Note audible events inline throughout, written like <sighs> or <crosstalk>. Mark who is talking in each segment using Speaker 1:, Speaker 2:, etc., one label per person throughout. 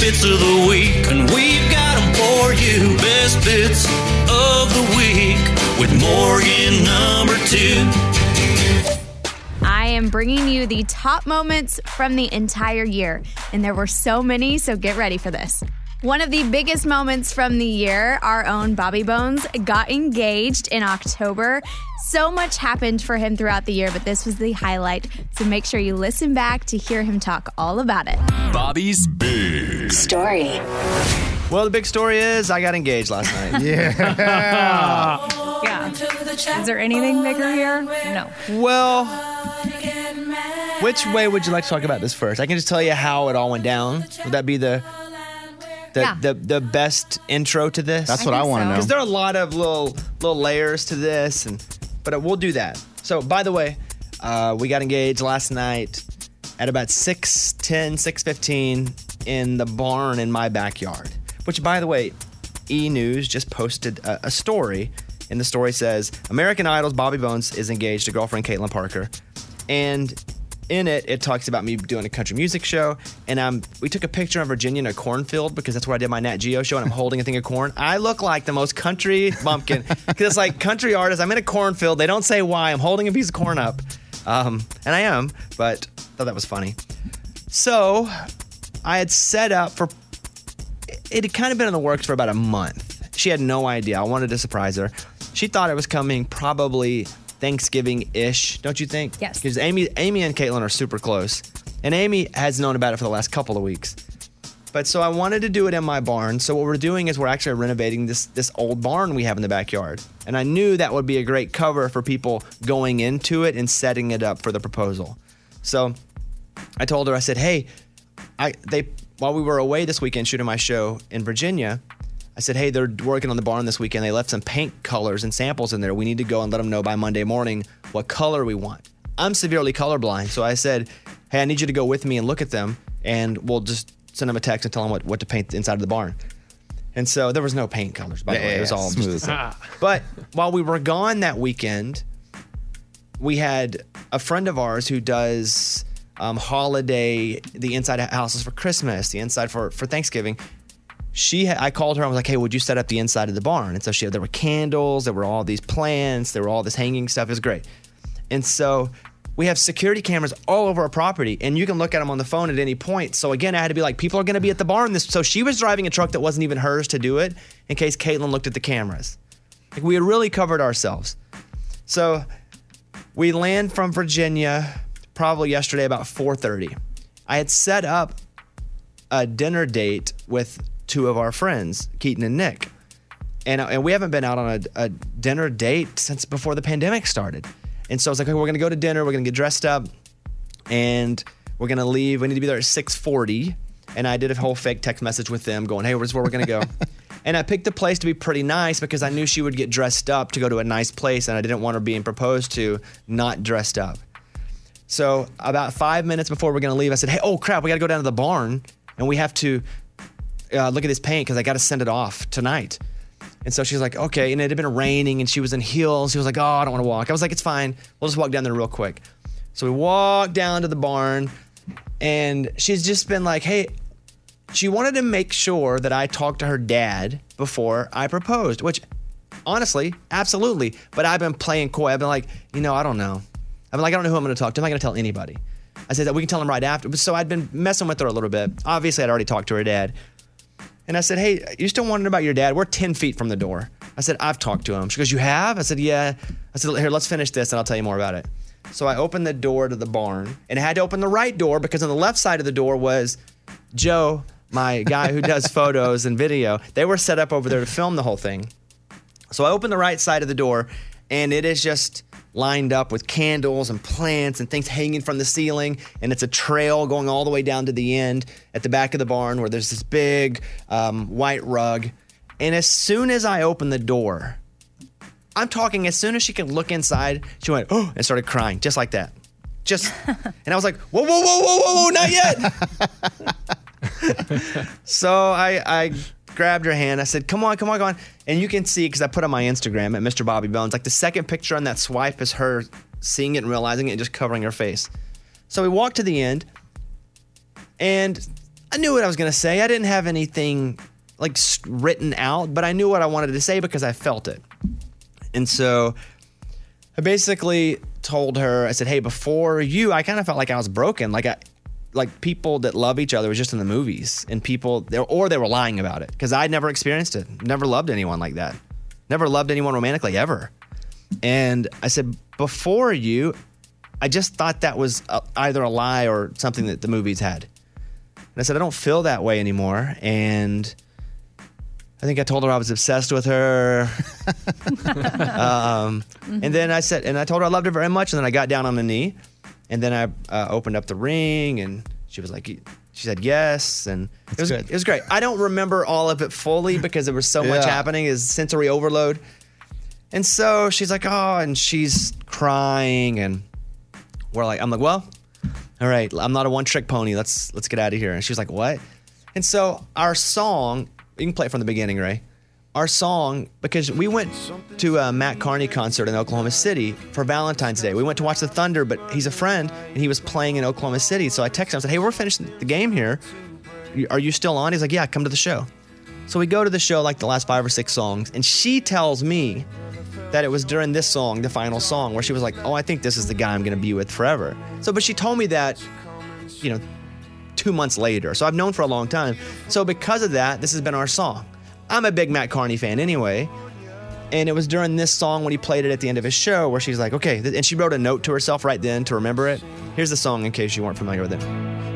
Speaker 1: bits of the week, and we've got 'em for you. Best bits of the week with Morgan number two.
Speaker 2: I am bringing you the top moments from the entire year, and there were so many, so get ready for this. One of the biggest moments from the year, our own Bobby Bones got engaged in October. So much happened for him throughout the year, but this was the highlight. So make sure you listen back to hear him talk all about it.
Speaker 3: Bobby's Big
Speaker 4: Story.
Speaker 5: Well, the big story is I got engaged last night. <laughs>
Speaker 6: Yeah.
Speaker 7: Yeah. Is there anything bigger here? No.
Speaker 5: Well, which way would you like to talk about this first? I can just tell you how it all went down. Would that be the the
Speaker 2: Yeah.
Speaker 5: the, the best intro to this?
Speaker 6: That's what I,
Speaker 2: think
Speaker 6: want
Speaker 2: so.
Speaker 6: to
Speaker 5: Because
Speaker 6: know.
Speaker 5: there are a lot of little little layers to this, and but we'll do that. So, by the way, uh, we got engaged last night at about 6.10, 6.15 in the barn in my backyard. Which, by the way, E! News just posted a, a story, and the story says, American Idol's Bobby Bones is engaged to girlfriend Caitlin Parker. And in it, it talks about me doing a country music show, and um, we took a picture of Virginia in a cornfield because that's where I did my Nat Geo show, and I'm holding a thing of corn. I look like the most country bumpkin because it's like country artist. I'm in a cornfield. They don't say why. I'm holding a piece of corn up, um, and I am. But I thought that was funny. So I had set up for it had kind of been in the works for about a month. She had no idea. I wanted to surprise her. She thought it was coming probably Thanksgiving ish, don't you think?
Speaker 7: Yes.
Speaker 5: Because Amy, Amy and Caitlin are super close, and Amy has known about it for the last couple of weeks. But so I wanted to do it in my barn. So what we're doing is we're actually renovating this this old barn we have in the backyard, and I knew that would be a great cover for people going into it and setting it up for the proposal. So I told her, I said, hey, I they while we were away this weekend shooting my show in Virginia, I said, hey, they're working on the barn this weekend. They left some paint colors and samples in there. We need to go and let them know by Monday morning what color we want. I'm severely colorblind, so I said, hey, I need you to go with me and look at them, and we'll just send them a text and tell them what, what to paint inside of the barn. And so there was no paint colors, by the way. It was all
Speaker 6: smooth.
Speaker 5: <laughs> but while we were gone that weekend, we had a friend of ours who does um, holiday, the inside houses for Christmas, the inside for, for Thanksgiving. She, ha- I called her. I was like, "Hey, would you set up the inside of the barn?" And so she, there were candles, there were all these plants, there were all this hanging stuff. It was great. And so we have security cameras all over our property, and you can look at them on the phone at any point. So again, I had to be like, people are going to be at the barn. This, so she was driving a truck that wasn't even hers to do it, in case Caitlin looked at the cameras. Like we had really covered ourselves. So we land from Virginia probably yesterday about 4:30. I had set up a dinner date with two of our friends, Keaton and Nick. And, uh, and we haven't been out on a, a dinner date since before the pandemic started. And so I was like, okay, we're gonna go to dinner, we're gonna get dressed up, and we're gonna leave. We need to be there at 6:40. And I did a whole fake text message with them, going, "Hey, where's where we're gonna go?" and I picked a place to be pretty nice because I knew she would get dressed up to go to a nice place, and I didn't want her being proposed to not dressed up. So about five minutes before we're gonna leave, I said, "Hey, oh crap, we gotta go down to the barn, and we have to uh, look at this paint because I gotta send it off tonight." And so she's like, okay. And it had been raining and she was in heels. She was like, oh, I don't want to walk. I was like, it's fine. We'll just walk down there real quick. So we walk down to the barn and she's just been like, hey, she wanted to make sure that I talked to her dad before I proposed, which honestly, absolutely. But I've been playing coy. I've been like, you know, I don't know. I'm like, I don't know who I'm going to talk to. I'm not going to tell anybody. I said that we can tell him right after. So I'd been messing with her a little bit. Obviously, I'd already talked to her dad. And I said, Hey, you still wondering about your dad? We're 10 feet from the door. I said, I've talked to him. She goes, You have? I said, Yeah. I said, Here, let's finish this and I'll tell you more about it. So I opened the door to the barn and I had to open the right door because on the left side of the door was Joe, my guy who does <laughs> photos and video. They were set up over there to film the whole thing. So I open the right side of the door, and it is just lined up with candles and plants and things hanging from the ceiling. And it's a trail going all the way down to the end at the back of the barn where there's this big um, white rug. And as soon as I open the door, I'm talking as soon as she could look inside, she went, <gasps> oh, and started crying just like that. Just, and I was like, whoa, whoa, whoa, whoa, whoa, whoa, not yet. So I, I grabbed her hand. I said, "Come on, come on, come on!" And you can see because I put on my Instagram at Mr. Bobby Bones. Like the second picture on that swipe is her seeing it and realizing it and just covering her face. So we walked to the end, and I knew what I was going to say. I didn't have anything like s- written out, but I knew what I wanted to say because I felt it. And so I basically told her, I said, "Hey, before you, I kind of felt like I was broken. Like I, like people that love each other was just in the movies, and people they or they were lying about it because I'd never experienced it, never loved anyone like that, never loved anyone romantically ever." And I said, "Before you, I just thought that was uh either a lie or something that the movies had." And I said, "I don't feel that way anymore," and I think I told her I was obsessed with her. um, And then I said, and I told her I loved her very much. And then I got down on a knee, and then I uh, opened up the ring, and she was like, she said yes, and it was it was great. I don't remember all of it fully because there was so much
Speaker 4: Yeah.
Speaker 5: happening, is sensory overload. And so she's like, oh, and she's crying, and we're like, I'm like, well, all right, I'm not a one trick pony. Let's let's get out of here. And she was like, what? And so our song, you can play it from the beginning, Ray. Our song, because we went to a Matt Carney concert in Oklahoma City for Valentine's Day. We went to watch the Thunder, but he's a friend and he was playing in Oklahoma City. So I texted him, I said, Hey, we're finishing the game here. Are you still on? He's like, Yeah, come to the show. So we go to the show like the last five or six songs, and she tells me that it was during this song, the final song, where she was like, Oh, I think this is the guy I'm gonna be with forever. So, but she told me that, you know, two months later. So I've known for a long time. So because of that, this has been our song. I'm a big Matt Carney fan anyway. And it was during this song when he played it at the end of his show where she's like, okay. th- And she wrote a note to herself right then to remember it. Here's the song in case you weren't familiar with it.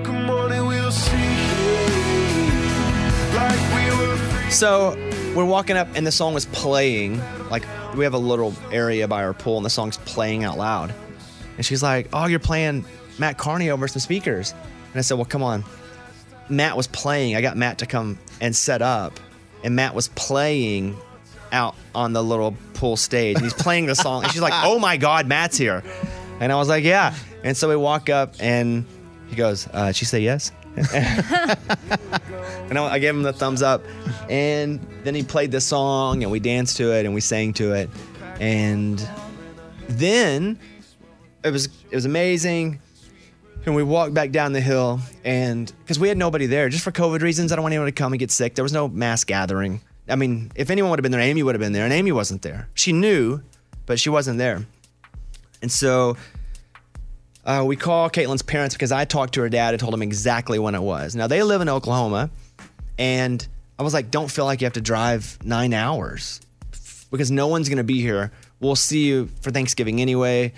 Speaker 8: Good morning, we'll see like we were
Speaker 5: So we're walking up and the song was playing. Like we have a little area by our pool and the song's playing out loud. And she's like, oh, you're playing Matt Carney over some speakers. And I said, well, come on. Matt was playing. I got Matt to come and set up, and Matt was playing out on the little pool stage. And he's playing the song, and she's like, "Oh my God, Matt's here!" And I was like, "Yeah." And so we walk up, and he goes, uh, "She say yes." and I, I gave him the thumbs up, and then he played the song, and we danced to it, and we sang to it, and then it was it was amazing. And we walked back down the hill, and because we had nobody there, just for COVID reasons, I don't want anyone to come and get sick. There was no mass gathering. I mean, if anyone would have been there, Amy would have been there, and Amy wasn't there. She knew, but she wasn't there. And so uh, we call Caitlin's parents because I talked to her dad and told him exactly when it was. Now they live in Oklahoma, and I was like, "Don't feel like you have to drive nine hours because no one's gonna be here. We'll see you for Thanksgiving anyway."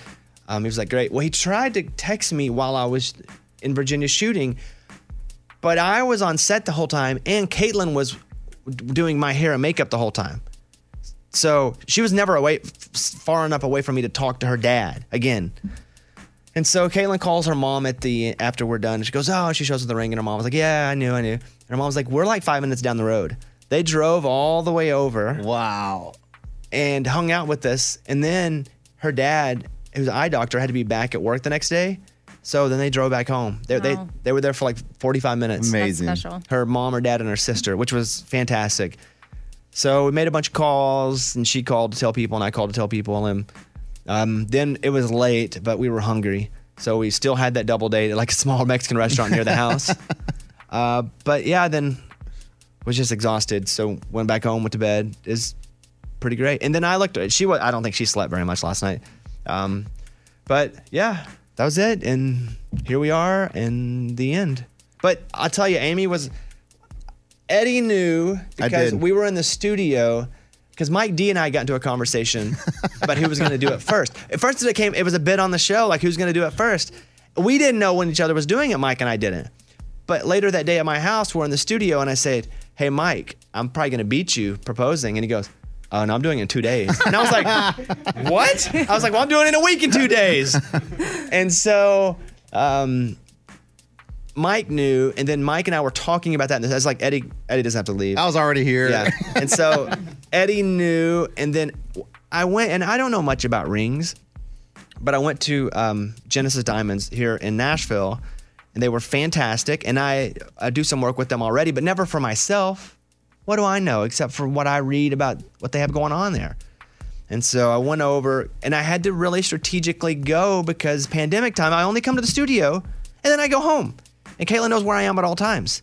Speaker 5: Um, he was like, "Great." Well, he tried to text me while I was in Virginia shooting, but I was on set the whole time, and Caitlin was doing my hair and makeup the whole time. So she was never away, f- far enough away from me to talk to her dad again. And so Caitlin calls her mom at the after we're done. She goes, "Oh," she shows her the ring, and her mom was like, "Yeah, I knew, I knew." And her mom was like, "We're like five minutes down the road." They drove all the way over. Wow. And hung out with us, and then her dad, who's an eye doctor, had to be back at work the next day. So then they drove back home. They, they
Speaker 9: Wow.
Speaker 5: they were there for like 45
Speaker 9: That's
Speaker 5: minutes.
Speaker 9: Amazing. special.
Speaker 5: Her mom, her dad, and her sister, which was fantastic. So we made a bunch of calls, and she called to tell people, and I called to tell people, and um, then it was late, but we were hungry, so we still had that double date at like a small <laughs> Mexican restaurant near the house. uh, but yeah, then was just exhausted, so went back home, went to bed. Is pretty great. And then I looked. She was. I don't think she slept very much last night. Um, but yeah, that was it. And here we are in the end. But I'll tell you, Amy was. Eddie knew
Speaker 9: I
Speaker 5: because
Speaker 9: did.
Speaker 5: we were in the studio because Mike D and I got into
Speaker 9: <laughs>
Speaker 5: a conversation about who was going to do it first. At first, it came. It was a bit on the show, like who's going to do it first. We didn't know when each other was doing it. Mike and I didn't. But later that day at my house, we're in the studio, and I said, "Hey, Mike, I'm probably going to beat you proposing," and he goes. Oh, no, I'm doing it in two days. And I
Speaker 9: <laughs>
Speaker 5: was like, what? I was like, well, I'm doing it in a week in two days. And so um, Mike knew, and then Mike and I were talking about that. And I was like, Eddie, Eddie doesn't have to leave. I was already here. Yeah. And <laughs> so Eddie knew, and then I went, and I don't know much about rings, but I went to um, Genesis Diamonds here in Nashville, and they were fantastic. And I, I do some work with them already, but never for myself. What do I know except for what I read about what they have going on there? And so I went over and I had to really strategically go because pandemic time, I only come to the studio and then I go home. And Caitlin knows where I am at all times.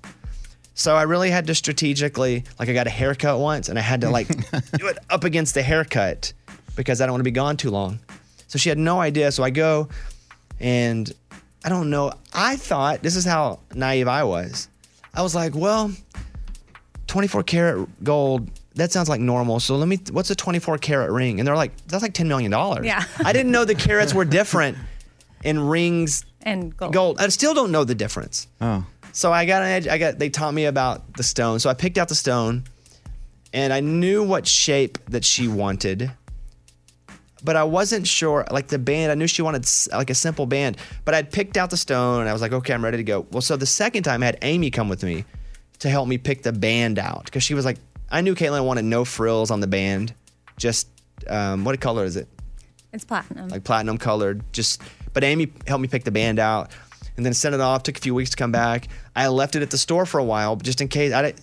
Speaker 5: So I really had to strategically, like, I got a haircut once and I had to, like, do it up against the haircut because I don't want to be gone too long. So she had no idea. So I go and I don't know. I thought this is how naive I was. I was like, well, 24 karat gold, that sounds like normal. So let me, what's a 24 karat ring? And they're like, that's like $10 million.
Speaker 4: Yeah.
Speaker 5: I didn't know the carats were different in rings
Speaker 4: and gold.
Speaker 5: I still don't know the difference.
Speaker 9: Oh.
Speaker 5: So I got an edge. I got. They taught me about the stone. So I picked out the stone, and I knew what shape that she wanted. But I wasn't sure, like the band. I knew she wanted s- like a simple band. But I'd picked out the stone, and I was like, okay, I'm ready to go. Well, so the second time, I had Amy come with me to help me pick the band out because she was like, I knew Caitlin wanted no frills on the band, just um, what color is it?
Speaker 4: It's platinum.
Speaker 5: like platinum colored. Just but Amy helped me pick the band out, and then sent it off. Took a few weeks to come back. I left it at the store for a while, just in case. I didn't-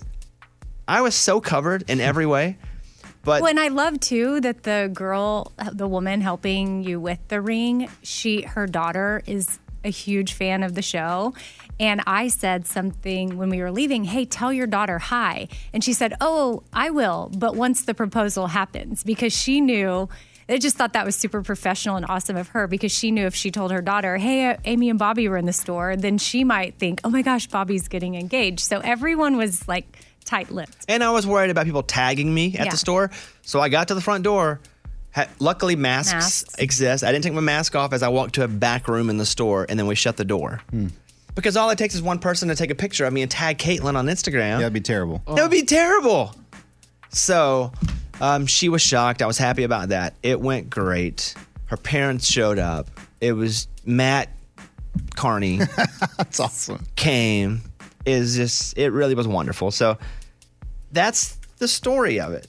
Speaker 5: I was so covered in every way, but
Speaker 4: well, and I love too that the girl, the woman helping you with the ring, she, her daughter is a huge fan of the show. And I said something when we were leaving, hey, tell your daughter hi. And she said, oh, I will, but once the proposal happens, because she knew. I just thought that was super professional and awesome of her because she knew if she told her daughter, hey, uh, Amy and Bobby were in the store, then she might think, oh my gosh, Bobby's getting engaged. So everyone was like tight lipped.
Speaker 5: and I was worried about people tagging me at
Speaker 4: Yeah.
Speaker 5: the store. So I got to the front door. Ha- luckily, masks,
Speaker 4: Masks.
Speaker 5: exist. I didn't take my mask off as I walked to a back room in the store, and then we shut the door.
Speaker 9: Hmm.
Speaker 5: Because all it takes is one person to take a picture of me and tag Caitlin on Instagram. That'd
Speaker 9: be terrible.
Speaker 5: That would be terrible. So um, she was shocked. I was happy about that. It went great. Her parents showed up. It was Matt Carney.
Speaker 9: <laughs> that's awesome.
Speaker 5: Came. Is just it really was wonderful. So that's the story of it.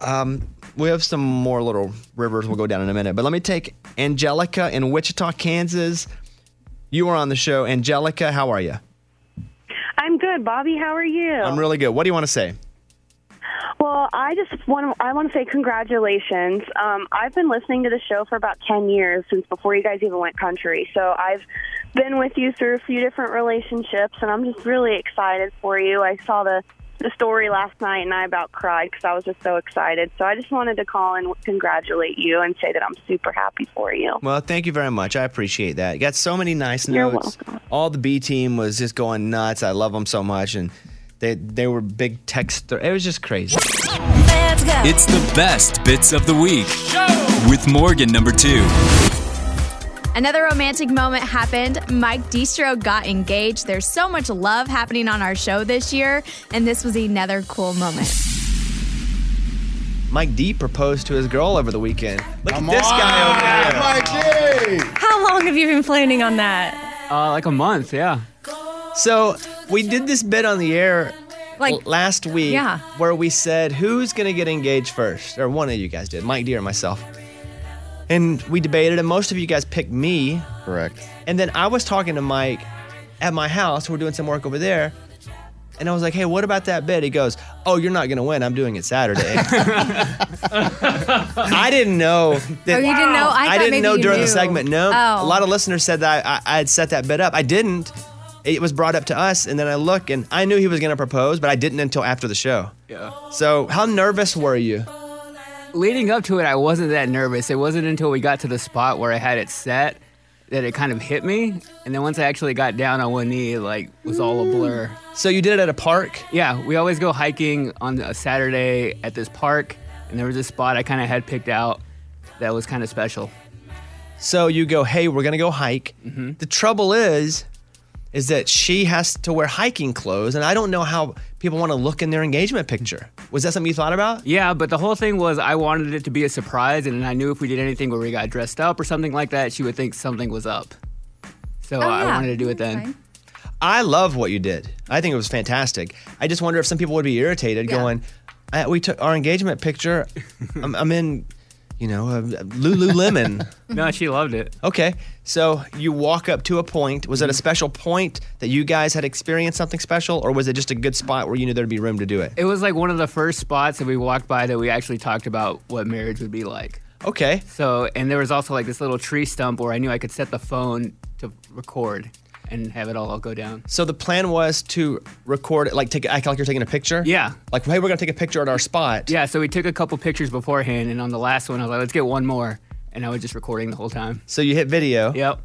Speaker 5: Um, we have some more little rivers we'll go down in a minute, but let me take Angelica in Wichita, Kansas. You are on the show, Angelica. How are you?
Speaker 10: I'm good, Bobby. How are you?
Speaker 5: I'm really good. What do you want to say?
Speaker 10: well, I just want to, I want to say congratulations. Um, I've been listening to the show for about ten years since before you guys even went country. So I've been with you through a few different relationships, and I'm just really excited for you. I saw the the story last night, and I about cried because I was just so excited. So I just wanted to call and congratulate you and say that I'm super happy for you.
Speaker 5: Well, thank you very much. I appreciate that. You got so many nice notes. All the B team was just going nuts. I love them so much, and they they were big text. Th- it was just crazy.
Speaker 7: Let's go.
Speaker 11: It's the best bits of the week with Morgan number two.
Speaker 2: Another romantic moment happened. Mike Distro got engaged. There's so much love happening on our show this year, and this was another cool moment.
Speaker 5: Mike D proposed to his girl over the weekend. Look at this guy over here. Mike D.
Speaker 4: How long have you been planning on that?
Speaker 5: Uh, like a month, yeah. So we did this bit on the air
Speaker 4: Like-
Speaker 5: l- last week
Speaker 4: Yeah.
Speaker 5: where we said who's going to get engaged first, or one of you guys did, Mike D or myself. And we debated, and most of you guys picked me.
Speaker 9: Correct.
Speaker 5: And then I was talking to Mike at my house. We're doing some work over there. And I was like, hey, what about that bid? He goes, oh, you're not going to win. I'm doing
Speaker 4: <laughs>
Speaker 5: it Saturday. I didn't know. That,
Speaker 4: Oh, you didn't know? I thought
Speaker 5: didn't
Speaker 4: maybe
Speaker 5: know
Speaker 4: you
Speaker 5: during
Speaker 4: knew.
Speaker 5: the segment. No.
Speaker 4: Oh.
Speaker 5: A lot of listeners said that I, I had set that bid up. I didn't. It was brought up to us. And then I look and I knew he was going to propose, but I didn't until after the show.
Speaker 12: Yeah.
Speaker 5: So, how nervous were you?
Speaker 12: Leading up to it, I wasn't that nervous. It wasn't until we got to the spot where I had it set that it kind of hit me. And then once I actually got down on one knee, it like was all a blur.
Speaker 5: Mm. So you did it at a park?
Speaker 12: Yeah, we always go hiking on a Saturday at this park, and there was this spot I kind of had picked out that was kind of special.
Speaker 5: So you go, hey, we're gonna go hike. The trouble is, is that she has to wear hiking clothes, and I don't know how people want to look in their engagement picture. Was that something you thought about?
Speaker 12: Yeah, but the whole thing was I wanted it to be a surprise, and I knew if we did anything where we got dressed up or something like that, she would think something was up. So
Speaker 5: Oh,
Speaker 12: I
Speaker 5: yeah.
Speaker 12: wanted to do it then.
Speaker 5: I love what you did. I think it was fantastic. I just wonder if some people would be irritated, going, I, "We took our engagement picture. I'm, I'm in, you know, uh, Lululemon."
Speaker 12: no, she loved it. Mm-hmm.
Speaker 5: Okay, so you walk up to a point. Was it a special point that you guys had experienced something special, or was it just a good spot where you knew there'd be room to do it?
Speaker 12: It was like one of the first spots that we walked by that we actually talked about what marriage would be like.
Speaker 5: Okay.
Speaker 12: So, and there was also like this little tree stump where I knew I could set the phone to record. and have it all go down.
Speaker 5: So the plan was to record it, like take act like you're taking a picture.
Speaker 12: Yeah.
Speaker 5: Like, hey, we're gonna take a picture at our spot.
Speaker 12: Yeah, so we took a couple pictures beforehand, and on the last one, I was like, let's get one more. And I was just recording the whole time.
Speaker 5: So you hit video.
Speaker 12: Yep.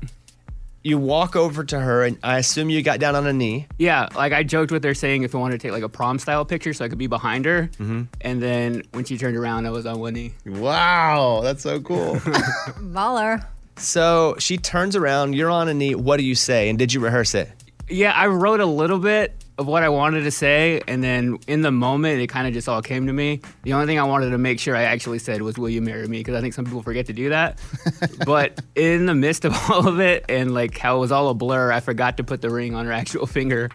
Speaker 5: You walk over to her, and I assume you got down on a knee.
Speaker 12: Yeah, like I joked with her saying if I wanted to take like a prom style picture so I could be behind her.
Speaker 5: Mm-hmm.
Speaker 12: And then when she turned around, I was on one knee.
Speaker 5: Wow, that's <laughs> so cool.
Speaker 4: Baller.
Speaker 5: <laughs> so she turns around. You're on a knee. What do you say? And did you rehearse it?
Speaker 12: Yeah, I wrote a little bit of what I wanted to say, and then in the moment, it kind of just all came to me. The only thing I wanted to make sure I actually said was, Will you marry me? Because I think some people forget to do
Speaker 5: <laughs>
Speaker 12: that. but in the midst of <laughs> all of it, and like how it was all a blur, I forgot to put the ring on her actual finger.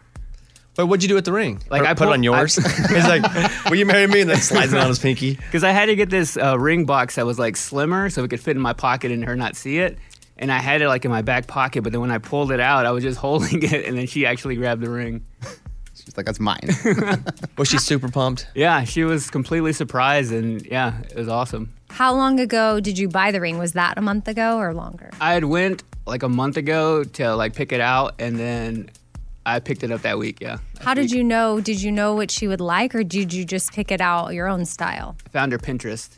Speaker 5: But what'd you do with the ring?
Speaker 12: Like
Speaker 5: Put-
Speaker 12: I
Speaker 5: put it
Speaker 12: <laughs>
Speaker 5: on yours? He's like, "Will you marry me?" And then slides it on his pinky.
Speaker 12: Because I had to get this uh, ring box that was like slimmer, so it could fit in my pocket and her not see it. And I had it like in my back pocket, but then when I pulled it out, I was just <laughs> holding it, and then she actually grabbed the ring.
Speaker 9: She's like, "That's
Speaker 5: <laughs>
Speaker 9: mine."
Speaker 5: was she super pumped?
Speaker 12: <laughs> Yeah, she was completely surprised, and yeah, it was awesome.
Speaker 4: How long ago did you buy the ring? Was that a month ago or longer?
Speaker 12: I had went like a month ago to like pick it out, and then I picked it up that week. Yeah,
Speaker 4: How did you know? Did you know what she would like, or did you just pick it out your own style?
Speaker 12: I found her Pinterest.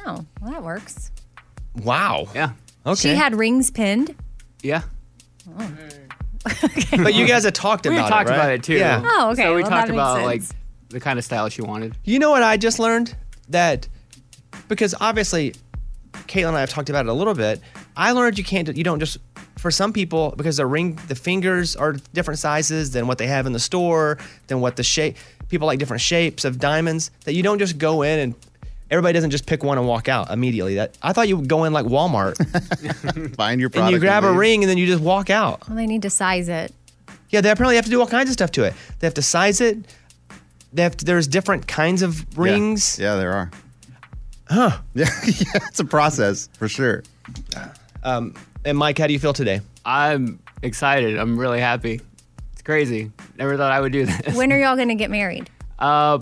Speaker 4: Oh, well, that works.
Speaker 5: Wow.
Speaker 12: Yeah.
Speaker 4: She had rings pinned.
Speaker 12: Yeah.
Speaker 4: Oh. <laughs>
Speaker 5: But you guys had talked
Speaker 12: we
Speaker 5: about
Speaker 12: had talked
Speaker 5: it, right?
Speaker 12: about it too.
Speaker 5: Yeah.
Speaker 4: Oh, okay.
Speaker 12: So we
Speaker 4: Well, that
Speaker 12: talked
Speaker 4: makes
Speaker 12: about
Speaker 4: sense.
Speaker 12: like the kind of style she wanted.
Speaker 5: You know what I just learned? That because obviously Caitlin and I have talked about it a little bit. I learned you can't you don't just for some people because the ring the fingers are different sizes than what they have in the store, than what the shape people like different shapes of diamonds that you don't just go in and everybody doesn't just pick one and walk out immediately. That I thought you would go in like
Speaker 9: <laughs>
Speaker 5: Walmart
Speaker 9: find your
Speaker 5: and
Speaker 9: product
Speaker 5: you grab a
Speaker 9: leave.
Speaker 5: ring and then you just walk out.
Speaker 4: Well, they need to size it.
Speaker 5: Yeah, they apparently have to do all kinds of stuff to it. They have to size it. They have to, there's different kinds of rings.
Speaker 9: Yeah, there are.
Speaker 5: Huh.
Speaker 9: Yeah,
Speaker 5: <laughs>
Speaker 9: yeah, it's a process for sure.
Speaker 5: Um, and Mike, how do you feel today?
Speaker 12: I'm excited. I'm really happy. It's crazy. Never thought I would do this.
Speaker 4: When are y'all going to get married?
Speaker 12: <laughs> Uh,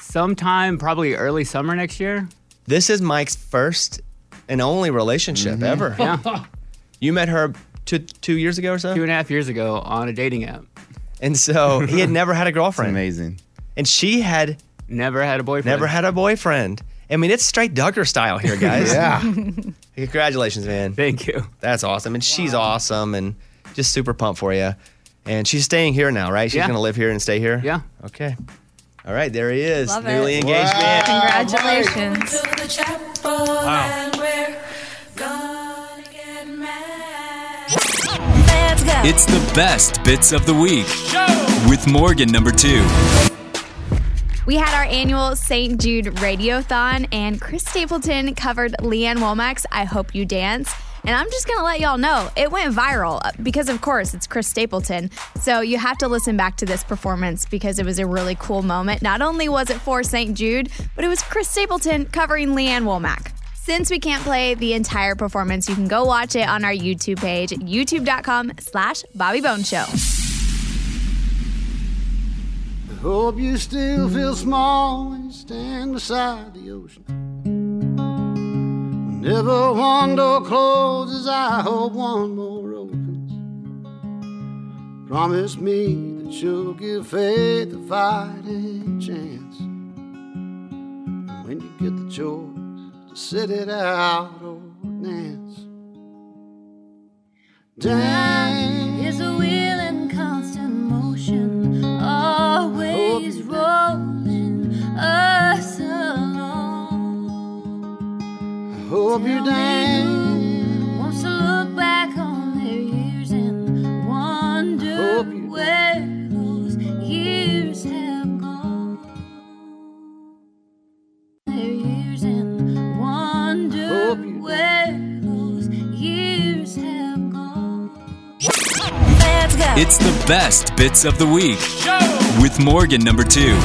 Speaker 12: sometime probably early summer next year.
Speaker 5: This is Mike's first and only relationship ever.
Speaker 4: <laughs>
Speaker 12: Mm-hmm. Yeah.
Speaker 5: You met her two two years ago or so. Two
Speaker 12: and a half years ago on a dating app.
Speaker 5: And so he had never had a girlfriend.
Speaker 9: amazing.
Speaker 5: And she had
Speaker 12: never had a boyfriend.
Speaker 5: Never had a boyfriend. I mean, it's straight Duggar style here, guys.
Speaker 9: <laughs> Yeah.
Speaker 5: Congratulations, man.
Speaker 12: Thank you.
Speaker 5: That's awesome. And she's awesome and just super pumped for you. And she's staying here now, right? She's
Speaker 12: Yeah.
Speaker 5: going to live here and stay here?
Speaker 12: Yeah.
Speaker 5: Okay. All right, there he is.
Speaker 7: Love it.
Speaker 5: Newly engaged man.
Speaker 7: Congratulations.
Speaker 5: Wow.
Speaker 7: Let's go.
Speaker 11: It's the best bits of the week with Morgan number two.
Speaker 2: We had our annual St. Jude Radiothon, and Chris Stapleton covered Leanne Womack's I Hope You Dance. And I'm just gonna let y'all know it went viral uh, because, of course, it's Chris Stapleton. So you have to listen back to this performance because it was a really cool moment. Not only was it for St. Jude, but it was Chris Stapleton covering Leanne Womack. Since we can't play the entire performance, you can go watch it on our YouTube page, youtube.com slash Bobby Bone Show.
Speaker 13: Hope you still feel small when you stand beside the ocean. Whenever one door closes, I hope one more opens. Promise me that you'll give faith a fighting chance. When you get the choice to sit it out or dance.
Speaker 14: Time is a wheel in constant motion, always rolling us along.
Speaker 13: Hope you dance.
Speaker 14: Wants to look back on their years and wonder where those years have gone. Their years and wonder where those years have gone. Let's go.
Speaker 11: It's the best bits of the week with Morgan number two.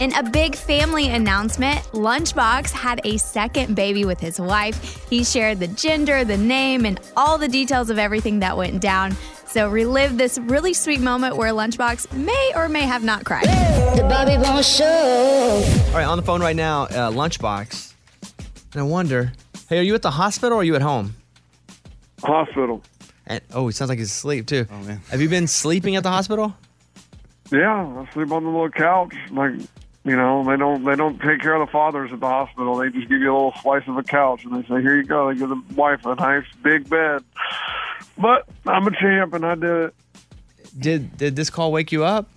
Speaker 2: In a big family announcement, Lunchbox had a second baby with his wife. He shared the gender, the name, and all the details of everything that went down. So relive this really sweet moment where Lunchbox may or may have not cried. The Bobby Bone Show.
Speaker 5: All right, on the phone right now, uh, Lunchbox. And I wonder, hey, are you at the hospital or are you at home?
Speaker 15: Hospital.
Speaker 5: And oh, it sounds like he's asleep too. Oh man, have you been sleeping at the hospital?
Speaker 15: Yeah, I sleep on the little couch. Like, you know, they don't they don't take care of the fathers at the hospital. They just give you a little slice of a couch and they say, "Here you go." They give the wife a nice big bed. But I'm a champ and I did it.
Speaker 5: Did did this call wake you up?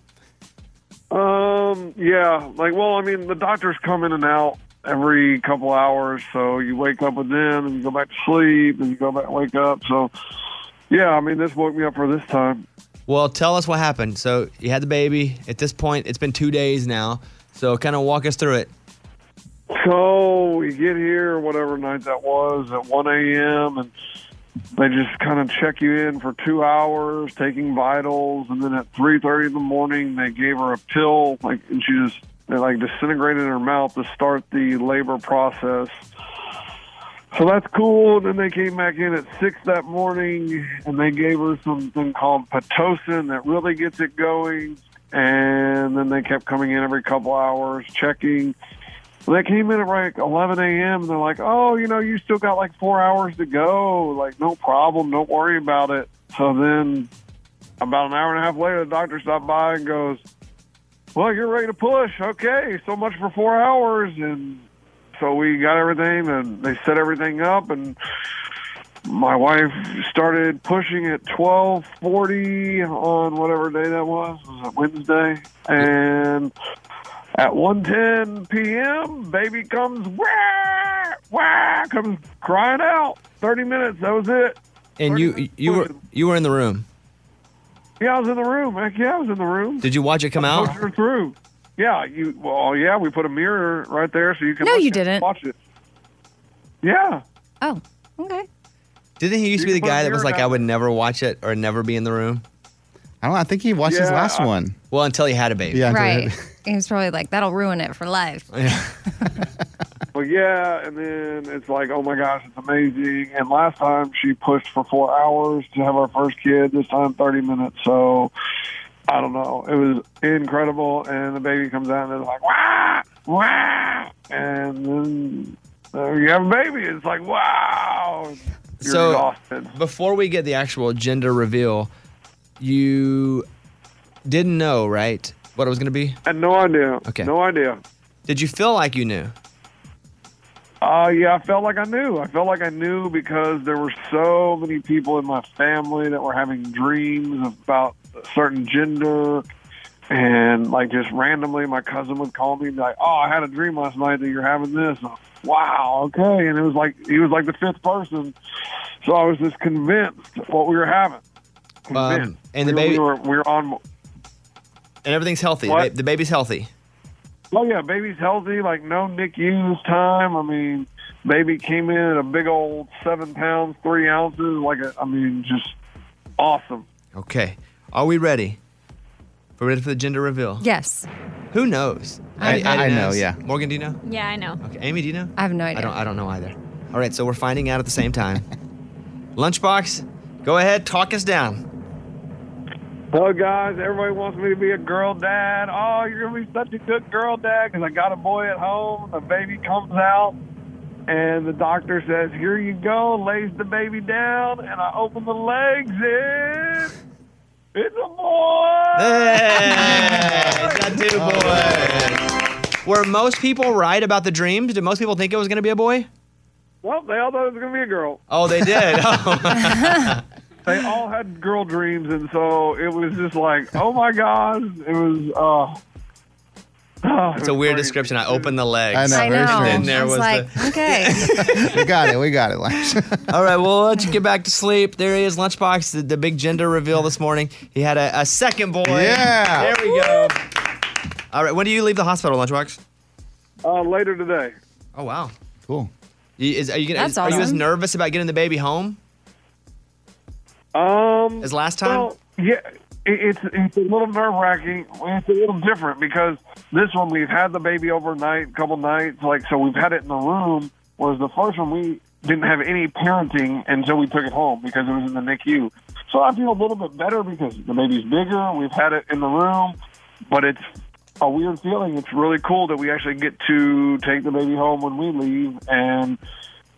Speaker 15: Um, yeah, like well, I mean, the doctors come in and out every couple hours, so you wake up with them and you go back to sleep and you go back wake up. So, yeah, I mean, this woke me up for this time.
Speaker 5: Well, tell us what happened. So you had the baby. At this point, it's been two days now. So kind of walk us through it.
Speaker 15: So we get here, whatever night that was, at 1 a.m., and they just kind of check you in for two hours, taking vitals, and then at 3:30 in the morning, they gave her a pill, like, and she just it like disintegrated in her mouth to start the labor process. So that's cool. And then they came back in at six that morning, and they gave her something called pitocin that really gets it going. And then they kept coming in every couple hours, checking. They came in at like 11 a.m. and They're like, "Oh, you know, you still got like four hours to go. Like, no problem. Don't worry about it." So then, about an hour and a half later, the doctor stopped by and goes, "Well, you're ready to push. Okay, so much for four hours." And so we got everything and they set everything up and my wife started pushing at 12:40 on whatever day that was. Was it Wednesday? And at 1:10 p.m., baby comes wah, wah, comes crying out. 30 minutes. That was it.
Speaker 5: And you you were you were in the room.
Speaker 15: Yeah, I was in the room. Heck yeah, I was in the room.
Speaker 5: Did you watch it come out?
Speaker 15: Pushed her through. Yeah, you. Well, yeah, we put a mirror right there so you can.
Speaker 4: No,
Speaker 15: look
Speaker 4: you
Speaker 15: and
Speaker 4: didn't.
Speaker 15: watch it. Yeah.
Speaker 4: Oh, okay.
Speaker 5: Didn't he used to be the
Speaker 15: You can
Speaker 5: guy
Speaker 15: put
Speaker 5: that was
Speaker 15: your-
Speaker 5: like, I would never watch it or never be in the room?
Speaker 9: I don't. know. I think he watched his
Speaker 5: Yeah,
Speaker 9: last
Speaker 5: I-
Speaker 9: one.
Speaker 5: Well, until he had a baby.
Speaker 4: right. He was probably like, that'll ruin it for life.
Speaker 15: Well, yeah, and then it's like, oh my gosh, it's amazing. And last time she pushed for four hours to have our first kid. This time, thirty minutes. So I don't know. It was incredible. And the baby comes out and it's like, wow, wow. And then there you have a baby. It's like, wow. You're
Speaker 5: so
Speaker 15: exhausted.
Speaker 9: <laughs>
Speaker 5: before we get the actual gender reveal, you didn't know, right? What it was going to be?
Speaker 15: I had no idea.
Speaker 5: Okay.
Speaker 15: No idea.
Speaker 5: Did you feel like you knew?
Speaker 15: Uh, yeah, I felt like I knew. I felt like I knew because there were so many people in my family that were having dreams about a certain gender. And like just randomly, my cousin would call me and be like, "Oh, I had a dream last night that you're having this." And I'm, wow, okay. And it was like he was like the fifth person, so I was just convinced what we were having. Oh, Convinced.
Speaker 5: Um, and the
Speaker 15: We- we
Speaker 5: baby-
Speaker 15: were- we were on
Speaker 5: And everything's healthy.
Speaker 15: What?
Speaker 5: The, ba- the baby's healthy.
Speaker 15: Oh yeah, baby's healthy. Like no NICU's time. I mean, baby came in at a big old seven pounds three ounces. Like a, I mean, just awesome.
Speaker 5: Okay. Are we ready? We're ready for the gender reveal.
Speaker 4: Yes.
Speaker 5: Who knows?
Speaker 4: I-
Speaker 5: Anybody
Speaker 4: I know,
Speaker 5: knows?
Speaker 4: yeah.
Speaker 5: Morgan, do you know?
Speaker 2: Yeah, I know.
Speaker 5: Okay. Amy, do you know?
Speaker 4: I have no idea.
Speaker 5: I don't. I don't know either. All right, so we're finding out at the same time. Lunchbox, go ahead, talk us down.
Speaker 15: Oh guys, everybody wants me to be a girl dad. Oh, you're gonna be such a good girl dad because I got a boy at home. The baby comes out, and the doctor says, "Here you go." Lays the baby down, and I open the legs, and it's a boy.
Speaker 5: Were most people right about the dreams? Did most people think it was going to be a boy?
Speaker 15: Well, they all thought it was gonna be a girl.
Speaker 5: Oh,
Speaker 15: <laughs>
Speaker 5: they did.
Speaker 15: they all had girl dreams, and so it was just like, oh my gosh, it was. Uh,
Speaker 9: Oh,
Speaker 5: it's a weird description. I opened the legs.
Speaker 9: I know, I very know. strange.
Speaker 5: And there
Speaker 9: I was
Speaker 5: was
Speaker 9: like,
Speaker 4: okay.
Speaker 5: <laughs>
Speaker 9: we got it. We got it. Lash.
Speaker 5: the. <laughs> All right, well, we'll let you get back to sleep. There he is, Lunchbox, the, the big gender reveal this morning. He had a, a second boy.
Speaker 9: Yeah.
Speaker 5: There we go. All right, when do you leave the hospital, Lunchbox?
Speaker 15: Uh, later today.
Speaker 5: Oh, wow.
Speaker 9: Cool.
Speaker 5: You, is, are you gonna,
Speaker 15: That's
Speaker 5: is- Are you as
Speaker 15: awesome.
Speaker 5: nervous about getting the baby home?
Speaker 15: Um,
Speaker 5: As last time?
Speaker 15: Well, yeah, it, it's it's a little nerve wracking. It's a little different because this one we've had the baby overnight, a couple nights, like so we've had it in the room. Whereas the first one we didn't have any parenting until we took it home because it was in the NICU. So I feel a little bit better because the baby's bigger. We've had it in the room, but it's a weird feeling. It's really cool that we actually get to take the baby home when we leave and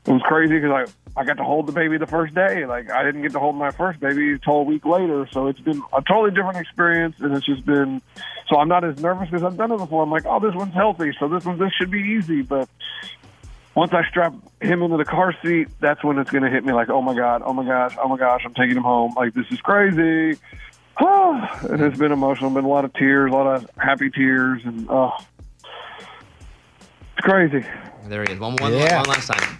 Speaker 15: it was crazy because I I got to hold the baby the first day. Like I didn't get to hold my first baby until a week later. So it's been a totally different experience, and it's just been. So I'm not as nervous because I've done it before. I'm like, oh, this one's healthy, so this one this should be easy. But once I strap him into the car seat, that's when it's going to hit me like, oh my god, oh my gosh, oh my gosh, I'm taking him home. Like this is crazy. <sighs> and it's been emotional. Been a lot of tears, a lot of happy tears, and oh, it's crazy.
Speaker 5: There he is. One, one,
Speaker 11: Yeah.
Speaker 5: one last time.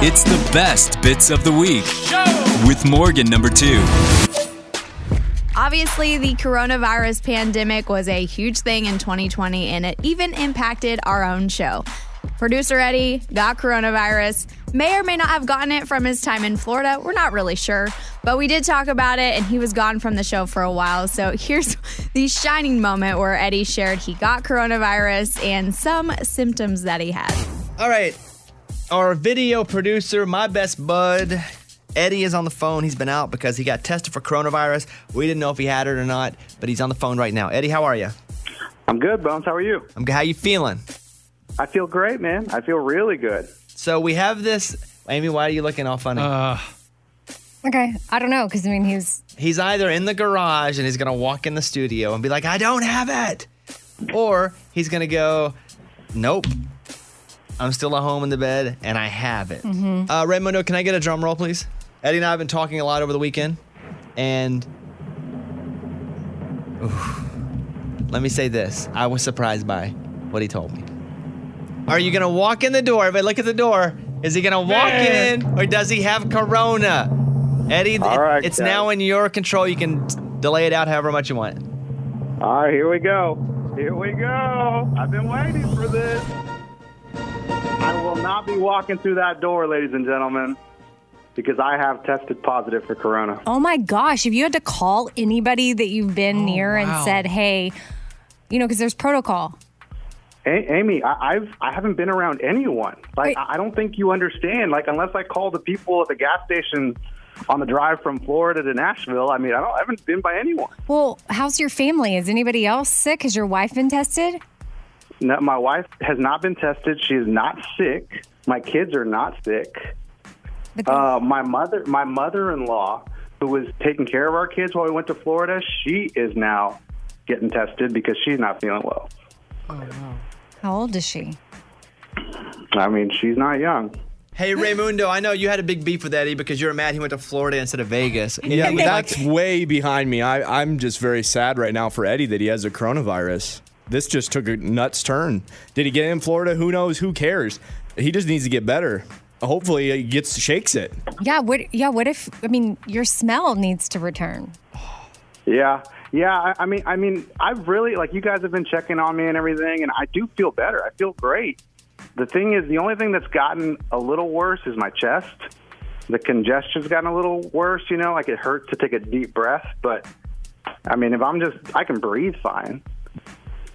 Speaker 11: It's the best bits of the week with Morgan number two.
Speaker 2: Obviously, the coronavirus pandemic was a huge thing in 2020, and it even impacted our own show. Producer Eddie got coronavirus, may or may not have gotten it from his time in Florida. We're not really sure, but we did talk about it, and he was gone from the show for a while. So <laughs> here's the shining moment where Eddie shared he got coronavirus and some symptoms that he had.
Speaker 5: All right. Our video producer, my best bud, Eddie is on the phone. He's been out because he got tested for coronavirus. We didn't know if he had it or not, but he's on the phone right now. Eddie, how are you?
Speaker 16: I'm good, Bones. How are you?
Speaker 5: I'm good. How you feeling?
Speaker 16: I feel great, man. I feel really good.
Speaker 5: So we have this. Amy, why are you looking all funny?
Speaker 4: Okay. I don't know because I mean he's
Speaker 5: he's either in the garage and he's gonna walk in the studio and be like, "I don't have it," or he's gonna go, "Nope, I'm still at home in the bed and I have it."
Speaker 17: Mhm.
Speaker 5: Uh, Raymond, can I get a drum roll, please? Eddie and I have been talking a lot over the weekend, and Oof. let me say this: I was surprised by what he told me. Are you gonna walk in the door? Everybody, look at the door. Is he gonna walk
Speaker 17: Man.
Speaker 5: in, or does he have Corona? Eddie,
Speaker 16: All right,
Speaker 5: it's
Speaker 16: guys.
Speaker 5: now in your control. You can t- delay it out however much you want.
Speaker 16: All right, here we go. Here we go. I've been waiting for this. I will not be walking through that door, ladies and gentlemen, because I have tested positive for corona.
Speaker 4: Oh my gosh, if you had to call anybody that you've been near
Speaker 16: wow.
Speaker 4: and said, hey, you know, because there's protocol.
Speaker 16: A- Amy, I- I've I haven't been around anyone. Like I I don't think you understand. Like unless I call the people at the gas station on the drive from Florida to Nashville, I mean, I don't I haven't been by anyone.
Speaker 4: Well, how's your family? Is anybody else sick? Has your wife been tested?
Speaker 16: No, my wife has not been tested. She is not sick. My kids are not sick. Uh, my mother, my mother-in-law, who was taking care of our kids while we went to Florida, she is now getting tested because she's not feeling well.
Speaker 4: How old is she?
Speaker 16: I mean, she's not young.
Speaker 5: Hey Raymundo, I know you had a big beef with Eddie because you were mad he went to Florida instead
Speaker 4: <laughs>
Speaker 5: of Vegas. And
Speaker 17: Yeah,
Speaker 5: he
Speaker 17: but
Speaker 5: was
Speaker 17: that's way behind me. I, I'm just very sad right now for Eddie that he has a coronavirus. This just took a nuts turn. Did he get it in Florida? Who knows? Who cares? He just needs to get better. Hopefully, he gets shakes it.
Speaker 4: Yeah, what yeah, what if I mean your smell needs to return?
Speaker 16: Yeah, yeah. I, I mean, I mean, I've really like you guys have been checking on me and everything, and I do feel better. I feel great. The thing is, the only thing that's gotten a little worse is my chest. The congestion's gotten a little worse. You know, like it hurts to take a deep breath, but I mean, if I'm just, I can breathe fine.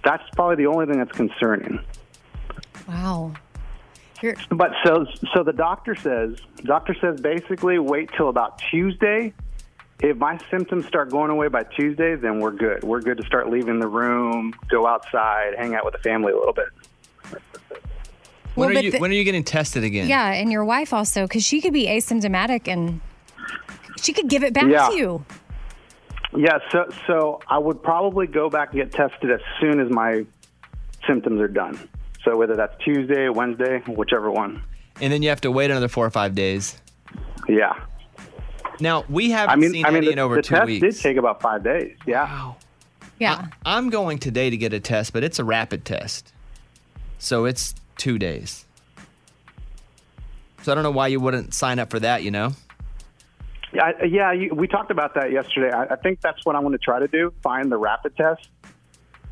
Speaker 16: That's probably the only thing that's concerning.
Speaker 4: Wow.
Speaker 16: But so so the doctor says doctor says basically wait till about Tuesday. If my symptoms start going away by Tuesday, then we're good. We're good to start leaving the room, go outside, hang out with the family a little bit.
Speaker 5: When
Speaker 4: Well,
Speaker 5: are
Speaker 4: but
Speaker 5: you
Speaker 4: the-
Speaker 5: when are you getting tested
Speaker 4: Yeah,
Speaker 5: again?
Speaker 4: and your wife also, because she could be asymptomatic and she could give it back
Speaker 16: Yeah.
Speaker 4: to you.
Speaker 16: Yeah, so so I would probably go back and get tested as soon as my symptoms are done. So whether that's Tuesday, Wednesday, whichever one.
Speaker 5: And then you have to wait another four or five days.
Speaker 16: Yeah.
Speaker 5: Now we haven't
Speaker 16: I mean,
Speaker 5: seen
Speaker 16: I mean,
Speaker 5: Eddie
Speaker 16: the,
Speaker 5: in over
Speaker 16: the
Speaker 5: two
Speaker 16: test
Speaker 5: weeks.
Speaker 16: did take about five days. Yeah.
Speaker 4: Yeah.
Speaker 5: I'm going today to get a test, but it's a rapid test. So it's two days. So I don't know why you wouldn't sign up for that, you know?
Speaker 16: Yeah, I- yeah. You, we talked about that yesterday. I, I think that's what I'm going to try to do: find the rapid test.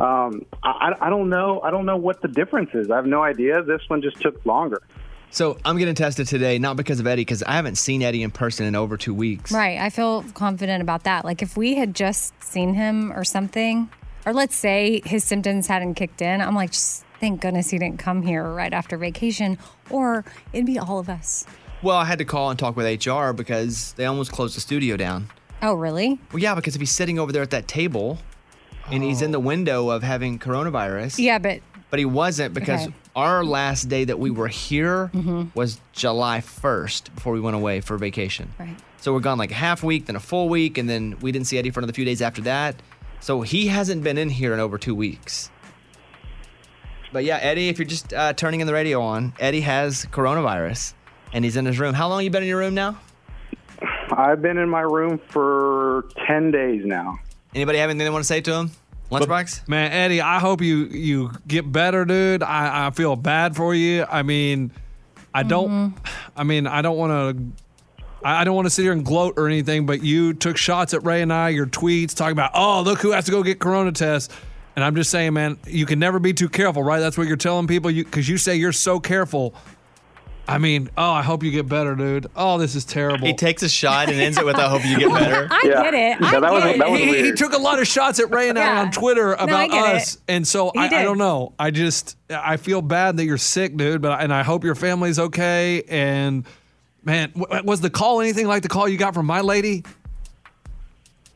Speaker 16: Um, I, I I don't know. I don't know what the difference is. I have no idea. This one just took longer.
Speaker 5: So I'm getting tested today, not because of Eddie, because I haven't seen Eddie in person in over two weeks.
Speaker 4: Right. I feel confident about that. Like if we had just seen him or something, or let's say his symptoms hadn't kicked in, I'm like, just thank goodness he didn't come here right after vacation, or it'd be all of us.
Speaker 5: Well, I had to call and talk with HR because they almost closed the studio down.
Speaker 4: Oh, really?
Speaker 5: Well, yeah, because if he's sitting over there at that table and he's in the window of having coronavirus,
Speaker 4: Yeah, but
Speaker 5: but he wasn't because
Speaker 4: Okay. Mm-hmm.
Speaker 5: our last day that we were here was July 1st before we went away for vacation.
Speaker 4: Right.
Speaker 5: So we're gone like a half week, then a full week, and then we didn't see Eddie for another few days after that. So he hasn't been in here in over two weeks. But yeah, Eddie, if you're just uh, turning in the radio on, Eddie has coronavirus and he's in his room. How long you been in your room now?
Speaker 16: I've been in my room for 10 days now.
Speaker 5: Anybody have anything they want to say to him? Lunchbox?
Speaker 18: Man, Eddie, I hope you you get better, dude. I, I feel bad for you. I mean, I don't.
Speaker 5: Mm-hmm.
Speaker 18: I mean, I don't want to. I I don't want to sit here and gloat or anything, but you took shots at Ray and I, your tweets talking about, oh, look who has to go get corona tests. And I'm just saying, man, you can never be too careful, right? That's what you're telling people. You because you say you're so careful. I mean, oh, I hope you get better, dude. Oh, this is terrible. He
Speaker 5: takes a shot and ends it with, "I hope you get
Speaker 18: <laughs>
Speaker 5: better."
Speaker 4: I Yeah. get it. I Yeah, that was- get it. that was
Speaker 18: he, he
Speaker 4: weird.
Speaker 18: took a lot of shots at Ray and I on Twitter
Speaker 4: I
Speaker 18: about
Speaker 4: get it.
Speaker 18: us, and so
Speaker 4: He
Speaker 18: I, I
Speaker 4: did.
Speaker 18: don't know. I just I feel bad that you're sick, dude. But and I hope your family's okay. And man, w- was the call anything like the call you got from my lady?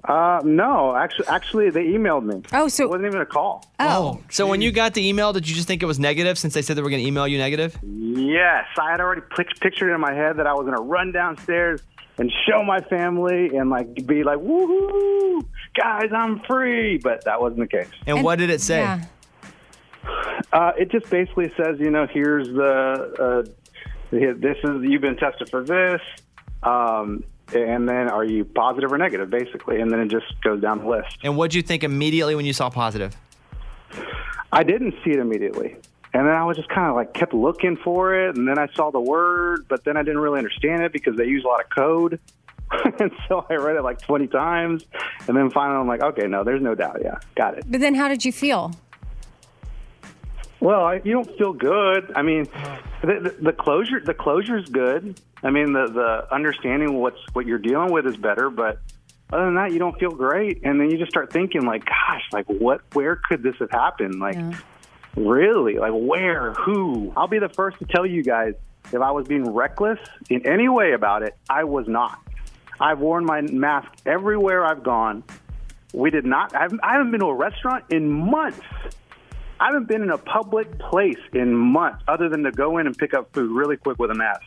Speaker 16: Uh, no, actually, actually, they emailed me. Oh, so it wasn't even a call.
Speaker 5: Oh. So when you got the email, did you just think it was negative since they said they were going to email you negative?
Speaker 16: Yes, I had already pic- pictured in my head that I was going to run downstairs and show my family and like be like, "Woohoo, guys, I'm free!" But that wasn't the case.
Speaker 5: And, what did it say?
Speaker 16: Uh, it just basically says, you know, here's the uh, this is you've been tested for this, um, and then are you positive or negative, basically, and then it just goes down the list.
Speaker 5: And what did you think immediately when you saw positive?
Speaker 16: I didn't see it immediately. And then I was just kind of like kept looking for it. And then I saw the word, but then I didn't really understand it because they use a lot of code. <laughs> and so I read it like 20 times. And then finally I'm like, okay, no, there's no doubt. Yeah, got it.
Speaker 4: But then how did you feel?
Speaker 16: Well, I, you don't feel good. I mean, the, the, the closure, the closure is good. I mean, the, the understanding what's, what you're dealing with is better, but other than that, you don't feel great. And then you just start thinking like, gosh, like what, where could this have happened? Like, Really? Like where? Who? I'll be the first to tell you guys if I was being reckless in any way about it, I was not. I've worn my mask everywhere I've gone. We did not. I've, I haven't been to a restaurant in months. I haven't been in a public place in months, other than to go in and pick up food really quick with a mask.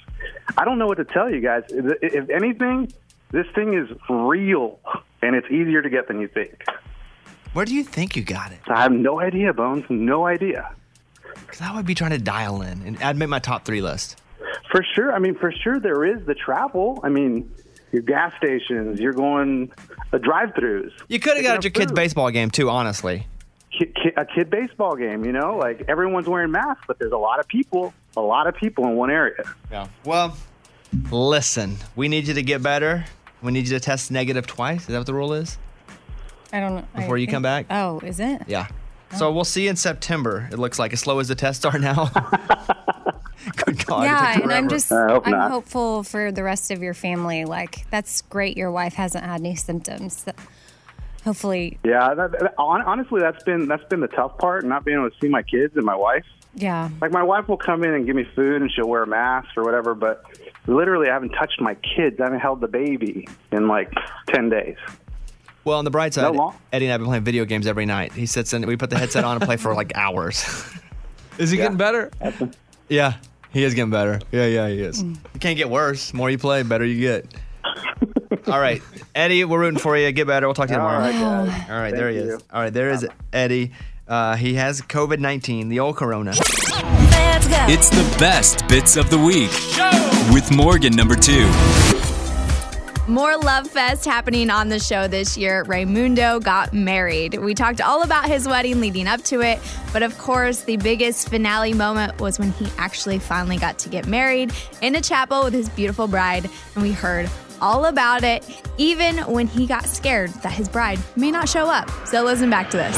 Speaker 16: I don't know what to tell you guys. If if anything, this thing is real, and it's easier to get than you think.
Speaker 5: Where do you think you got it?
Speaker 16: I have no idea, Bones. No idea.
Speaker 5: Because I would be trying to dial in, and I'd make my top three list.
Speaker 16: For sure. I mean, for sure there is the travel. I mean, your gas stations, you're going uh, drive-throughs.
Speaker 5: You could have got at your kid's
Speaker 16: food.
Speaker 5: baseball game too, honestly.
Speaker 16: Ki- ki- a kid baseball game, you know? Like everyone's wearing masks, but there's a lot of people, a lot of people in one area.
Speaker 5: Yeah. Well, listen, we need you to get better. We need you to test negative twice. Is that what the rule is?
Speaker 4: I don't know. I
Speaker 5: Before you come back?
Speaker 4: Oh, is it?
Speaker 5: Yeah. So we'll see you in September. It looks like as slow as the tests are now. <laughs> Good God. it Oh, took
Speaker 4: yeah, and
Speaker 5: forever.
Speaker 4: I'm just I'm hopeful for the rest of your family. Like that's great. Your wife hasn't had any symptoms. Th- Hopefully,
Speaker 16: Yeah, that, that, hon- honestly, that's been that's been the tough part, not being able to see my kids and my wife.
Speaker 4: yeah.
Speaker 16: Like my wife will come in and give me food, and she'll wear a mask or whatever. But literally, I haven't touched my kids. I haven't held the baby in like ten days.
Speaker 5: Well, on the bright side,
Speaker 16: long.
Speaker 5: Eddie and I have been playing video games every night. He sits in, we put the headset on and play for like hours. <laughs>
Speaker 18: Is he getting better?
Speaker 5: yeah, he is getting better. Yeah, yeah, he is. You can't get worse. More you play, better you get.
Speaker 16: <laughs>
Speaker 5: All right, Eddie, we're rooting for you. Get better. We'll talk to you tomorrow.
Speaker 16: All right, guys.
Speaker 5: All right, there he
Speaker 16: Thank
Speaker 5: is. All right, there is Eddie. Uh, he has COVID 19, the old corona.
Speaker 14: Let's go.
Speaker 11: It's the best bits of the week with Morgan number two.
Speaker 2: More Love Fest happening on the show this year. Raymundo got married. We talked all about his wedding leading up to it, but of course, the biggest finale moment was when he actually finally got to get married in a chapel with his beautiful bride, and we heard all about it, even when he got scared that his bride may not show up. So, listen back to this.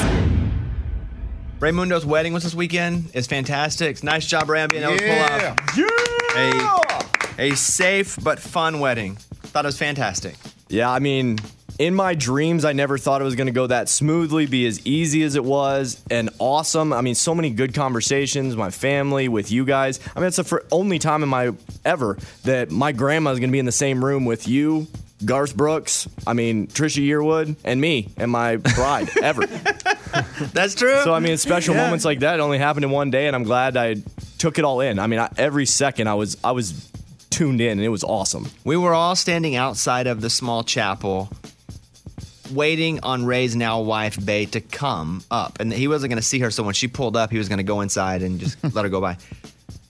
Speaker 5: Raymundo's wedding was this weekend. It's fantastic. Nice job, Ray, on being able
Speaker 9: Yeah.
Speaker 5: to pull off a, a safe but fun wedding. Thought it was fantastic.
Speaker 17: Yeah, I mean, in my dreams, I never thought it was going to go that smoothly, be as easy as it was, and awesome. I mean, so many good conversations, my family, with you guys. I mean, it's the fir- only time in my ever that my grandma's going to be in the same room with you.
Speaker 5: <laughs>
Speaker 17: Garth Brooks, I mean Trisha Yearwood, and me, and my bride ever.
Speaker 5: That's true.
Speaker 17: So I mean, special
Speaker 5: Yeah.
Speaker 17: moments like that only happened in one day, and I'm glad I took it all in. I mean, I, every second I was I was tuned in, and it was awesome.
Speaker 5: We were all standing outside of the small chapel, waiting on Ray's now wife Bay to come up, and he wasn't going to see her. So when she pulled up, he was going to go inside and just let her go by.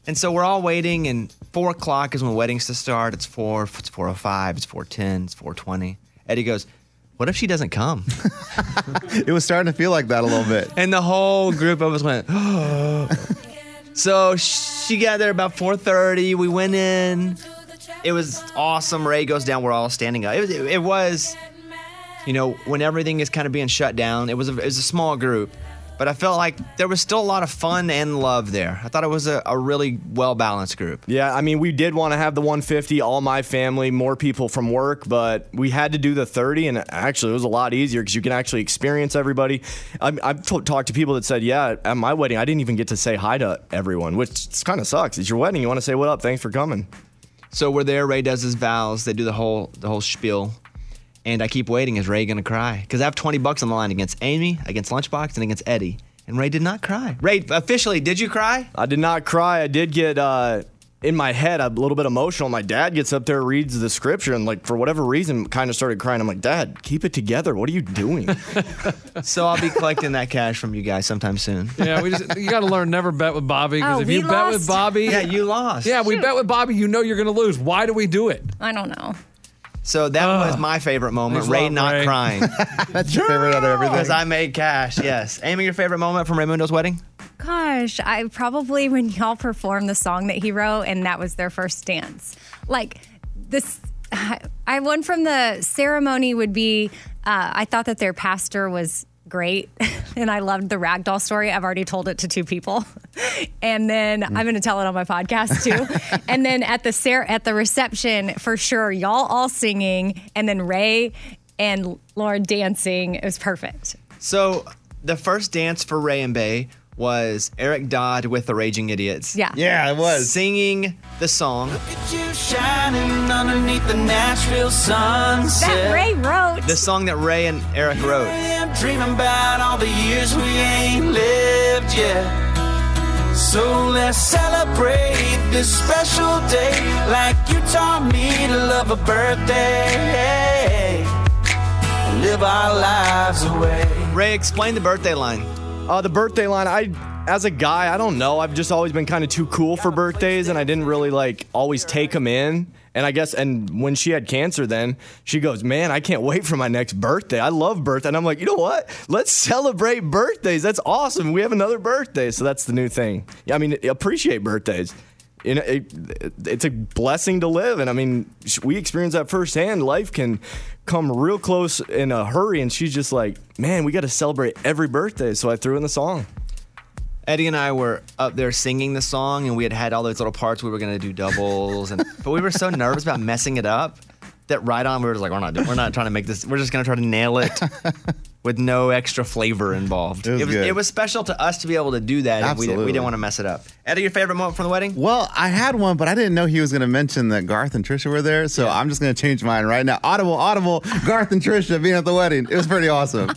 Speaker 5: And so we're all waiting, and four o'clock is when weddings to start. It's four, it's four o five, it's four ten, it's four twenty. Eddie goes, "What if she doesn't come?"
Speaker 9: it was starting to feel like that a little bit.
Speaker 5: And the whole group of us went, <gasps> so she got there about 4.30. We went in. It was awesome. Ray goes down. We're all standing up. It was, it, it was you know, when everything is kind of being shut down, it was, a, it was a small group. But I felt like there was still a lot of fun and love there. I thought it was a, a really well balanced group.
Speaker 17: Yeah, I mean, we did want to have the 150, all my family, more people from work, but we had to do the 30, and actually, it was a lot easier because you can actually experience everybody. I, I've t- talked to people that said, "Yeah, at my wedding, I didn't even get to say hi to everyone," which kind of sucks. It's your wedding, you want to say what up, thanks for coming.
Speaker 5: So we're there. Ray does his vows. They do the whole the whole spiel, and I keep waiting. Is Ray gonna cry? Because I have twenty bucks on the line against Amy, against Lunchbox, and against Eddie. And Ray did not cry. Ray, officially, did you cry?
Speaker 17: I did not cry. I did get uh, in my head a little bit emotional. My dad gets up there, reads the scripture, and like for whatever reason, kind of started crying. I'm like, Dad, keep it together. What are you doing?
Speaker 5: so I'll be collecting <laughs> that <laughs> cash from you guys sometime soon.
Speaker 18: Yeah, we just you got to learn never bet with Bobby because
Speaker 4: Oh,
Speaker 18: if
Speaker 4: we
Speaker 18: you bet with
Speaker 4: lost?
Speaker 18: Bobby,
Speaker 5: Yeah, you lost.
Speaker 18: Yeah, we bet with Bobby. You know you're going to lose. Why do we do it?
Speaker 4: I don't know.
Speaker 5: So that was my favorite moment.
Speaker 18: Thanks a
Speaker 5: Ray
Speaker 18: lot,
Speaker 5: not
Speaker 18: Ray.
Speaker 5: crying. That's your favorite out of everything. Because I made cash. Yes. Amy, your favorite moment from Raymundo's wedding?
Speaker 4: Gosh, I probably when y'all performed the song that he wrote and that was their first dance. Like this, I one from the ceremony would be uh, I thought that their pastor was great <laughs> and I loved the ragdoll story. I've already told it to two people. <laughs> And then I'm going to tell it on my podcast too. and then at the cer- at the reception for sure y'all all singing and then Ray and Lauren dancing. It was perfect.
Speaker 5: So the first dance for Ray and Bay was Eric Dodd with the Raging Idiots.
Speaker 4: Yeah.
Speaker 9: Yeah, it was.
Speaker 5: Singing the song.
Speaker 1: You shining underneath the Nashville sunset.
Speaker 4: wrote.
Speaker 5: The song that Ray and Eric wrote.
Speaker 1: I'm dreaming about all the years we ain't lived yet. So let's celebrate this special day like you taught me to love a birthday. Live our lives away.
Speaker 5: Ray, explain the birthday line.
Speaker 17: Uh, the birthday line, I, as a guy, I don't know. I've just always been kind of too cool for birthdays, and I didn't really like always take them in. And I guess, and when she had cancer, then she goes, Man, I can't wait for my next birthday. I love birthday. And I'm like, You know what? Let's celebrate birthdays. That's awesome. We have another birthday. So that's the new thing. Yeah, I mean, appreciate birthdays. You know, it, it's a blessing to live. And I mean, sh- we experience that firsthand. Life can come real close in a hurry. And she's just like, Man, we got to celebrate every birthday. So I threw in the song.
Speaker 5: Eddie and I were up there singing the song, and we had had all those little parts. We were gonna do doubles, and but we were
Speaker 9: <laughs>
Speaker 5: so nervous about messing it up that right on we were just like, we're not, we're not trying to make this. We're just gonna try to
Speaker 9: <laughs>
Speaker 5: nail it with no extra flavor involved. It
Speaker 9: was
Speaker 5: it was,
Speaker 9: good.
Speaker 5: special to us to be able to do that, and we, didn't- we
Speaker 9: Absolutely.
Speaker 5: didn't want to mess it up. <laughs> Eddie, your favorite moment from the wedding?
Speaker 9: Well, I had one, but I didn't know he was going to mention that Garth and Trisha were there, so I'm just going to change mine right now. Audible, audible, Garth and Trisha being at the wedding. It was pretty
Speaker 4: <laughs>
Speaker 9: awesome.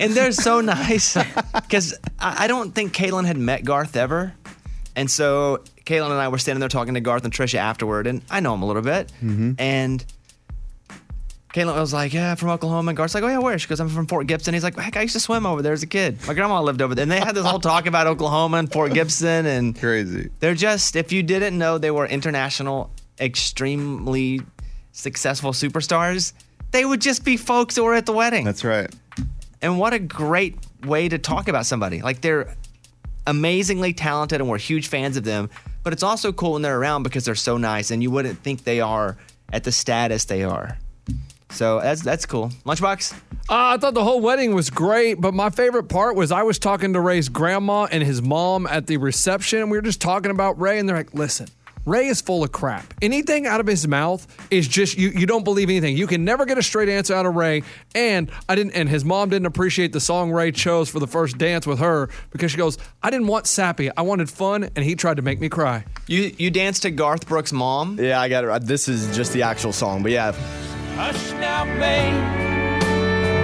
Speaker 5: and
Speaker 9: <laughs>
Speaker 5: they're so nice because I, I don't think Caitlin had met Garth ever, and so Caitlin and I were standing there talking to Garth and Trisha afterward, and I know him a little bit,
Speaker 9: Mm-hmm.
Speaker 5: and. Caitlin was like, yeah, from Oklahoma. And Garth's like, oh, yeah, where? She goes, I'm from Fort Gibson. He's like, heck, I used to swim over there as a kid. My grandma lived over there. And they had this whole talk about Oklahoma and Fort Gibson.
Speaker 9: <laughs>
Speaker 5: And
Speaker 9: crazy.
Speaker 5: They're just, if you didn't know, they were international, extremely successful superstars. They would just be folks that were at the wedding. That's
Speaker 9: right.
Speaker 5: And what a great way to talk about somebody. Like they're amazingly talented and we're huge fans of them. But it's also cool when they're around because they're so nice and you wouldn't think they are at the status they are. So that's that's cool. Lunchbox?
Speaker 18: Uh, I thought the whole wedding was great, but my favorite part was I was talking to Ray's grandma and his mom at the reception. and We were just talking about Ray, and they're like, listen. Ray is full of crap. Anything out of his mouth is just you you don't believe anything. You can never get a straight answer out of Ray. And I didn't and his mom didn't appreciate the song Ray chose for the first dance with her because she goes, I didn't want sappy. I wanted fun and he tried to make me cry.
Speaker 5: You you danced to Garth Brooks' mom?
Speaker 17: Yeah, I got it. right. This is just the actual song, but yeah.
Speaker 1: Hush now, babe.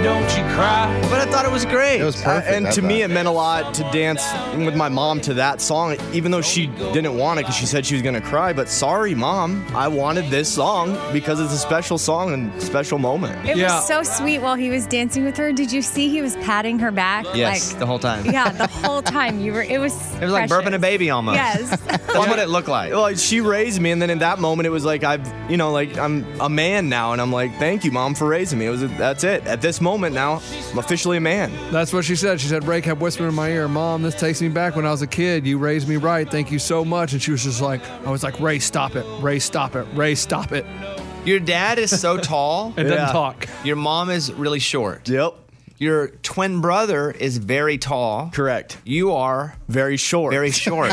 Speaker 1: don't you cry.
Speaker 5: But I thought it was great.
Speaker 17: It was Uh,
Speaker 1: perfect,
Speaker 17: and
Speaker 1: I
Speaker 17: to me,
Speaker 1: thought.
Speaker 17: it meant a lot to dance with my mom to that song, even though she didn't want it because she said she was going to cry. But sorry, mom, I wanted this song because it's a special song and special moment.
Speaker 4: It was so sweet while he was dancing with her. Did you see he was patting her back?
Speaker 5: yes, the whole time.
Speaker 4: Like,
Speaker 17: <laughs>
Speaker 4: yeah, the whole time you were. It was.
Speaker 5: It was like
Speaker 4: precious.
Speaker 5: burping a baby almost.
Speaker 4: Yes.
Speaker 5: That's what it looked like.
Speaker 17: Well, she raised me, and then in that moment, it was like I've, you know, like I'm a man now, and I'm like, thank you, mom, for raising me. It was that's it. At this moment now, I'm officially a man.
Speaker 18: That's what she said. She said, Ray kept whispering in my ear, Mom, this takes me back when I was a kid. You raised me right. Thank you so much. And she was just like, I was like, Ray, stop it. Ray, stop it. Ray, stop it.
Speaker 5: Your dad is
Speaker 18: <laughs>
Speaker 5: so tall
Speaker 18: And doesn't talk.
Speaker 5: Your mom is really short.
Speaker 17: Yep.
Speaker 5: Your twin brother is very tall.
Speaker 17: Correct.
Speaker 5: You are
Speaker 17: very short.
Speaker 5: Very
Speaker 17: <laughs>
Speaker 5: short.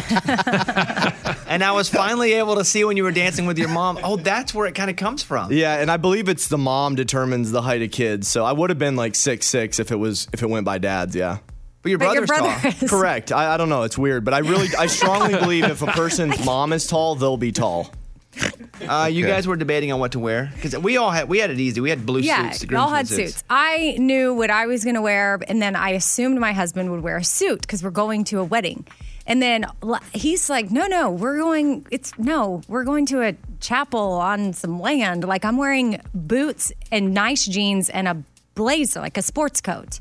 Speaker 5: and I was finally able to see when you were dancing with your mom. Oh, that's where it kind of comes from.
Speaker 17: Yeah, and I believe it's the mom determines the height of kids. So I would have been like six six if it was if it went by dad's. Yeah.
Speaker 5: But your But your brother's brother tall. is.
Speaker 17: <laughs> Correct. I, I don't know. It's weird, but I really, I
Speaker 5: <laughs>
Speaker 17: strongly believe if
Speaker 4: <laughs>
Speaker 17: a person's mom is tall, they'll be tall.
Speaker 5: Uh, you
Speaker 17: Okay.
Speaker 5: guys were debating on what to wear because we all had we had it easy. We had blue
Speaker 4: yeah,
Speaker 5: suits. the
Speaker 4: we all
Speaker 5: groomsmen
Speaker 4: had suits. I knew what I was going to wear, and then I assumed my husband would wear a suit because we're going to a wedding. And then l- he's like, "No, no, we're going. It's no, we're going to a chapel on some land. Like I'm wearing boots and nice jeans and a blazer, like a sports coat."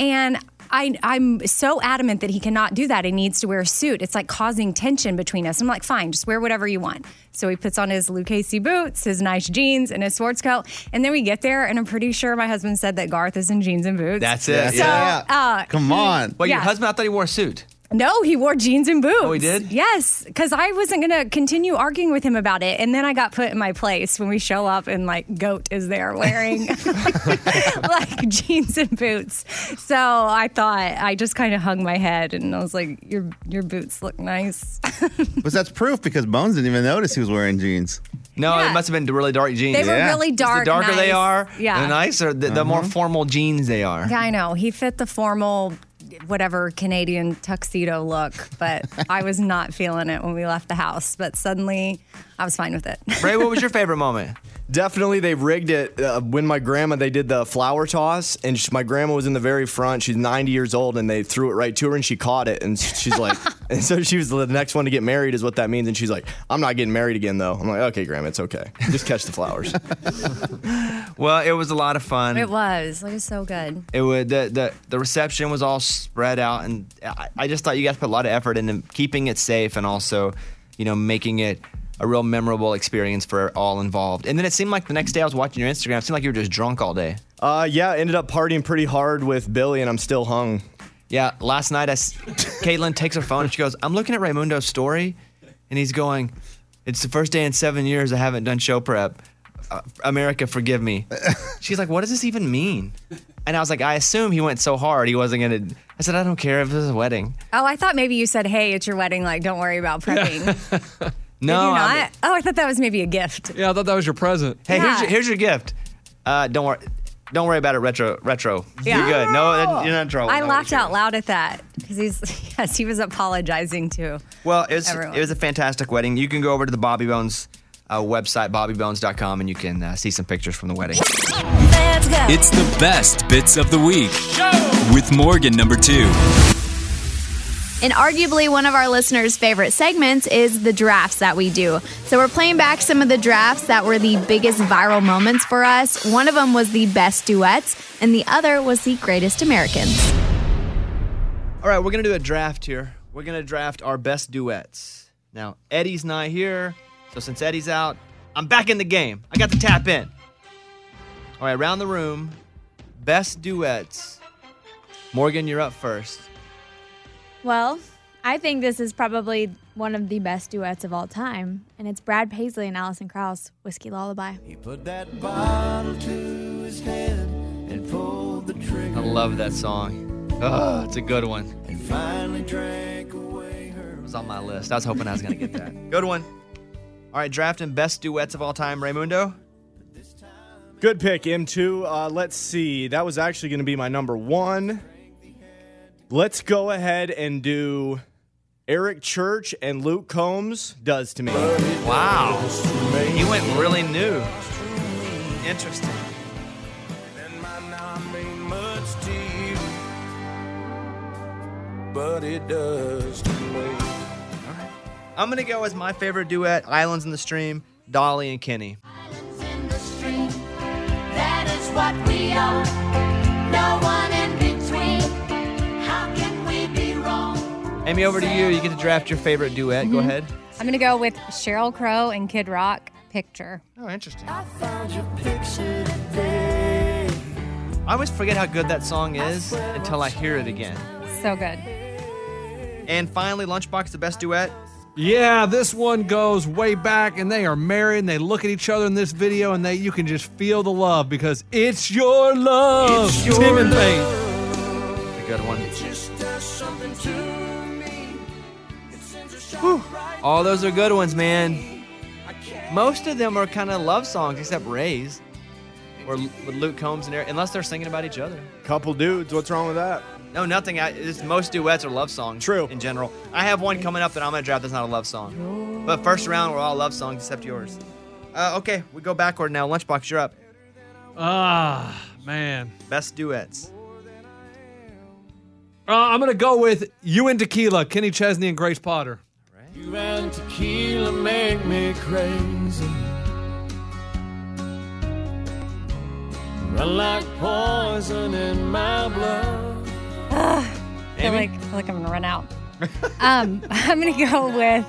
Speaker 4: And I, I'm so adamant that he cannot do that. He needs to wear a suit. It's like causing tension between us. I'm like, fine, just wear whatever you want. So he puts on his Lucchese boots, his nice jeans, and his sports coat. And then we get there, and I'm pretty sure my husband said that Garth is in jeans and boots.
Speaker 5: That's it.
Speaker 4: So,
Speaker 5: yeah.
Speaker 4: uh, he-
Speaker 5: Well, your
Speaker 4: yeah.
Speaker 5: husband, I thought he wore a suit.
Speaker 4: No, he wore jeans and boots.
Speaker 5: Oh, he did?
Speaker 4: Yes, because I wasn't going to continue arguing with him about it. And then I got put in my place when we show up and like Goat is there
Speaker 5: <laughs>
Speaker 4: wearing <laughs> like jeans and boots. So I thought I just kind of hung my head and I was like, your your boots look nice.
Speaker 9: But that's proof because Bones didn't even notice he was wearing jeans.
Speaker 5: No, it must have been really dark jeans.
Speaker 4: They were Yeah. really
Speaker 5: 'Cause
Speaker 4: dark,
Speaker 5: The darker they
Speaker 4: nice.
Speaker 5: are,
Speaker 4: Yeah.
Speaker 5: the nicer, the, the more formal jeans they are.
Speaker 4: Yeah, I know. He fit the formal, whatever Canadian tuxedo look,
Speaker 5: <laughs>
Speaker 4: but I was not feeling it when we left the house. But suddenly I was fine with it.
Speaker 5: Ray, what was your
Speaker 4: <laughs>
Speaker 5: favorite moment?
Speaker 17: Definitely, they rigged it. Uh, when my grandma, they did the flower toss, and sh my grandma was in the very front. She's 90 years old, and they threw it right to her, and she caught it. And
Speaker 5: <laughs>
Speaker 17: she's like, and so she was the next one to get married, is what that means. And she's like, I'm not getting married again, though. I'm like, okay, grandma, it's okay. Just catch the flowers.
Speaker 5: Well, it was a lot of fun.
Speaker 4: It was. It was so good.
Speaker 5: It would the, the the reception was all spread out, and I, I just thought you guys put a lot of effort into keeping it safe and also, you know, making it a real memorable experience for all involved. And then it seemed like the next day I was watching your Instagram, it seemed like you were just drunk all day.
Speaker 17: Uh, yeah, ended up partying pretty hard with Billy, and I'm still hung.
Speaker 5: Yeah, last night I, s- <laughs> Caitlin takes her phone and she goes, "I'm looking at Raymundo's story, and he's going, it's the first day in seven years I haven't done show prep. Uh, America, forgive me." She's like, "What does this even mean?" And I was like, "I assume he went so hard he wasn't gonna." I said, "I don't care if this is a wedding."
Speaker 4: Oh, I thought maybe you said, "Hey, it's your wedding. Like, don't worry about
Speaker 5: <laughs>
Speaker 4: prepping." Did
Speaker 5: No,
Speaker 4: you
Speaker 5: I'm-
Speaker 4: not? oh, I thought that was maybe a gift.
Speaker 18: Yeah, I thought that was your present.
Speaker 5: Hey,
Speaker 4: Yeah.
Speaker 5: here's, your, here's your gift. Uh, don't worry, don't worry about it. Retro, retro. You're good. No, that- you're not in trouble.
Speaker 4: I
Speaker 5: No.
Speaker 4: laughed out loud at that because he's <laughs> yes, he was apologizing too.
Speaker 5: Well, it was,
Speaker 4: Everyone.
Speaker 5: it was a fantastic wedding. You can go over to the Bobby Bones uh, website, bobbybones.com, and you can uh, see some pictures from the wedding.
Speaker 14: Let's go.
Speaker 11: It's the best bits of the week with Morgan number two.
Speaker 2: And arguably one of our listeners' favorite segments is the drafts that we do. So we're playing back some of the drafts that were the biggest viral moments for us. One of them was the best duets, and the other was the greatest Americans.
Speaker 5: All right, we're going to do a draft here. We're going to draft our best duets. Now, Eddie's not here, so since Eddie's out, I'm back in the game. I got the tap in. All right, around the room, best duets. Morgan, you're up first.
Speaker 2: Well, I think this is probably one of the best duets of all time, and it's Brad Paisley and Alison Krauss, Whiskey Lullaby.
Speaker 1: He put that bottle to his head and pulled the trigger.
Speaker 5: I love that song. Oh, it's a good one.
Speaker 1: And finally drank away her.
Speaker 5: It was on my list. I was hoping I was going to get that. Good one. All right, drafting best duets of all time, Raymundo.
Speaker 17: Good pick, M2. Uh, let's see. That was actually going to be my number one. Let's go ahead and do Eric Church and Luke Combs does to me.
Speaker 5: Wow. He went really new. Interesting.
Speaker 8: but it does to me.
Speaker 5: I'm gonna go as my favorite duet, Islands in the Stream, Dolly and Kenny.
Speaker 14: That is what we are. No one in between. How can we be wrong?
Speaker 5: Amy, over to you. You get to draft your favorite duet. Go
Speaker 4: Mhm.
Speaker 5: ahead.
Speaker 4: I'm going to go with Cheryl Crow and Kid Rock picture.
Speaker 5: Oh, interesting.
Speaker 14: I found your picture today.
Speaker 5: I always forget how good that song is until I hear it again.
Speaker 4: So good.
Speaker 5: And finally, Lunchbox, the best duet.
Speaker 18: Yeah, this one goes way back, and they are married, and they look at each other in this video, and they you can just feel the love because it's your love,
Speaker 8: It's your
Speaker 18: Tim and
Speaker 8: love.
Speaker 18: Faith.
Speaker 5: A good one.
Speaker 8: It just does something to me. It sends a shock right
Speaker 5: All those are good ones, man. Most of them are kind of love songs, except Ray's, or L- with Luke Combs and Eric, unless they're singing about each other.
Speaker 17: Couple dudes, what's wrong with that?
Speaker 5: No, nothing. I, it's, most duets are love songs. True. In general, I have one coming up that I'm gonna draft that's not a love song. But first round, we're all love songs except yours. Uh, okay, we go backward now. Lunchbox, you're up.
Speaker 18: Ah, man.
Speaker 5: Best duets.
Speaker 18: Uh, I'm gonna go with you and Tequila, Kenny Chesney and Grace Potter.
Speaker 8: You and tequila make me crazy. Run like poison in my blood.
Speaker 4: I feel like, I feel like I'm going to run out. um, <laughs> I'm going to go with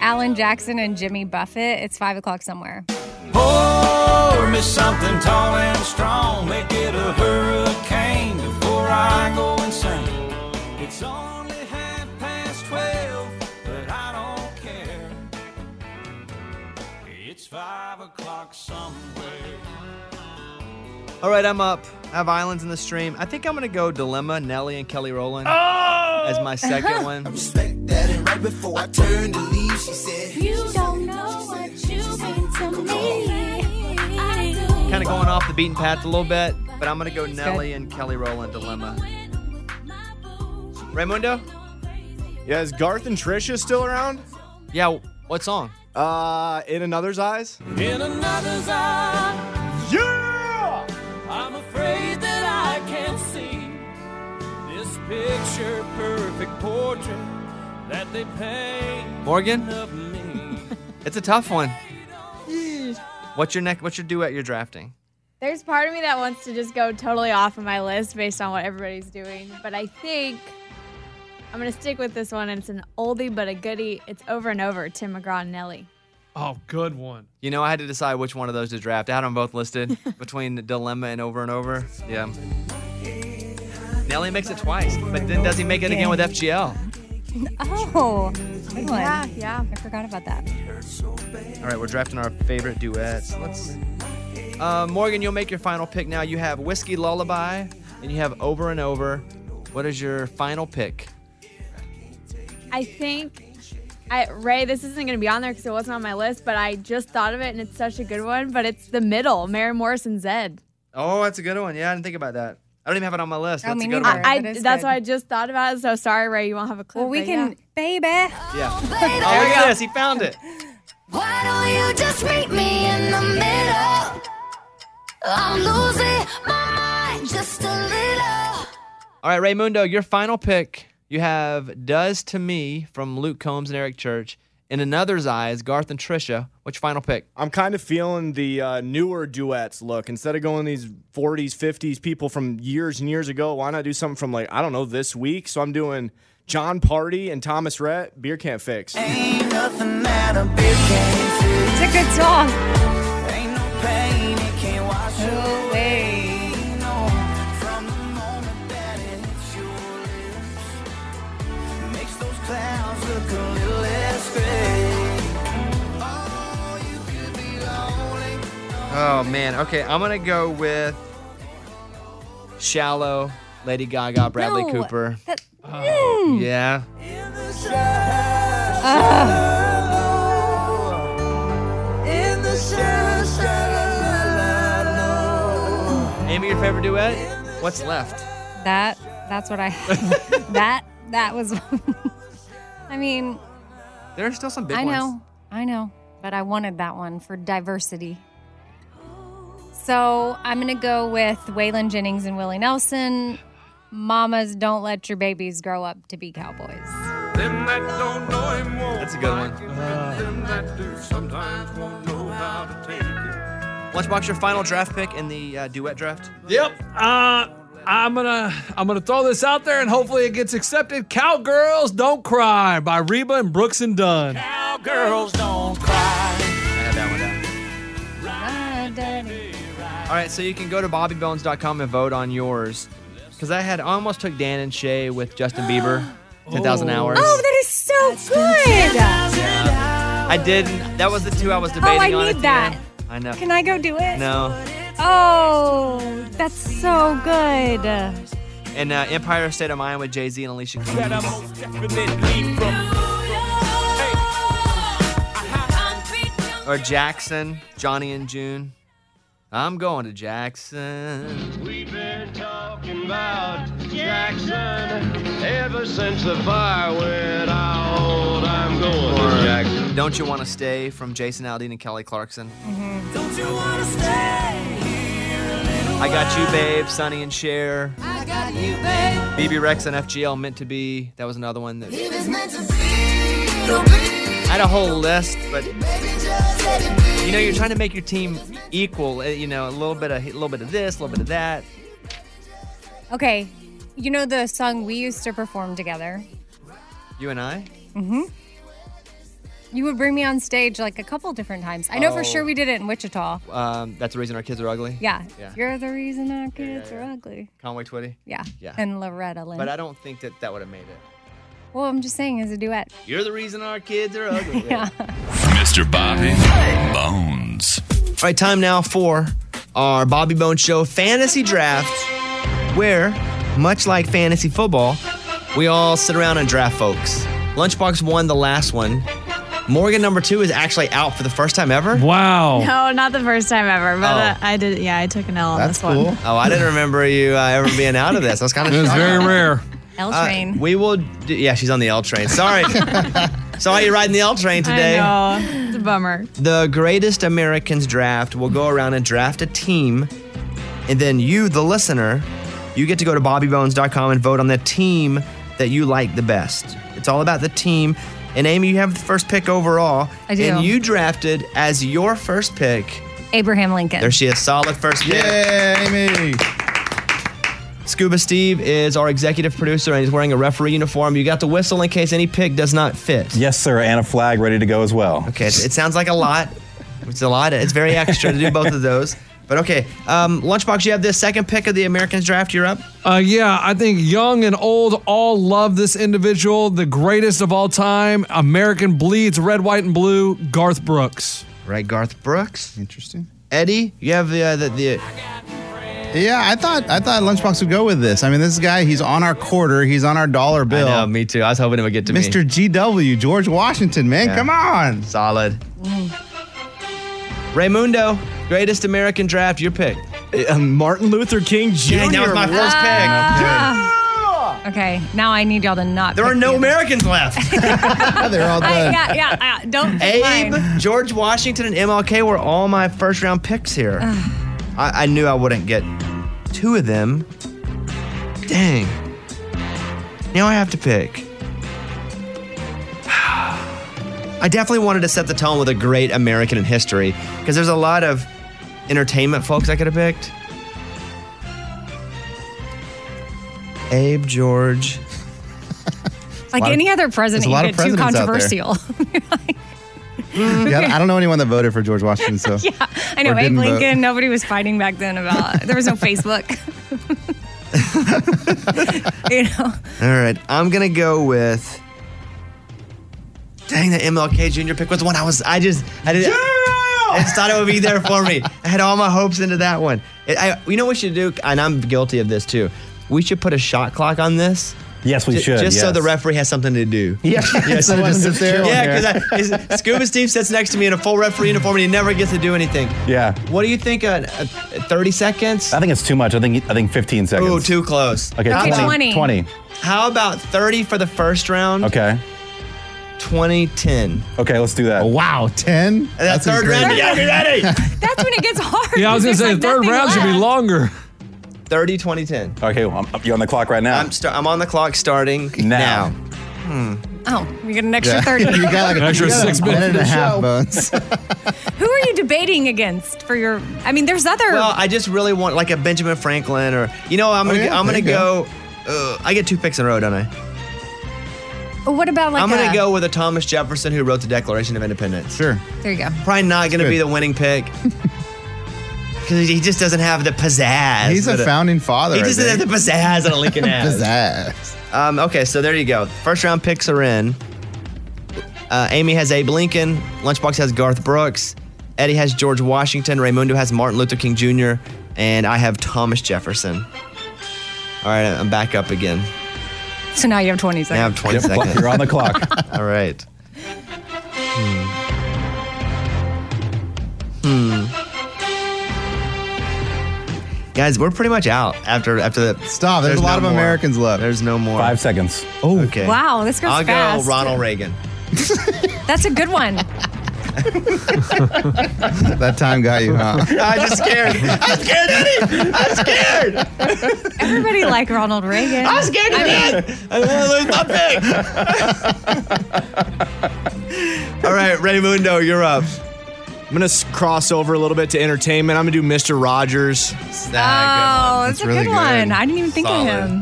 Speaker 4: Alan Jackson and Jimmy Buffett. It's five o'clock somewhere. <laughs>
Speaker 1: Pour me something tall and strong. Make it a hurricane before I go insane. It's only half past twelve, but I don't care. It's five o'clock somewhere.
Speaker 5: All right, I'm up. I have Islands in the Stream. I think I'm gonna go Dilemma, Nelly, and Kelly Rowland
Speaker 8: Oh!
Speaker 5: as my
Speaker 19: Uh-huh.
Speaker 8: <laughs>
Speaker 5: second one.
Speaker 19: Right before I turned to leave, she said,
Speaker 14: You don't know what you mean to me. I do.
Speaker 5: Kind of going off the beaten path a little bit, but I'm gonna go Nelly and Kelly Rowland Dilemma. Raymundo?
Speaker 17: Yeah, is Garth and Trisha still around?
Speaker 5: Yeah, what song?
Speaker 17: Uh, In Another's Eyes.
Speaker 8: In another's eye. Yeah! I'm afraid that I can't see this picture perfect portrait that they paint.
Speaker 5: Morgan? it's a tough one. What's your neck? What's your duet you're drafting?
Speaker 2: There's part of me that wants to just go totally off of my list based on what everybody's doing, but I think I'm gonna stick with this one. And it's an oldie but a goodie. It's over and over. Tim McGraw and Nelly.
Speaker 18: Oh, good one.
Speaker 5: You know, I had to decide which one of those to draft. I had them both listed between Dilemma and Over and Over. Yeah. Nelly makes it twice, but then does he make it again with FGL?
Speaker 4: Oh, good one.
Speaker 2: Yeah, yeah.
Speaker 4: I forgot about that.
Speaker 5: All right, we're drafting our favorite duets. Let's. Uh, Morgan, you'll make your final pick now. You have Whiskey Lullaby and you have Over and Over. What is your final pick?
Speaker 2: I think I Ray, this isn't gonna be on there because it wasn't on my list, but I just thought of it and it's such a good one. But it's the middle, Mary Morris and Zed.
Speaker 5: Oh, that's a good one. Yeah, I didn't think about that. I don't even have it on my list.
Speaker 2: I
Speaker 5: That's a
Speaker 2: mean,
Speaker 5: good
Speaker 2: Oh, I,
Speaker 5: one.
Speaker 2: I-
Speaker 4: That is
Speaker 2: that's
Speaker 4: good.
Speaker 2: what I just thought about. it, So sorry, Ray, you won't have a clue.
Speaker 4: Well, we
Speaker 2: but
Speaker 4: can, baby.
Speaker 5: yeah. Oh, look at this. He found it.
Speaker 14: Why don't you just meet me in the middle? I'm losing my mind just a little.
Speaker 5: <laughs> All right, Raymundo, your final pick. You have Does to Me from Luke Combs and Eric Church. In Another's Eyes, Garth and Trisha. What's your final pick?
Speaker 17: I'm kind of feeling the uh, newer duets look. Instead of going these 40s, 50s people from years and years ago, why not do something from like, I don't know, this week? So I'm doing John Party and Thomas Rhett, Beer Can't Fix.
Speaker 8: Ain't nothing that a beer can't fix.
Speaker 4: It's a good song.
Speaker 8: Ain't no pain it can't wash away. No, from the moment that it hits your lips, makes those clouds look a little less gray.
Speaker 5: Oh, man. Okay, I'm going to go with Shallow, Lady Gaga, Bradley
Speaker 8: No.
Speaker 5: Cooper.
Speaker 4: That- Hmm.
Speaker 5: Yeah.
Speaker 8: In the sha- sha-
Speaker 5: Amy, your favorite duet? What's left?
Speaker 4: That that's what I <laughs> that that was <laughs> I mean
Speaker 5: There are still some big
Speaker 4: I
Speaker 5: ones.
Speaker 4: know, I know. But I wanted that one for diversity. So I'm gonna go with Waylon Jennings and Willie Nelson. Mamas, don't let your babies grow up to be cowboys.
Speaker 8: Them that don't know him won't
Speaker 5: That's a good one. Uh.
Speaker 8: Them that do sometimes won't know how to take it.
Speaker 5: Lunchbox, your final draft pick in the uh, duet draft.
Speaker 18: Yep. Uh, I'm gonna I'm gonna throw this out there and hopefully it gets accepted. Cowgirls Don't Cry by Reba and Brooks and Dunn.
Speaker 1: Cowgirls don't cry.
Speaker 5: I had that one down. All right, so you can go to bobbybones.com and vote on yours. Because I had I almost took Dan and Shay with
Speaker 4: <gasps>
Speaker 5: Justin Bieber, 10,000 hours.
Speaker 14: Oh, that is so good.
Speaker 5: I didn't. That was the two I was debating
Speaker 4: Oh, I
Speaker 5: on
Speaker 4: need
Speaker 5: at the
Speaker 4: that.
Speaker 5: end. I know.
Speaker 4: Can I go do it?
Speaker 5: No.
Speaker 4: Oh, that's so good.
Speaker 5: And uh, Empire State of Mind with Jay Z and Alicia Keys.
Speaker 1: That I most definitely from.
Speaker 5: Or Jackson, Johnny and June. I'm going to Jackson.
Speaker 8: We've been talking about Jackson ever since the fire went out. I'm going to Jackson.
Speaker 5: Don't You Want to Stay from Jason Aldean and Kelly Clarkson.
Speaker 8: Don't you wanna stay?
Speaker 5: I Got You, Babe, Sonny and Cher.
Speaker 8: I got you, babe.
Speaker 5: BB Rex and FGL, Meant to Be. That was another one that.
Speaker 8: It is meant to be. It'll be.
Speaker 5: I had a whole list, but
Speaker 8: Baby, just let it be.
Speaker 5: you know, you're trying to make your team equal. uh, You know, a little bit of a little bit of this, a little bit of that.
Speaker 4: Okay, you know the song we used to perform together?
Speaker 5: You and I.
Speaker 4: Mm-hmm. You would bring me on stage like a couple different times. I know
Speaker 5: Oh.
Speaker 4: for sure we did it in Wichita.
Speaker 5: Um, that's the reason our kids are ugly.
Speaker 4: Yeah.
Speaker 5: Yeah.
Speaker 4: You're the reason our kids are ugly.
Speaker 5: Conway Twitty.
Speaker 4: Yeah.
Speaker 5: Yeah.
Speaker 4: And Loretta Lynn.
Speaker 5: But I don't think that that would have made it.
Speaker 4: Well, I'm just saying as
Speaker 9: <laughs>
Speaker 4: a duet.
Speaker 5: You're the reason our kids are ugly.
Speaker 4: Yeah.
Speaker 3: Mr. Bobby Bones.
Speaker 5: All right, time now for our Bobby Bone Show fantasy draft, where, much like fantasy football, we all sit around and draft folks. Lunchbox won the last one. Morgan number two is actually out for the first time ever.
Speaker 18: Wow.
Speaker 2: No, not the first time ever, but uh, I did. Yeah, I took an L on this one.
Speaker 5: Oh, I didn't remember you uh, ever being out of this. That's kind of
Speaker 18: It was very rare.
Speaker 4: L
Speaker 5: Uh, we will. Do, yeah, she's on the L
Speaker 4: <laughs>
Speaker 5: train. Sorry. Sorry, you're riding the L train today.
Speaker 2: I know. It's a bummer.
Speaker 5: The greatest Americans draft will go around and draft a team, and then you, the listener, you get to go to bobbybones.com and vote on the team that you like the best. It's all about the team. And Amy, you have the first pick overall.
Speaker 4: I do.
Speaker 5: And you drafted as your first pick.
Speaker 4: Abraham Lincoln.
Speaker 5: There she is, solid first pick. Amy. Scuba Steve is our executive producer and he's wearing a referee uniform. You got the whistle in case any pick does not fit.
Speaker 20: Yes, sir, and a flag ready to go as well.
Speaker 5: Okay, it, it sounds like a lot. It's a lot. It's very extra to do both of those. But okay, um, Lunchbox, you have this second pick of the Americans draft. You're up.
Speaker 18: Uh, yeah, I think young and old all love this individual, the greatest of all time. American bleeds red, white, and blue. Garth Brooks.
Speaker 5: Right, Garth Brooks.
Speaker 18: Interesting.
Speaker 5: Eddie, you have the uh, the. the
Speaker 9: Yeah, I thought I thought Lunchbox would go with this. I mean, this guy, he's on our quarter, he's on our dollar bill.
Speaker 5: know, me too. I was hoping it would get to me.
Speaker 9: Mr. GW, George Washington, man,
Speaker 5: Yeah.
Speaker 9: come on.
Speaker 5: Solid. Raymundo, greatest American draft. Your pick.
Speaker 17: Uh, Martin Luther King Jr.
Speaker 5: Dang, that was my first
Speaker 4: Ah. Okay, now I need y'all to not.
Speaker 5: Ah. There are no Americans left. <laughs> They're all
Speaker 4: I,
Speaker 9: <laughs>
Speaker 5: done.
Speaker 4: yeah, yeah, yeah. Don't. pick
Speaker 5: Abe,
Speaker 4: mine.
Speaker 5: George Washington, and MLK were all my first round picks here. I, I knew I wouldn't get two of them. Dang. Now I have to pick. <sighs> I definitely wanted to set the tone with a great American in history because there's a lot of entertainment folks I could have picked. Abe, George.
Speaker 4: Like
Speaker 9: lot of-
Speaker 4: any other president,
Speaker 9: there's a lot
Speaker 4: you
Speaker 9: of
Speaker 4: get too
Speaker 9: presidents out there.
Speaker 4: controversial.
Speaker 5: <laughs>
Speaker 9: <laughs> Yeah, I don't-
Speaker 4: <laughs>
Speaker 9: I don't know anyone that voted for George Washington, <laughs> so
Speaker 4: I know
Speaker 9: Or
Speaker 4: Abe
Speaker 9: didn't vote.
Speaker 4: Lincoln. Nobody was fighting back then about. There was
Speaker 9: <laughs>
Speaker 4: no Facebook. you know.
Speaker 5: All right, I'm gonna go with. Dang, the MLK Jr. pick was the one I was. I just, I didn't. I just thought it would be there for me. I had all my hopes into that one. It, I, you know what we should do, and I'm guilty of this too. We should put a shot clock on this.
Speaker 20: Yes, we
Speaker 5: Ju-
Speaker 20: should,
Speaker 5: Just so
Speaker 20: yes.
Speaker 5: the referee has something to do.
Speaker 20: <laughs> Yeah,
Speaker 5: instead of
Speaker 20: someone just chilling
Speaker 5: Yeah,
Speaker 20: here.
Speaker 5: because Scuba Steve sits next to me in a full referee uniform and he never gets to do anything.
Speaker 20: Yeah.
Speaker 5: What do you think? Uh, uh, 30 seconds?
Speaker 20: I think it's too much. I think I think 15 seconds.
Speaker 5: Ooh, too close.
Speaker 20: Okay,
Speaker 5: How
Speaker 20: 20,
Speaker 5: about-
Speaker 20: 20.
Speaker 5: How about 30 for the first round?
Speaker 20: Okay.
Speaker 5: 2010.
Speaker 20: Okay, let's do
Speaker 5: Oh,
Speaker 20: that.
Speaker 9: Wow, 10?
Speaker 4: <laughs>
Speaker 5: That third round, you gotta be ready.
Speaker 4: That's when it gets hard.
Speaker 18: Yeah, I was gonna
Speaker 4: There's,
Speaker 18: say
Speaker 4: like,
Speaker 18: the third
Speaker 4: nothing
Speaker 18: round should be
Speaker 4: left.
Speaker 18: longer.
Speaker 5: 30 2010.
Speaker 20: Okay, well, I'm, you're on the clock right now.
Speaker 5: I'm, sta- I'm on the clock starting now.
Speaker 4: Oh, <laughs> you get an <laughs> extra
Speaker 5: Yeah.
Speaker 4: 30.
Speaker 5: <laughs> You got like an extra six minutes
Speaker 9: and
Speaker 5: for
Speaker 9: a
Speaker 5: the
Speaker 9: half
Speaker 4: <laughs>
Speaker 5: show.
Speaker 9: bones.
Speaker 4: Who are you debating against for your? I mean, there's other.
Speaker 5: Well, I just really want like a Benjamin Franklin or you know I'm
Speaker 4: Oh,
Speaker 5: gonna,
Speaker 4: yeah,
Speaker 5: I'm
Speaker 4: there
Speaker 5: gonna
Speaker 4: you go.
Speaker 5: go. uh, I get two picks in a row, don't I?
Speaker 4: what about like?
Speaker 5: I'm gonna
Speaker 4: a-
Speaker 5: go with a Thomas Jefferson who wrote the Declaration of Independence. Sure.
Speaker 4: There you go.
Speaker 5: Probably not gonna
Speaker 4: Good.
Speaker 5: be the
Speaker 9: <laughs>
Speaker 5: winning pick because he just doesn't have the pizzazz.
Speaker 9: He's a
Speaker 5: that
Speaker 9: founding father,
Speaker 5: He
Speaker 9: I
Speaker 5: doesn't have the
Speaker 9: think.
Speaker 5: pizzazz that
Speaker 9: <laughs>
Speaker 5: a Lincoln has. pizzazz. Um, okay, so there you go. First round picks are in. Uh, Amy has Abe Lincoln. Lunchbox has Garth Brooks. Eddie has George Washington. Raymundo has Martin Luther King Jr. And I have Thomas Jefferson. All right, I'm back up again.
Speaker 4: So now you have 20
Speaker 5: Now I have
Speaker 4: seconds.
Speaker 5: 20 seconds.
Speaker 20: you're on the
Speaker 5: <laughs>
Speaker 20: clock.
Speaker 5: All right. Hmm. Hmm. Guys, we're pretty much out after after the
Speaker 9: stop. There's a lot of Americans
Speaker 5: left. There's no more. Five
Speaker 20: seconds.
Speaker 5: Oh, okay.
Speaker 4: Wow, this goes
Speaker 5: I'll
Speaker 4: fast.
Speaker 5: go Ronald Reagan.
Speaker 4: That's a good one.
Speaker 9: that time got you,
Speaker 5: <laughs>
Speaker 9: huh?
Speaker 5: I'm just scared.
Speaker 9: <laughs>
Speaker 5: I'm scared, Eddie. I'm scared.
Speaker 4: Everybody like Ronald Reagan.
Speaker 5: I'm scared to death. I don't want to lose my pick. All right, Raymundo, you're up.
Speaker 17: I'm gonna s- cross over a little bit to entertainment. I'm gonna do Mr. Rogers.
Speaker 4: Oh, that's, a good one. I didn't even think
Speaker 17: Solid.
Speaker 4: of him.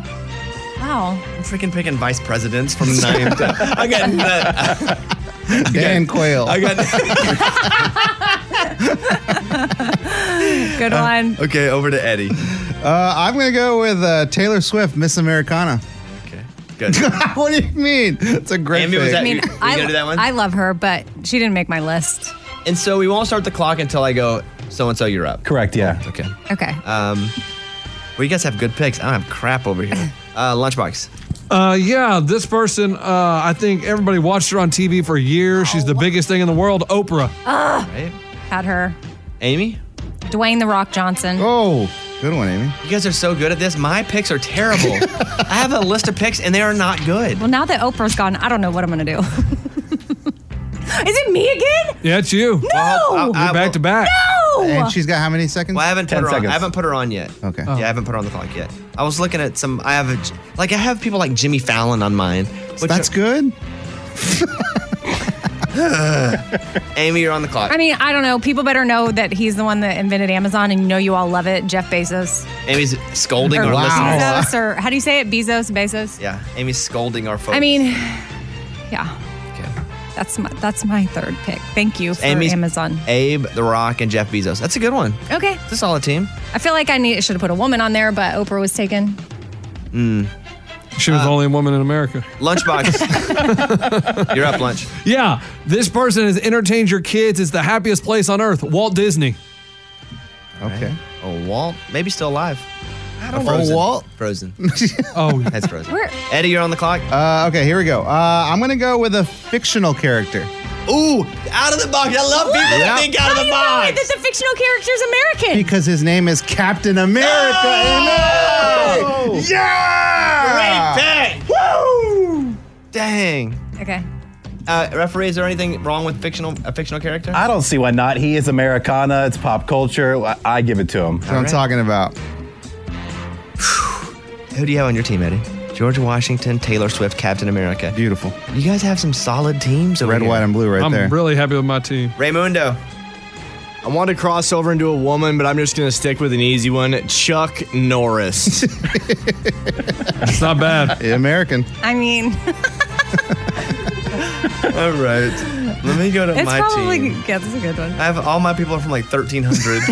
Speaker 4: Wow.
Speaker 5: I'm freaking picking vice presidents from nine. to, I <laughs> got
Speaker 9: Dan Quayle.
Speaker 5: I <laughs> got
Speaker 4: Good one.
Speaker 5: <laughs> okay. Over to Eddie.
Speaker 9: Uh, I'm gonna go with uh, Taylor Swift, Miss Americana.
Speaker 5: Okay, good.
Speaker 9: <laughs> what do you mean? It's a great.
Speaker 5: Amy, was
Speaker 9: pick.
Speaker 5: <laughs> that- you- you gonna do that one?
Speaker 4: I love her, but she didn't make my list.
Speaker 5: And so we won't start the clock until I go. So and so, you're up.
Speaker 20: Correct. Yeah.
Speaker 5: Okay.
Speaker 4: Okay.
Speaker 5: Um, well, you guys have good picks. I don't have crap over
Speaker 4: <laughs>
Speaker 5: here. Uh, lunchbox.
Speaker 18: Uh, yeah, this person, uh, I think everybody watched her on TV for years. She's the biggest thing in the world, Oprah.
Speaker 4: Ugh.
Speaker 5: Right.
Speaker 4: Had her.
Speaker 5: Amy.
Speaker 4: Dwayne the Rock Johnson.
Speaker 9: Oh, good one, Amy.
Speaker 5: You guys are so good at this. My picks are terrible.
Speaker 4: <laughs>
Speaker 5: I have a list of picks and they are not good.
Speaker 4: Well, now that Oprah's gone, I don't know what I'm gonna do. <laughs> Is it me again?
Speaker 18: Yeah, it's you. No.
Speaker 5: You're
Speaker 18: back to back.
Speaker 4: No.
Speaker 9: And she's got how many seconds?
Speaker 5: Well, I haven't put
Speaker 9: 10
Speaker 5: her on. I
Speaker 9: seconds.
Speaker 5: haven't put her on yet.
Speaker 9: Okay.
Speaker 5: Yeah, I haven't put her on the clock yet. I was looking at some. I have a, like I have people like Jimmy Fallon on mine. Which
Speaker 9: That's good.
Speaker 5: <laughs> Amy, you're on the clock.
Speaker 4: I mean, I don't know. People better know that he's the one that invented Amazon, and you know you all love it. Jeff Bezos.
Speaker 5: Amy's scolding
Speaker 4: or
Speaker 5: our listeners. <laughs>
Speaker 4: Bezos, or how do you say it? Bezos, Bezos.
Speaker 5: Yeah, Amy's scolding our folks.
Speaker 4: I mean, yeah. That's my that's my third pick. Thank you for
Speaker 5: Amy's
Speaker 4: Amazon.
Speaker 5: Abe, The Rock, and Jeff Bezos. That's a good one.
Speaker 4: Okay.
Speaker 5: It's a solid team.
Speaker 4: I feel like I need should have put a woman on there, but Oprah was taken.
Speaker 5: Mm.
Speaker 18: She was the only woman in America.
Speaker 5: Lunchbox.
Speaker 18: <laughs>
Speaker 5: You're up, lunch.
Speaker 18: Yeah, this person has entertained your kids. It's the happiest place on earth, Walt Disney.
Speaker 5: Okay. Oh, Walt, maybe still alive. I
Speaker 9: don't know. Oh, Walt?
Speaker 5: Frozen.
Speaker 18: oh,
Speaker 5: that's Frozen.
Speaker 4: Where?
Speaker 5: Eddie, you're on the clock.
Speaker 9: Uh, okay, here we go. Uh, I'm gonna go with a fictional character.
Speaker 5: Ooh, out of the box. I love people that
Speaker 9: Yep.
Speaker 5: think out of
Speaker 4: How
Speaker 5: the
Speaker 4: do you know
Speaker 5: box.
Speaker 4: that the fictional character is American?
Speaker 9: Because his name is Captain America.
Speaker 5: No!
Speaker 9: and- Yeah!
Speaker 5: Great pick. Woo! Dang.
Speaker 4: Okay.
Speaker 5: Uh, referee, is there anything wrong with fictional a fictional character?
Speaker 20: I don't see why not. He is Americana. It's pop culture. I, I give it to him. That's
Speaker 5: what I'm Alright.
Speaker 9: talking about.
Speaker 5: Who do you have on your team, Eddie? George Washington, Taylor Swift, Captain America.
Speaker 9: Beautiful.
Speaker 5: You guys have some solid teams over
Speaker 9: Red,
Speaker 5: here.
Speaker 9: white, and blue, right
Speaker 18: I'm
Speaker 9: there.
Speaker 18: really happy with my team.
Speaker 5: Raymundo.
Speaker 17: I want to cross over into a woman, but I'm just gonna stick with an easy one. Chuck
Speaker 18: <laughs>
Speaker 17: Norris.
Speaker 18: it's not bad.
Speaker 9: American.
Speaker 4: I mean,
Speaker 5: <laughs> All right. <laughs> Let me go to
Speaker 4: it's
Speaker 5: my
Speaker 4: probably
Speaker 5: team.
Speaker 4: yeah, that's a good one.
Speaker 5: I have all my people are from like 1300.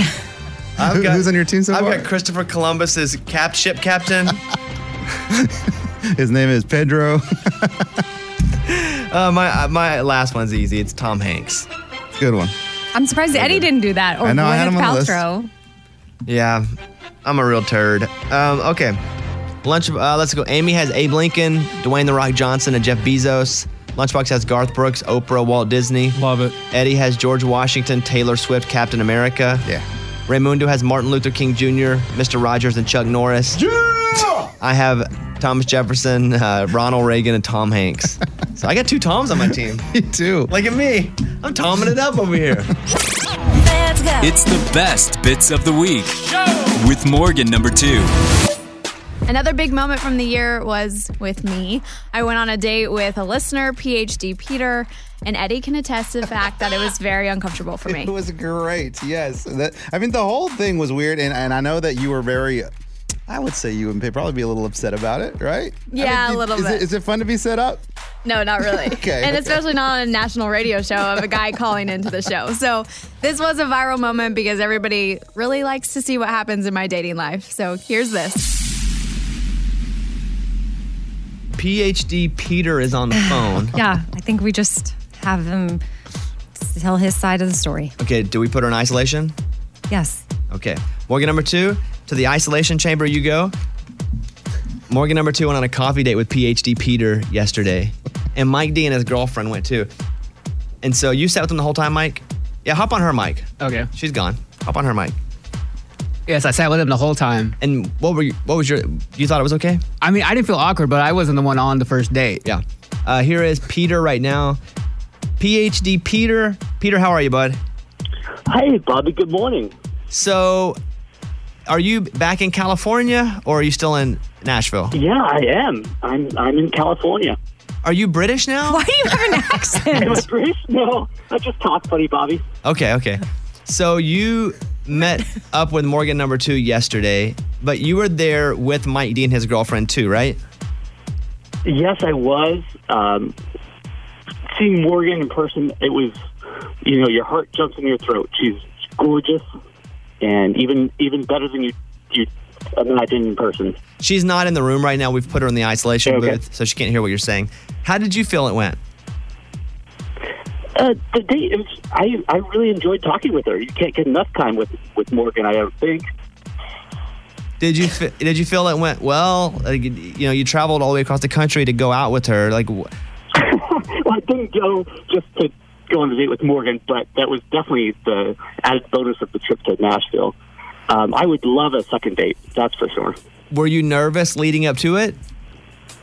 Speaker 5: I've
Speaker 9: Who-
Speaker 5: got,
Speaker 9: who's on your team so
Speaker 5: I've
Speaker 9: far?
Speaker 5: got Christopher Columbus as cap
Speaker 9: <laughs>
Speaker 5: ship captain.
Speaker 9: His name is Pedro.
Speaker 5: uh, my uh, my last one's easy. It's Tom Hanks.
Speaker 9: Good one.
Speaker 4: I'm surprised Eddie didn't do that or
Speaker 5: I know, I had
Speaker 4: Gwyneth
Speaker 5: him on the list.
Speaker 4: Paltrow.
Speaker 5: Yeah, I'm a real turd. Um, okay, lunch. Uh, let's go. Amy has Abe Lincoln, Dwayne the Rock Johnson, and Jeff Bezos. Lunchbox has Garth Brooks, Oprah, Walt Disney.
Speaker 18: Love it.
Speaker 5: Eddie has George Washington, Taylor Swift, Captain America.
Speaker 9: Yeah.
Speaker 5: Raymundo has Martin Luther King Jr., Mr. Rogers, and Chuck Norris. I have Thomas Jefferson, uh, Ronald Reagan, and
Speaker 9: <laughs>
Speaker 5: Tom Hanks. so I got two Toms on my team.
Speaker 9: you too.
Speaker 5: Look at me. I'm Tomming it up over here.
Speaker 11: It's the best bits of the week with Morgan number two.
Speaker 2: Another big moment from the year was with me. I went on a date with a listener, PhD Peter, and Eddie can attest to the fact that it was very uncomfortable
Speaker 9: <laughs>
Speaker 2: for
Speaker 5: <laughs>
Speaker 2: me.
Speaker 9: It was great. Yes. That, I mean, the whole thing was weird. And, and I know that you were very, I would say you would probably be a little upset about it, right?
Speaker 2: Yeah,
Speaker 9: I
Speaker 2: a little
Speaker 9: is
Speaker 2: bit.
Speaker 9: It, is it fun to be set up?
Speaker 2: No, not really.
Speaker 9: Okay,
Speaker 2: And
Speaker 9: okay.
Speaker 2: especially not on a national radio show of a guy calling into the show. So this was a viral moment because everybody really likes to see what happens in my dating life. So here's this.
Speaker 5: PhD Peter is on the
Speaker 9: <laughs>
Speaker 5: phone.
Speaker 4: <laughs> Yeah, I think we just have him tell his side of the story.
Speaker 5: Okay, do we put her in isolation?
Speaker 4: Yes.
Speaker 5: Okay. Morgan number two, to the isolation chamber you go. Morgan number two went on a coffee date with PhD Peter yesterday. And Mike D and his girlfriend went too. And so you sat with them the whole time, Mike? Yeah, hop on her mic.
Speaker 12: Okay.
Speaker 5: She's gone. Hop on her mic.
Speaker 12: Yes, I sat with him the whole time.
Speaker 5: And what were you, what was your you thought it was okay?
Speaker 12: I mean, I didn't feel awkward, but I wasn't the one on the first date.
Speaker 5: Yeah. Uh, here is Peter right now. PhD Peter. Peter, how are you, bud?
Speaker 21: Hey, Bobby. Good morning.
Speaker 5: So, are you back in California or are you still in Nashville?
Speaker 21: Yeah, I am. I'm I'm in California.
Speaker 5: Are you
Speaker 4: <laughs>
Speaker 5: British now?
Speaker 21: Why
Speaker 4: do you have an accent?
Speaker 21: Am I British? No, I just talk funny, Bobby.
Speaker 5: Okay, okay. So you met
Speaker 21: <laughs>
Speaker 5: up with Morgan number two yesterday, but you were there with Mike D and his girlfriend too, right?
Speaker 21: Yes, I was. Um, seeing Morgan in person, it was, you know, your heart jumps in your throat. She's gorgeous, and even even better than you you uh, imagine in person.
Speaker 5: She's not in the room right now. We've put her in the isolation booth, so she can't hear what you're saying. How did you feel it went?
Speaker 21: Uh, the date, it was, I I really enjoyed talking with her. You can't get enough time with with Morgan. I don't think. <laughs>
Speaker 5: Did you fe- did you feel it went well? Like, you know, you traveled all the way across the country to go out with her. Like, wh-
Speaker 21: well, I didn't go just to go on a date with Morgan, but that was definitely the added bonus of the trip to Nashville. Um, I would love a second date, that's for sure.
Speaker 5: were you nervous leading up to it?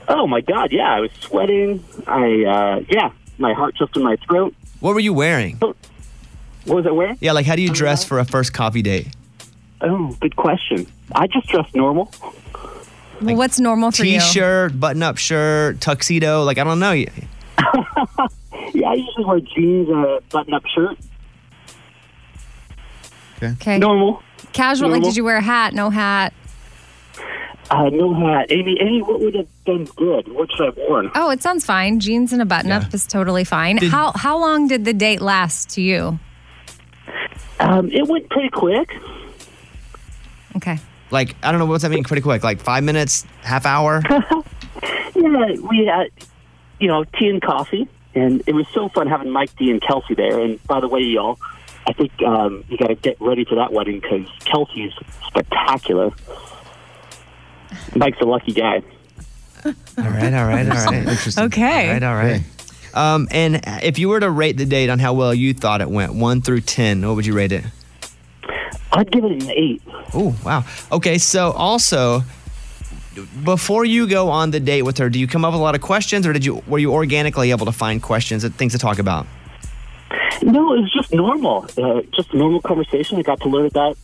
Speaker 21: Oh my God, yeah, I was sweating. I uh, yeah, my heart just in my throat.
Speaker 5: What were you wearing?
Speaker 21: What was I wearing?
Speaker 5: Yeah, like how do you dress for a first coffee date?
Speaker 21: Oh, good question. I just dressed normal.
Speaker 4: Well, what's normal for you?
Speaker 5: T-shirt, button-up shirt, tuxedo. Like I don't know.
Speaker 21: Yeah, I usually wear jeans and a button-up shirt.
Speaker 4: Okay.
Speaker 21: Normal.
Speaker 4: Casual. Like,
Speaker 21: Normal.
Speaker 4: did you wear a hat? No hat.
Speaker 21: Uh, no hat. Amy, Amy, what would have been good? What should I have worn?
Speaker 4: Oh, it sounds fine. Jeans and a button up is totally fine.
Speaker 21: Did-
Speaker 4: how how long did the date last to you?
Speaker 21: Um, it went pretty quick.
Speaker 4: Okay.
Speaker 5: Like I don't know what's that mean. Pretty quick, like five minutes,
Speaker 21: <laughs>
Speaker 5: half hour.
Speaker 21: Yeah, we had, you know, tea and coffee, and it was so fun having Mike D and Kelsey there. And by the way, y'all, I think um, you got to get ready for that wedding because Kelsey's spectacular. Mike's a lucky guy.
Speaker 5: All right, all right, all right.
Speaker 21: Interesting. Okay.
Speaker 5: All right, all right. Um, and if you were to rate the date on how well you thought it went, one through ten, what would you rate it?
Speaker 21: I'd give it an eight.
Speaker 5: Oh wow. Okay, so also, before you go on the date with her, do you come up with a lot of questions, or did you were you organically able to find questions and things to talk about?
Speaker 21: No, it was just normal, uh, just normal conversation. I got to learn about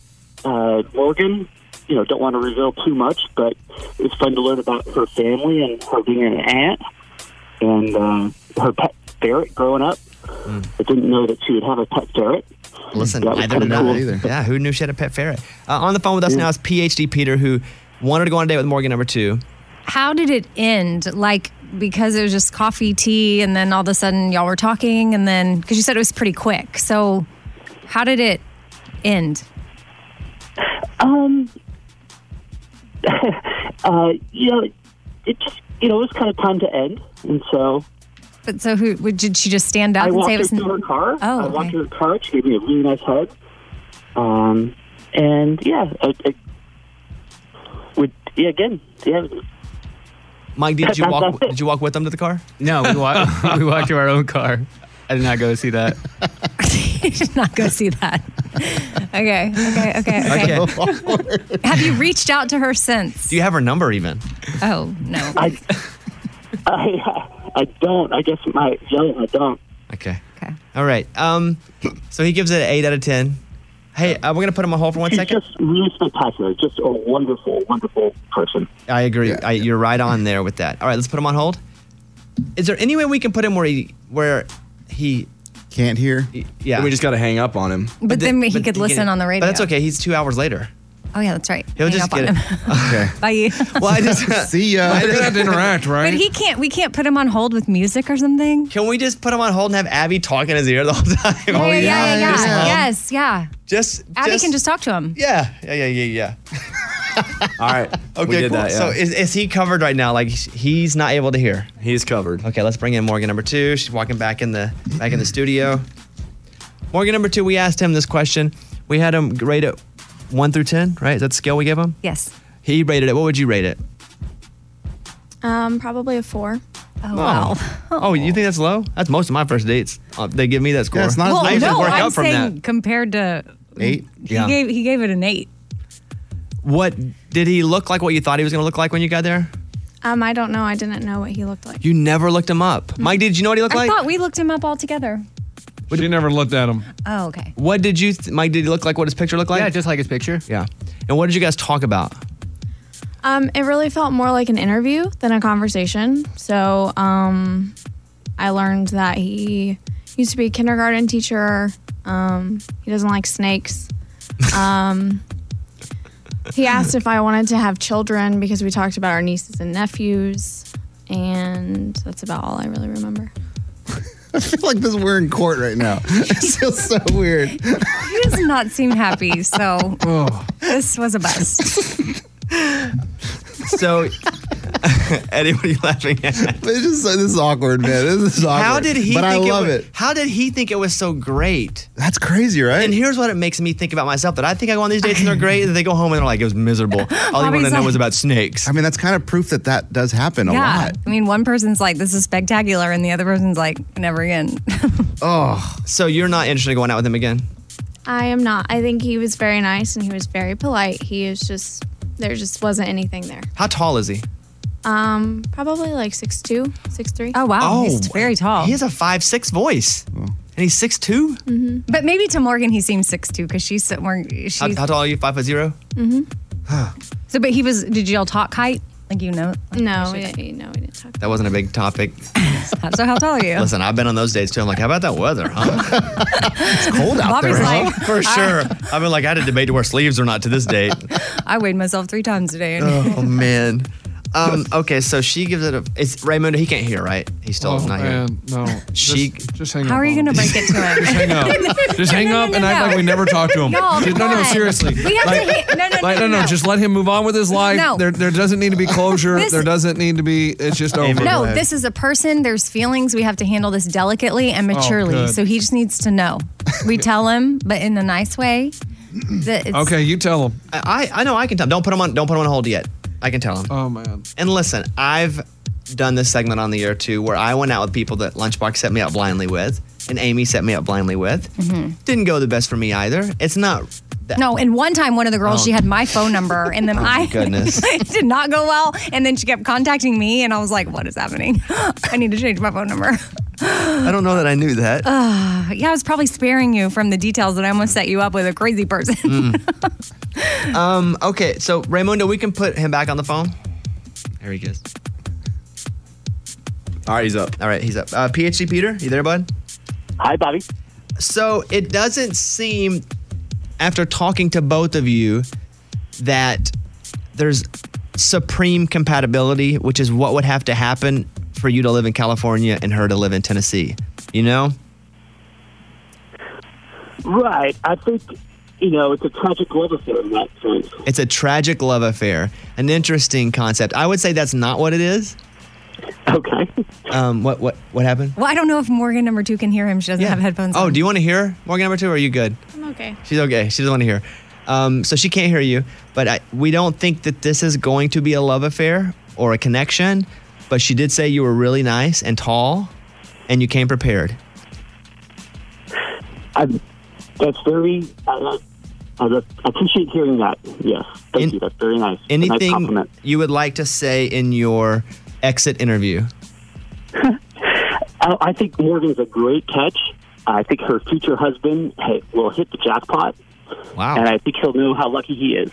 Speaker 21: uh, Morgan. You know, don't want to reveal too much, but it was fun to learn about her family and her being an aunt and uh, her pet ferret growing up. I didn't know that she would have a pet ferret.
Speaker 5: Listen,
Speaker 21: That was
Speaker 5: neither did
Speaker 21: kinda
Speaker 5: I
Speaker 21: cool.
Speaker 5: <laughs> Yeah, who knew she had a pet ferret? Uh, on the phone with us now is PhD Peter, who wanted to go on a date with Morgan number two.
Speaker 4: How did it end? Like because it was just coffee, tea, and then all of a sudden y'all were talking, and then because you said it was pretty quick. So how did it end?
Speaker 21: Um. <laughs> uh, you know, it just you know it was kind of time to end, and so
Speaker 4: But so who would- did she just stand up
Speaker 21: I
Speaker 4: and
Speaker 21: walked
Speaker 4: say
Speaker 21: her
Speaker 4: it was?
Speaker 21: to her car.
Speaker 4: Oh,
Speaker 21: I walked her to her car. She gave me a really nice hug. Um, and yeah, I, I would yeah again yeah.
Speaker 5: Mike, did
Speaker 21: <laughs>
Speaker 5: you
Speaker 21: That's
Speaker 5: walk?
Speaker 4: <laughs>
Speaker 21: not it.
Speaker 5: Did you walk with them to
Speaker 21: <laughs>
Speaker 5: the car?
Speaker 12: No, we walked. <laughs> we walked to our own car. I did not go see that.
Speaker 4: <laughs> you should not go
Speaker 21: <laughs>
Speaker 4: see that. okay, okay, okay, okay. Have you reached out to her since?
Speaker 5: <laughs> Do you have her number even?
Speaker 4: Oh <laughs> no.
Speaker 21: I, I I don't. I guess my no, I don't.
Speaker 5: Okay. Okay. All right. Um, so he gives it an eight out of ten. Hey, uh, we're gonna put him on hold for one
Speaker 21: She's
Speaker 5: second.
Speaker 21: just really spectacular. Just a wonderful, wonderful person.
Speaker 5: I agree. I, you're right on there with that. All right, let's put him on hold. Is there any way we can put him where he where he
Speaker 9: can't hear?
Speaker 5: Yeah,
Speaker 17: we just got to hang up on him.
Speaker 4: But then he could listen on the
Speaker 5: But
Speaker 4: radio.
Speaker 5: that's okay. He's two hours later.
Speaker 4: Oh yeah, that's right.
Speaker 5: He'll
Speaker 4: Hang
Speaker 5: just
Speaker 4: up on
Speaker 5: get it.
Speaker 4: him.
Speaker 5: <laughs> Okay.
Speaker 4: <laughs> Bye.
Speaker 5: Well,
Speaker 4: <laughs>
Speaker 5: I <laughs> just
Speaker 9: see ya.
Speaker 5: I just have to interact,
Speaker 4: But he can't. We can't put him on hold with music or something.
Speaker 5: Can we just put him on hold and have Abby talk in his ear the whole <laughs> time?
Speaker 4: Yeah, yeah, yeah, yeah.
Speaker 5: Oh, Just, um,
Speaker 4: Yes, yeah.
Speaker 5: Just
Speaker 4: Abby
Speaker 5: just-
Speaker 4: can just talk to him.
Speaker 5: Yeah. Yeah, yeah, yeah, yeah. <laughs> All right. Okay,
Speaker 17: did
Speaker 5: cool.
Speaker 17: that, yeah.
Speaker 5: So is, is he covered right now? Like he's- he's not able to hear.
Speaker 17: He's covered.
Speaker 5: Okay, let's bring in Morgan number two. She's walking back in the back in the studio. Morgan number two, we asked him this question. We had him rate it one through ten, right? Is that the scale we gave him?
Speaker 4: Yes.
Speaker 5: He rated it. What would you rate it?
Speaker 2: Um, probably a four.
Speaker 4: Oh,
Speaker 5: Oh, you think that's low? That's most of my first dates. Uh, they give me that score.
Speaker 4: That's well,
Speaker 5: I usually
Speaker 4: no,
Speaker 5: work
Speaker 4: I'm
Speaker 5: up from
Speaker 4: saying
Speaker 5: that.
Speaker 4: compared to
Speaker 5: Eight.
Speaker 4: he gave he gave it an eight.
Speaker 5: What did he look like? What you thought he was going to look like when you got there?
Speaker 2: Um, I don't know. I didn't know what he looked like.
Speaker 5: You never looked him up.
Speaker 9: Mm-hmm.
Speaker 5: Mike, did you know what he looked
Speaker 4: I
Speaker 5: like?
Speaker 4: thought we looked him up all together.
Speaker 5: She never looked at him.
Speaker 4: Oh, okay.
Speaker 5: What did you, th- Mike? Did he look like what his picture looked like? Yeah, just like his picture. Yeah. And what did you guys talk about?
Speaker 2: Um, it really felt more like an interview than a conversation. So, um, I learned that he used to be a kindergarten teacher. Um, he doesn't like snakes. Um, he asked if I wanted to have children because we talked about our nieces and nephews, and that's about all I really remember.
Speaker 9: <laughs> I feel like this we're in court right now. <laughs> it feels so weird. <laughs>
Speaker 4: He does not seem happy. So
Speaker 9: Oh.
Speaker 4: this was a bust.
Speaker 5: So, <laughs> Eddie, what are you laughing at?
Speaker 9: It's just like, this is awkward, man. This is awkward.
Speaker 5: How did he?
Speaker 9: But
Speaker 5: think
Speaker 9: I love
Speaker 5: was,
Speaker 9: it.
Speaker 5: How did he think it was so great?
Speaker 9: That's crazy, right?
Speaker 5: And here's what it makes me think about myself: that I think I go on these dates and they're great, and they go home and they're like, it
Speaker 9: <laughs>
Speaker 5: was miserable. All you want to
Speaker 4: Bobby's
Speaker 5: know
Speaker 4: like-
Speaker 5: was about snakes.
Speaker 9: I mean, that's kind of proof that that does happen a
Speaker 4: yeah.
Speaker 9: lot.
Speaker 4: I mean, one person's like, "This is spectacular," and the other person's like, "Never again."
Speaker 5: Oh, so you're not interested in going out with him again?
Speaker 2: I am not. I think he was very nice and he was very polite. He is just there just wasn't anything there.
Speaker 5: How tall is he?
Speaker 2: Um, probably like six two, six three.
Speaker 4: Oh wow, he's very tall.
Speaker 5: He has a five six voice, and he's six two.
Speaker 4: hmm But maybe to Morgan he seems six two because she's so- more. She's,
Speaker 5: How, how tall are you? Five foot zero.
Speaker 4: hmm So, but he was. Did y'all talk height? Like you know?
Speaker 2: No, we didn't, no, we didn't talk.
Speaker 5: That wasn't a big topic.
Speaker 4: So how tall are you?
Speaker 5: Listen, I've been on those dates too. I'm like, how about that weather, huh? it's cold out
Speaker 4: <laughs> Bobby's
Speaker 5: there,
Speaker 4: like,
Speaker 5: huh? <laughs> For sure. I've been like, I had a debate to wear sleeves or not to
Speaker 4: <laughs>
Speaker 5: this date.
Speaker 4: I weighed myself three times today.
Speaker 5: oh man. Um, okay, so she gives it a. It's Raymond. He can't hear, right? He's still
Speaker 18: Oh,
Speaker 5: not
Speaker 18: man,
Speaker 5: here. No. She. Just,
Speaker 18: hang
Speaker 4: How are you gonna break it to him?
Speaker 18: Just hang up. Just hang up and act like we never talked to him.
Speaker 4: No,
Speaker 18: Just-
Speaker 4: come
Speaker 18: no,
Speaker 4: on.
Speaker 18: seriously.
Speaker 4: We have to
Speaker 18: Like-
Speaker 4: hit- no, no, no,
Speaker 18: like,
Speaker 4: no, no.
Speaker 18: Just let him move on with his life.
Speaker 4: No.
Speaker 18: There, there doesn't need to be closure.
Speaker 4: This-
Speaker 18: there doesn't need to be. It's just
Speaker 4: <laughs>
Speaker 18: over.
Speaker 4: No, this is a person. There's feelings. We have to handle this delicately and
Speaker 18: Oh,
Speaker 4: maturely.
Speaker 18: good.
Speaker 4: so he just needs to know. We tell him, but in a nice way. That it's,
Speaker 5: you tell him. I, I know I can tell. Don't put him on. Don't put him on hold yet. I can tell him. Oh man. And listen, I've done this segment on the air too, where I went out with people that Lunchbox set me up blindly with, and Amy set me up blindly with.
Speaker 4: Mhm.
Speaker 5: Didn't go the best for me either. It's not. That,
Speaker 4: No, and one time, one of the girls,
Speaker 5: Oh.
Speaker 4: she had my phone number, and then
Speaker 5: <laughs> Oh, my
Speaker 4: I
Speaker 5: goodness.
Speaker 4: <laughs> it did not go well. And then she kept contacting me, and I was like, "What is happening? <laughs> I need to change my phone number."
Speaker 5: I don't know that I
Speaker 4: <laughs>
Speaker 5: knew that.
Speaker 4: Uh, yeah, I was probably sparing you from the details that I almost set you up with a crazy person. <laughs>
Speaker 5: <laughs> um. Okay. So Raymundo, we can put him back on the phone. There he goes. All right, he's up. All right, he's up. Uh, PhD Peter, you there, bud?
Speaker 21: Hi, Bobby.
Speaker 5: So it doesn't seem, after talking to both of you, that there's supreme compatibility, which is what would have to happen for you to live in California and her to live in Tennessee. You know?
Speaker 21: Right. I think, you know, it's a tragic love affair in that sense.
Speaker 5: It's a tragic love affair. An interesting concept. I would say that's not what it is.
Speaker 21: Okay.
Speaker 5: Um, what what what happened?
Speaker 4: well, I don't know if Morgan number two can hear him. She doesn't have headphones.
Speaker 5: Oh, do you want to hear Morgan number two? Or are you good?
Speaker 2: I'm okay.
Speaker 5: She's okay. She doesn't want to hear. Um, so she can't hear you. But I, we don't think that this is going to be a love affair or a connection. But she did say you were really nice and tall, and you came prepared.
Speaker 21: I, that's very, I, I, I appreciate hearing that. Yes. Thank you. That's very nice. A nice
Speaker 5: Anything
Speaker 21: compliment.
Speaker 5: you would like to say in your exit interview?
Speaker 21: I I think Morgan's a great catch. I think her future husband ha- will hit the jackpot.
Speaker 5: Wow.
Speaker 21: And I think he'll know how lucky he is.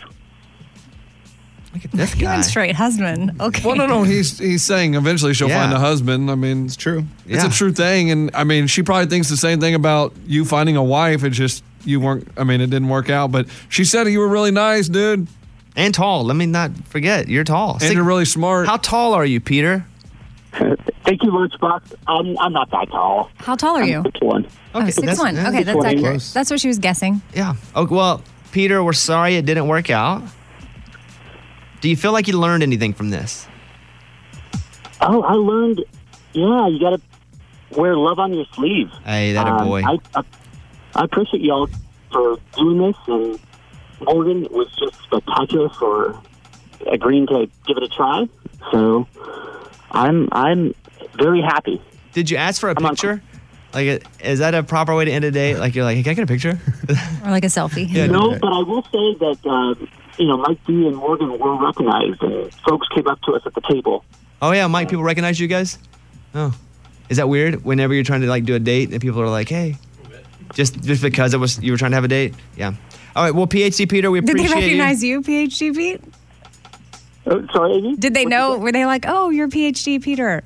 Speaker 5: This
Speaker 4: You're a straight husband. Okay.
Speaker 18: Well,
Speaker 9: <laughs>
Speaker 18: no, no. He's he's saying eventually she'll
Speaker 4: Yeah.
Speaker 18: find a husband. I mean, it's true. It's a true thing, and I mean, she probably thinks the same thing about you finding a wife. It just you weren't. I mean, it didn't work out. But she said you were really nice, dude,
Speaker 5: and tall. Let me not forget, you're tall.
Speaker 18: and you're really smart.
Speaker 5: How tall are you, Peter?
Speaker 21: <laughs> Thank you, Lunchbox. I'm, I'm not that tall.
Speaker 4: How tall are you?
Speaker 21: One.
Speaker 4: oh, six one. Okay, that's accurate. That's what she was guessing.
Speaker 5: Yeah. Oh, well, Peter, we're sorry it didn't work out. Do you feel like you learned anything from this?
Speaker 21: Oh, I learned. Yeah, you got to wear love on your sleeve.
Speaker 5: Hey, that a
Speaker 21: Um,
Speaker 5: boy.
Speaker 21: I, I, I appreciate y'all for doing this, and Morgan it was just spectacular for agreeing to give it a try. So I'm I'm very happy.
Speaker 5: Did you ask for a picture? Like, uh, is that a proper way to end a date? Like, you're like, hey, can I get a picture?
Speaker 4: Or like a selfie.
Speaker 21: no, but I will say that uh, you know Mike D and Morgan were recognized, and folks came up to us at the table.
Speaker 5: oh, yeah, Mike, people recognize you guys? Oh. Is that weird? Whenever you're trying to, like, do a date and people are like, hey, just just because it was you were trying to have a date? Yeah. All right, well, PhD Peter, we
Speaker 4: Did
Speaker 5: appreciate
Speaker 4: they
Speaker 5: you.
Speaker 4: recognize you, PhD Pete?
Speaker 21: Oh, sorry, Amy?
Speaker 4: Did they know? Were they like, oh, you're PhD Peter?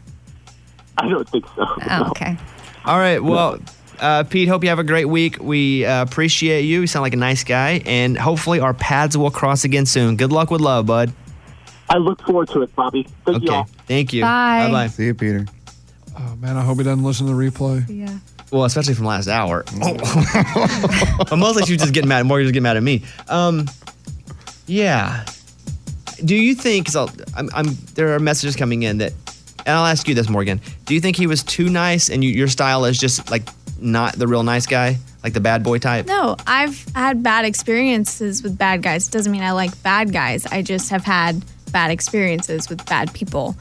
Speaker 21: I don't think so.
Speaker 4: Oh, okay.
Speaker 5: All right, well, uh, Pete, hope you have a great week. We uh, appreciate you. You sound like a nice guy. And hopefully our paths will cross again soon. Good luck with love, bud.
Speaker 21: I look forward to it, Bobby. Thank
Speaker 5: okay.
Speaker 21: you all.
Speaker 5: Thank you.
Speaker 21: Bye.
Speaker 5: Bye bye.
Speaker 9: See you, Peter.
Speaker 18: Oh man, I hope he doesn't listen to the replay.
Speaker 4: Yeah.
Speaker 5: Well, especially from last hour. but mostly she was just getting mad. Morgan was getting mad at me. Um, yeah. Do you think? Cause I'll, I'm, I'm. There are messages coming in that, and I'll ask you this, Morgan. Do you think he was too nice, and you, your style is just like not the real nice guy, like the bad boy type?
Speaker 2: No, I've had bad experiences with bad guys. Doesn't mean I like bad guys. I just have had bad experiences with bad people.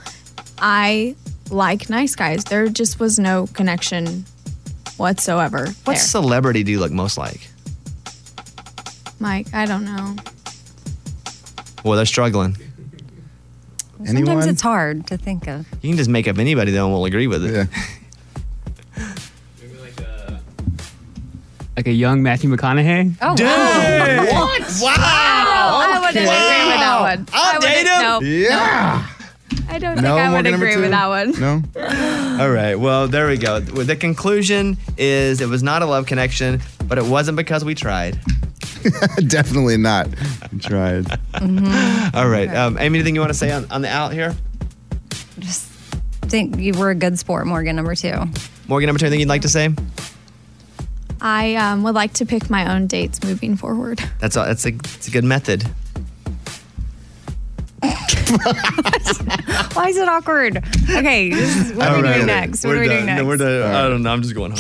Speaker 2: I like nice guys. There just was no connection whatsoever.
Speaker 5: What
Speaker 2: there.
Speaker 5: celebrity do you look most like?
Speaker 2: Mike, I don't know.
Speaker 5: Well, they're struggling.
Speaker 4: Sometimes it's hard to think of.
Speaker 5: You can just make up anybody though, and we'll agree with it.
Speaker 12: Like a young Matthew McConaughey.
Speaker 4: Oh,
Speaker 12: Dang.
Speaker 4: wow.
Speaker 12: What?
Speaker 2: Wow. I wouldn't agree with that
Speaker 12: Wow.
Speaker 2: one.
Speaker 5: I'll
Speaker 2: I wouldn't-
Speaker 5: date him.
Speaker 2: No.
Speaker 5: <laughs> Yeah.
Speaker 2: No. I don't think I would agree with that one.
Speaker 9: No.
Speaker 2: <laughs>
Speaker 5: All right. Well, there we go. The conclusion is it was not a love connection, but it wasn't because we tried.
Speaker 9: <laughs> Definitely not. I tried.
Speaker 4: Mm-hmm.
Speaker 5: All right. Um, Amy, anything you want to say on, on the out here?
Speaker 4: Just think you were a good sport, Morgan, number two.
Speaker 5: Morgan, number two, anything you'd like to say?
Speaker 2: I um, would like to pick my own dates moving forward.
Speaker 5: That's a, that's a, that's a good method.
Speaker 4: <gasps> Why is it awkward? Okay, this is- what are we doing next? What are we doing next?
Speaker 5: I don't know. I'm just going home.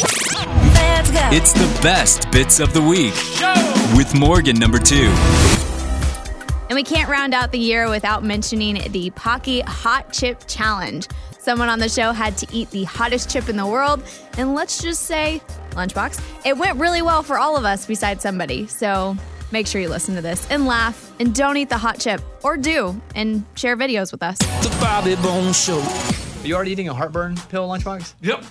Speaker 4: Let's go.
Speaker 11: It's the best bits of the week with Morgan number two.
Speaker 2: And we can't round out the year without mentioning the Pocky Hot Chip Challenge. Someone on the show had to eat the hottest chip in the world, and let's just say, Lunchbox, it went really well for all of us besides somebody. So make sure you listen to this and laugh and don't eat the hot chip, or do, and share videos with us.
Speaker 1: The Bobby Bone Show.
Speaker 5: Are you already eating a heartburn pill lunchbox?
Speaker 18: Yep.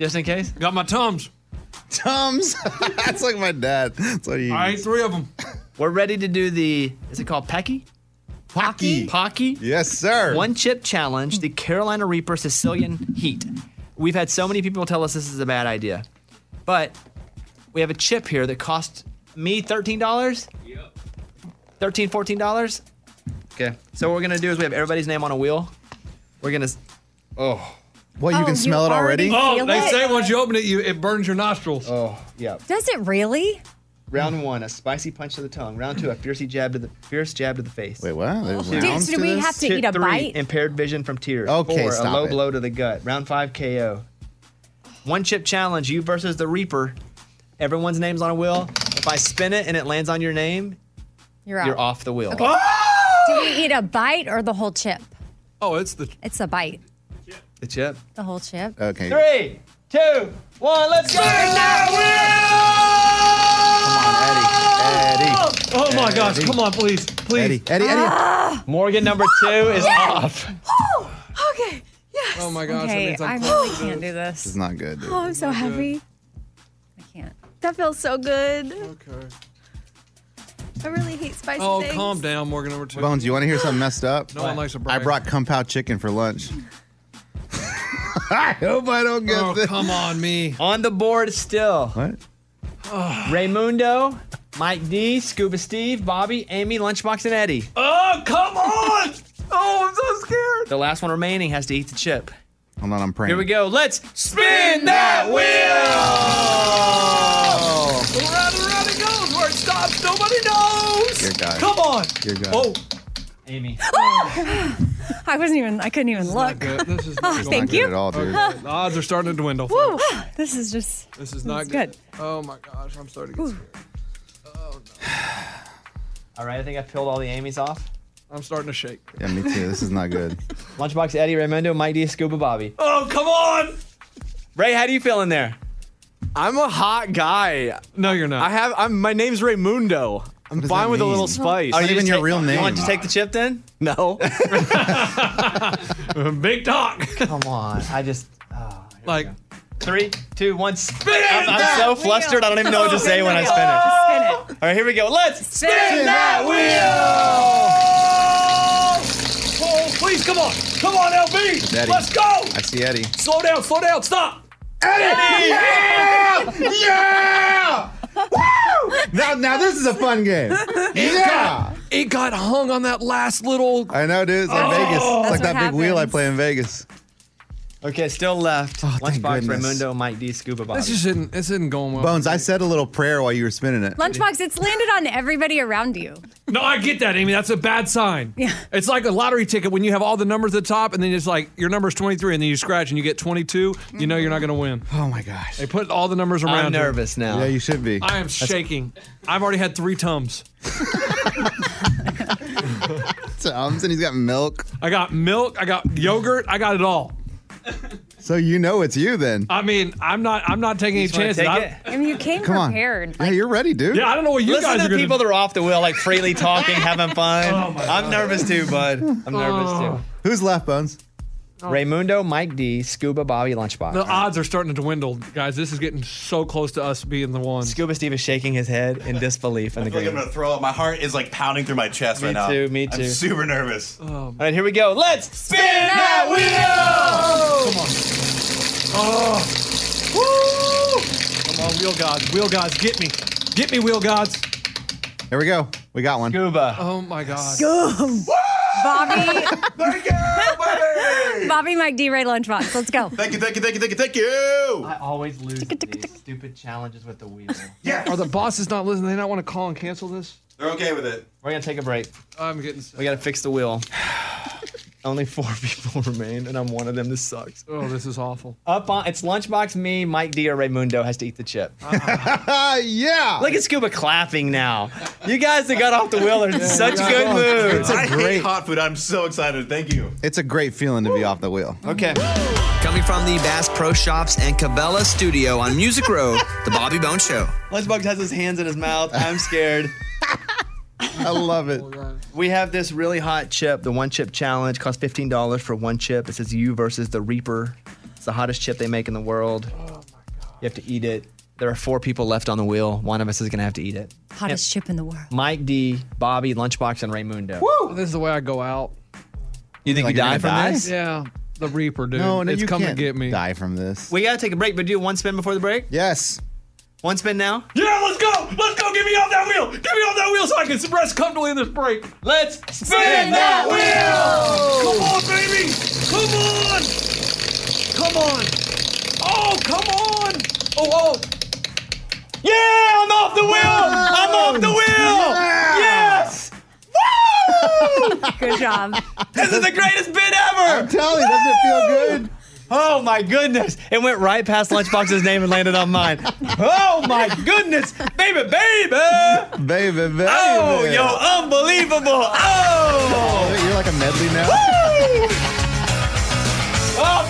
Speaker 5: Just in case?
Speaker 18: Got my Tums.
Speaker 5: <laughs>
Speaker 9: Tums? That's like my dad. That's what he
Speaker 18: I ate three of them.
Speaker 5: We're ready to do the, is it called Pecky? Pocky. Pocky.
Speaker 9: Yes, sir.
Speaker 5: One chip challenge, the Carolina Reaper Sicilian Heat. We've had so many people tell us this is a bad idea, but we have a chip here that cost me $13. Yep. $13, $14. Okay. So what we're going to do is we have everybody's name on a wheel. We're going to, oh.
Speaker 9: What,
Speaker 4: you can Oh, you smell it already? already
Speaker 18: Oh,
Speaker 4: feel
Speaker 18: they
Speaker 4: it?
Speaker 18: say once you open it, you it burns your nostrils.
Speaker 5: Oh, yeah.
Speaker 4: Does it really?
Speaker 5: Round one, a spicy punch to the tongue. Round two, a fiercely jab to the fierce jab to the face. Wait,
Speaker 9: what? There's
Speaker 4: Did- rounds so do to we this? have to
Speaker 5: Tip
Speaker 4: eat a
Speaker 5: three,
Speaker 4: bite?
Speaker 5: Impaired vision from tears.
Speaker 9: Okay,
Speaker 5: Four, a
Speaker 9: stop
Speaker 5: low
Speaker 9: it.
Speaker 5: blow to the gut. Round five, KO. One chip challenge. You versus the Reaper. Everyone's name's on a wheel. If I spin it and it lands on your name,
Speaker 4: You're out.
Speaker 5: you're off the wheel.
Speaker 4: Okay. Do we eat a bite or the whole chip?
Speaker 18: Oh, it's the.
Speaker 4: It's a bite.
Speaker 5: The chip.
Speaker 4: The whole chip.
Speaker 9: Okay.
Speaker 5: Three, two, one. Let's go.
Speaker 18: Oh, oh
Speaker 5: uh,
Speaker 18: my gosh! Come on, please, please. Eddie,
Speaker 9: Eddie, Eddie.
Speaker 4: Ah!
Speaker 5: Morgan number two is off.
Speaker 2: okay. Yes.
Speaker 18: Oh my
Speaker 5: gosh, that
Speaker 4: Okay,
Speaker 5: means
Speaker 4: I
Speaker 5: I'm
Speaker 4: really
Speaker 5: close.
Speaker 4: can't do
Speaker 9: This
Speaker 4: this.
Speaker 9: is not good.
Speaker 2: Oh, I'm so happy. I can't. That feels so good. Okay. I really hate spicy
Speaker 18: Oh,
Speaker 2: things.
Speaker 18: calm down, Morgan number
Speaker 9: <laughs>
Speaker 18: two.
Speaker 9: Bones, you want to hear something messed up?
Speaker 18: No one likes a
Speaker 9: I
Speaker 18: brag.
Speaker 9: brought kung pao chicken for lunch. <laughs> I hope I don't get
Speaker 18: Oh,
Speaker 9: this.
Speaker 18: come on, me.
Speaker 5: On the board still.
Speaker 9: What?
Speaker 5: Raymundo, Mike D, Scuba Steve, Bobby, Amy, Lunchbox, and Eddie.
Speaker 18: Oh,
Speaker 5: <laughs>
Speaker 18: come on! oh, I'm so scared.
Speaker 5: The last one remaining has to eat the chip.
Speaker 9: Hold on, I'm praying.
Speaker 5: Here we go. Let's spin that wheel.
Speaker 18: Around and around it goes. Where it stops, nobody knows.
Speaker 9: Dear God.
Speaker 18: Come on.
Speaker 9: Dear God.
Speaker 18: Oh,
Speaker 5: Amy.
Speaker 4: <gasps> I wasn't even. I couldn't even look.
Speaker 18: This is
Speaker 4: <laughs> Oh, <laughs> thank you.
Speaker 18: Okay, the odds are starting to dwindle.
Speaker 4: <laughs> Woo! This is just.
Speaker 18: This is not good. Oh my gosh, I'm starting to get scared.
Speaker 5: All right, I think I peeled all the Amy's off.
Speaker 18: I'm starting to shake.
Speaker 9: Yeah, me too. This is not good.
Speaker 5: Lunchbox, Eddie, Raymundo, Mike D, Scuba, Bobby.
Speaker 18: Oh, come on!
Speaker 5: Ray, how do you feel in there?
Speaker 17: I'm a hot guy.
Speaker 18: No, you're not.
Speaker 17: I have. I'm. My name's Raymundo. I'm
Speaker 5: does
Speaker 17: fine
Speaker 5: that
Speaker 17: with a
Speaker 5: mean?
Speaker 17: little spice.
Speaker 5: Oh, you just take- You want
Speaker 17: want
Speaker 5: to take the chip then?
Speaker 17: No.
Speaker 5: <laughs>
Speaker 18: Big talk.
Speaker 5: Come on. I just. Oh,
Speaker 18: like.
Speaker 5: Three, two, one, spin it! I'm, I'm
Speaker 18: that
Speaker 5: so
Speaker 18: wheel.
Speaker 5: flustered, I don't even know what to say when I spin it.
Speaker 18: Oh!
Speaker 5: All right, here we go. Let's spin, that
Speaker 18: wheel! Oh, please, come on. Come on, LB.
Speaker 9: Daddy.
Speaker 18: Let's go.
Speaker 9: I see Eddie.
Speaker 18: Slow down, slow down, stop.
Speaker 9: Eddie!
Speaker 18: Yeah!
Speaker 9: Yeah! Woo! <laughs> Now, now this is a fun game.
Speaker 18: It
Speaker 9: Yeah.
Speaker 18: got, it got hung on that last little.
Speaker 9: I know, dude. It's like
Speaker 18: Oh.
Speaker 9: Vegas. It's
Speaker 18: That's
Speaker 9: like
Speaker 18: what
Speaker 9: that big wheel I play in Vegas.
Speaker 5: Okay, still left. Lunchbox,
Speaker 9: goodness.
Speaker 5: Raimundo, Mike D, Scuba Bobby.
Speaker 18: This
Speaker 6: <laughs>
Speaker 18: just isn't. This isn't going well.
Speaker 9: Bones, I said a little prayer while you were spinning it.
Speaker 4: Lunchbox, it's landed on everybody around you.
Speaker 18: No, I get that, Amy. That's a bad sign. Yeah. It's like a lottery ticket when you have all the numbers at the top, and then it's like your number's 23, and then you scratch and you get 22. You know you're not going to win.
Speaker 9: Oh my gosh.
Speaker 18: They put all the numbers around.
Speaker 5: I'm
Speaker 18: you.
Speaker 5: nervous now.
Speaker 9: Yeah, you should be.
Speaker 18: I am shaking. I've already had three tums.
Speaker 9: <laughs> Tums, and he's got milk.
Speaker 18: I got milk. I got yogurt. I got it all.
Speaker 9: So you know it's you then.
Speaker 18: I mean, I'm not. I'm not taking any
Speaker 9: just wanna
Speaker 18: chances.
Speaker 9: take
Speaker 18: I'm-
Speaker 9: it?
Speaker 4: I mean, you came
Speaker 9: Come on.
Speaker 4: prepared.
Speaker 9: Yeah, you're ready, dude.
Speaker 18: Yeah, I don't know what you
Speaker 5: Listen
Speaker 18: guys
Speaker 5: to
Speaker 18: are Oh going
Speaker 5: people that are off the wheel, like freely talking, <laughs> having fun. I'm nervous too, bud. I'm nervous
Speaker 18: Oh.
Speaker 5: too. Oh.
Speaker 9: Who's left, Bones?
Speaker 5: Raymundo, Mike D, Scuba, Bobby, Lunchbox.
Speaker 18: The odds are starting to dwindle, guys. This is getting so close to us being the one.
Speaker 5: Scuba Steve is shaking his head in disbelief in the
Speaker 6: I feel like I'm
Speaker 5: game.
Speaker 6: gonna throw up. My heart is like pounding through my chest
Speaker 5: Me
Speaker 6: right now.
Speaker 5: too, me
Speaker 6: I'm
Speaker 5: too.
Speaker 6: super
Speaker 18: Oh.
Speaker 6: nervous.
Speaker 5: All right, here we go. Let's spin that wheel.
Speaker 18: Come on. Oh. Woo! Come on, wheel gods. Wheel gods, get me. Get me, wheel gods.
Speaker 9: Here we go. We got one.
Speaker 5: Scuba.
Speaker 18: Oh my God.
Speaker 9: <laughs>
Speaker 4: Bobby,
Speaker 6: Thank you, buddy.
Speaker 4: Bobby, Mike, D. Ray, Lunchbox. Let's go.
Speaker 6: Thank you, thank you, thank you, thank you, thank you.
Speaker 5: I always lose these stupid challenges with the wheel.
Speaker 18: Are the bosses not listening? They not want to call and cancel this?
Speaker 6: They're okay with it.
Speaker 5: We're gonna take a break.
Speaker 18: I'm getting.
Speaker 5: We gotta fix the wheel. Only four <laughs> people remain, and I'm one of them. This sucks.
Speaker 18: Oh, this is awful.
Speaker 5: <laughs> Up on it's lunchbox. Me, Mike D, or Raymundo has to eat the chip.
Speaker 9: yeah.
Speaker 5: Look at Scuba clapping now. You guys that got off the wheel are in such good mood.
Speaker 6: I hate hot food. I'm so excited. Thank you.
Speaker 9: It's a great feeling to be off the wheel.
Speaker 5: Okay.
Speaker 22: Coming from the Bass Pro Shops and Cabela Studio on Music Row, the Bobby Bone Show.
Speaker 5: Lunchbox has his hands in his mouth. I'm scared.
Speaker 9: I love it.
Speaker 5: We have this really hot chip, the one chip challenge. Costs fifteen dollars for one chip. It says you versus the Reaper. It's the hottest chip they make in the world.
Speaker 9: Oh
Speaker 5: You have to eat it. There are four people left on the wheel. One of us is gonna have to eat it.
Speaker 4: Hottest chip in the world.
Speaker 5: Mike D, Bobby, Lunchbox, and Raymundo.
Speaker 18: Woo! This is the way I go out.
Speaker 5: You think
Speaker 9: Like
Speaker 5: you
Speaker 9: you're
Speaker 5: die
Speaker 9: gonna
Speaker 5: from
Speaker 9: die?
Speaker 5: this?
Speaker 18: Yeah. The Reaper, dude.
Speaker 9: No, no,
Speaker 18: it's
Speaker 9: you
Speaker 18: coming
Speaker 9: can't
Speaker 18: to get me.
Speaker 9: die from this.
Speaker 5: We gotta take a break, but do one spin before the break.
Speaker 9: Yes.
Speaker 5: One spin now.
Speaker 18: Yeah, let's go! Let's go! Get me off that wheel! Get me off that wheel so I can rest comfortably in this break.
Speaker 5: Let's
Speaker 18: spin that wheel! Come on, baby! Come on! Come on! Oh, come on! Oh, oh!
Speaker 5: Yeah, I'm off the wheel! I'm off the wheel! Yes!
Speaker 18: <laughs>
Speaker 5: Woo!
Speaker 4: Good job.
Speaker 5: This is the greatest bit ever! I'm
Speaker 9: telling you, doesn't it feel good?
Speaker 5: <laughs> Oh my goodness! It went right past Lunchbox's name and landed on mine. Oh my goodness! Baby, baby!
Speaker 9: Baby, baby.
Speaker 5: Oh, yo, unbelievable! Oh!
Speaker 9: You're like a medley now.
Speaker 5: Woo! Oh,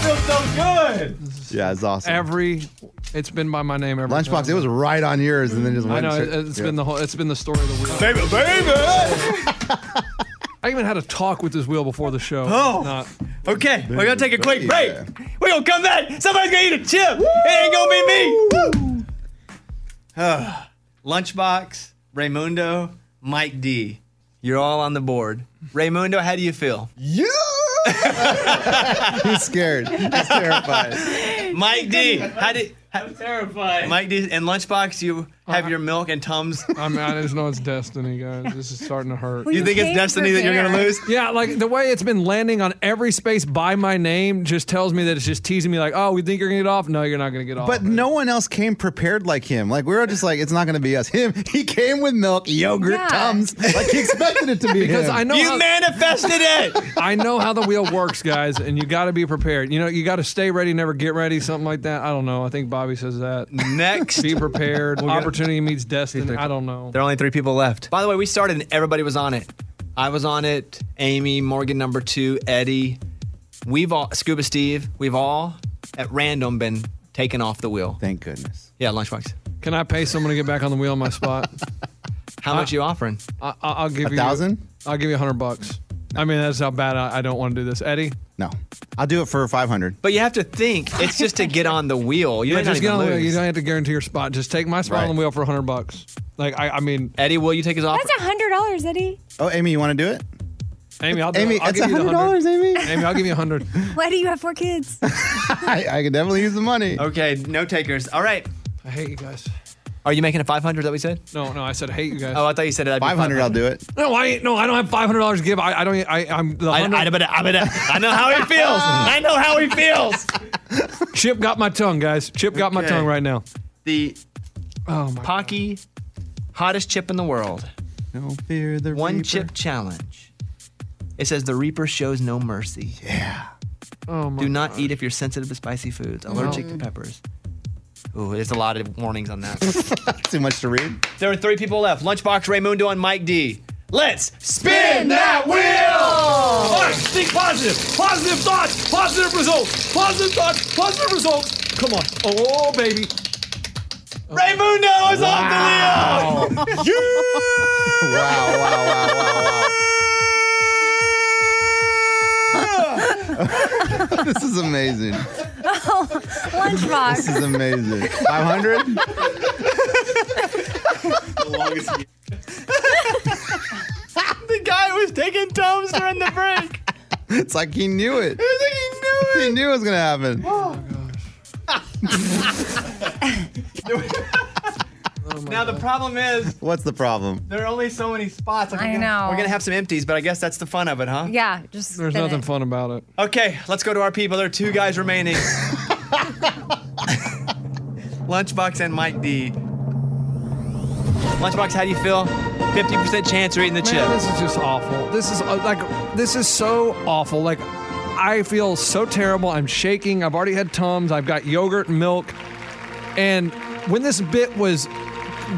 Speaker 5: it feels so good!
Speaker 9: Yeah, it's awesome.
Speaker 18: Every, it's been by my name every
Speaker 9: Lunchbox,
Speaker 18: time.
Speaker 9: it was right on yours, and then just
Speaker 18: I
Speaker 9: went.
Speaker 18: know
Speaker 9: straight-
Speaker 18: it, has
Speaker 9: Yeah.
Speaker 18: been the whole. It's been the story of the wheel.
Speaker 5: Baby, baby!
Speaker 18: I even had a talk with this wheel before the show.
Speaker 5: Oh.
Speaker 18: Not-
Speaker 5: Okay, we're gonna take a quick break.
Speaker 18: Yeah.
Speaker 5: We're gonna come back. Somebody's gonna eat a chip. It ain't gonna <sighs> be me. Lunchbox, Raymundo, Mike D. You're all on the board. Raymundo, how do you feel? Yeah. <laughs> He's scared. He's <laughs> terrified. Mike D. How did? I'm
Speaker 12: terrified.
Speaker 5: Mike D. And Lunchbox, you have your milk and Tums.
Speaker 18: Uh, I mean, I just know it's destiny, guys. This is starting to hurt.
Speaker 5: Well, You you think it's came destiny that you're gonna prepared. lose?
Speaker 18: Yeah, like the way it's been landing on every space by my name just tells me that it's just teasing me. Like, oh, we think you're gonna get off. No, you're not gonna get off.
Speaker 9: But no one else came prepared like him. Like we were just like, it's not going to be us. <laughs> Him, he came with milk, yogurt,
Speaker 18: Yeah.
Speaker 9: tums. <laughs> <laughs> Like he expected it to be
Speaker 18: because
Speaker 9: him.
Speaker 18: I know how- I know how the wheel works, guys, and you got to be prepared. You know, you got to stay ready, never get ready, something like that. I don't know. I think Bobby says that.
Speaker 5: Next,
Speaker 18: be prepared.
Speaker 5: We'll get-
Speaker 18: Opportunity meets destiny. I don't know.
Speaker 5: There are only three people left. By the way, we started and everybody was on it. I was on it. Amy, Morgan, number two, Eddie. We've all, Scuba Steve, we've all at random been taken off the wheel.
Speaker 9: Thank goodness.
Speaker 5: Yeah, Lunchbox.
Speaker 18: Can I pay someone to get back on the wheel in my spot?
Speaker 5: How much you offering?
Speaker 18: I, I- I'll give
Speaker 5: A
Speaker 18: you
Speaker 5: thousand?
Speaker 18: I'll give you a hundred bucks. I mean, that's how bad I, I don't want to do this, Eddie.
Speaker 9: No, I'll do it for five hundred.
Speaker 5: But you have to think, it's just to get on the wheel. You
Speaker 18: Yeah,
Speaker 5: might not
Speaker 18: just get
Speaker 5: even
Speaker 18: on the wheel.
Speaker 5: lose.
Speaker 18: You don't have to guarantee your spot. Just take my spot
Speaker 5: Right.
Speaker 18: on the wheel for a hundred bucks. Like I, I mean,
Speaker 5: Eddie, will you take his
Speaker 4: That's a hundred dollars, Eddie.
Speaker 9: Oh, Amy, you want to do it?
Speaker 18: Amy, I'll do
Speaker 9: Amy,
Speaker 18: it. I'll
Speaker 9: it's
Speaker 18: give you the
Speaker 9: $100, Amy.
Speaker 18: Amy, I'll give you a hundred.
Speaker 4: Why do you have
Speaker 9: <laughs>
Speaker 4: four kids?
Speaker 9: <laughs> I, I could definitely use the money.
Speaker 5: Okay, no takers. All right.
Speaker 18: I hate you guys.
Speaker 5: Are you making a 500 that we said?
Speaker 18: No, no, I said hate you guys.
Speaker 5: Oh, I thought you said it. 500,
Speaker 9: I'll do it.
Speaker 18: No, I ain't- no, I don't have five hundred dollars to give. I, I don't. I, I'm. The I, I,
Speaker 5: I know how he
Speaker 9: <laughs>
Speaker 5: feels. I know how he feels.
Speaker 18: <laughs> Chip got my tongue, guys. Chip got my
Speaker 5: Okay.
Speaker 18: tongue right now.
Speaker 5: The
Speaker 9: Oh
Speaker 5: Pocky, hottest chip in the world.
Speaker 9: No fear the
Speaker 5: One chip challenge. It says the Reaper shows no mercy. Yeah.
Speaker 18: Oh my.
Speaker 5: Do not
Speaker 18: <laughs>
Speaker 5: eat if you're sensitive to spicy foods, allergic to peppers. Ooh, there's a lot of warnings on that.
Speaker 9: <laughs> Too much to read.
Speaker 5: There are three people left. Lunchbox, Raymundo, and Mike D. Let's spin
Speaker 8: that wheel!
Speaker 18: All
Speaker 5: wheel!
Speaker 9: Oh
Speaker 18: right, think positive. Positive thoughts. Positive results. Positive thoughts. Positive results. Come on. Oh, baby.
Speaker 5: Raymundo is
Speaker 8: off
Speaker 18: <laughs>
Speaker 5: the wheel! yeah!
Speaker 9: <laughs> Wow, wow, wow, wow, <laughs> wow. this is amazing.
Speaker 8: Oh, lunchbox.
Speaker 9: This is amazing. 500?
Speaker 5: the guy was taking tums during the break.
Speaker 9: It's like he knew it. <laughs> knew
Speaker 5: He
Speaker 9: it. He knew it was going to happen.
Speaker 5: now the problem is
Speaker 9: What's the problem?
Speaker 5: there are only so many spots. Like,
Speaker 4: I
Speaker 5: we're gonna-
Speaker 4: know.
Speaker 5: We're gonna have some empties, but I guess that's the fun of it, huh?
Speaker 4: Yeah, just
Speaker 18: There's
Speaker 4: spin
Speaker 18: nothing
Speaker 4: it.
Speaker 18: fun about it.
Speaker 5: Okay, let's go to our people. There are two guys
Speaker 18: <laughs>
Speaker 5: remaining. Lunchbox and Mike D. Lunchbox, how do you feel? 50% chance you're eating the
Speaker 18: Man,
Speaker 5: chip.
Speaker 18: this is just awful. This is uh, like, this is so awful. Like, I feel so terrible. I'm shaking. I've already had Tums. I've got yogurt and milk. And when this bit was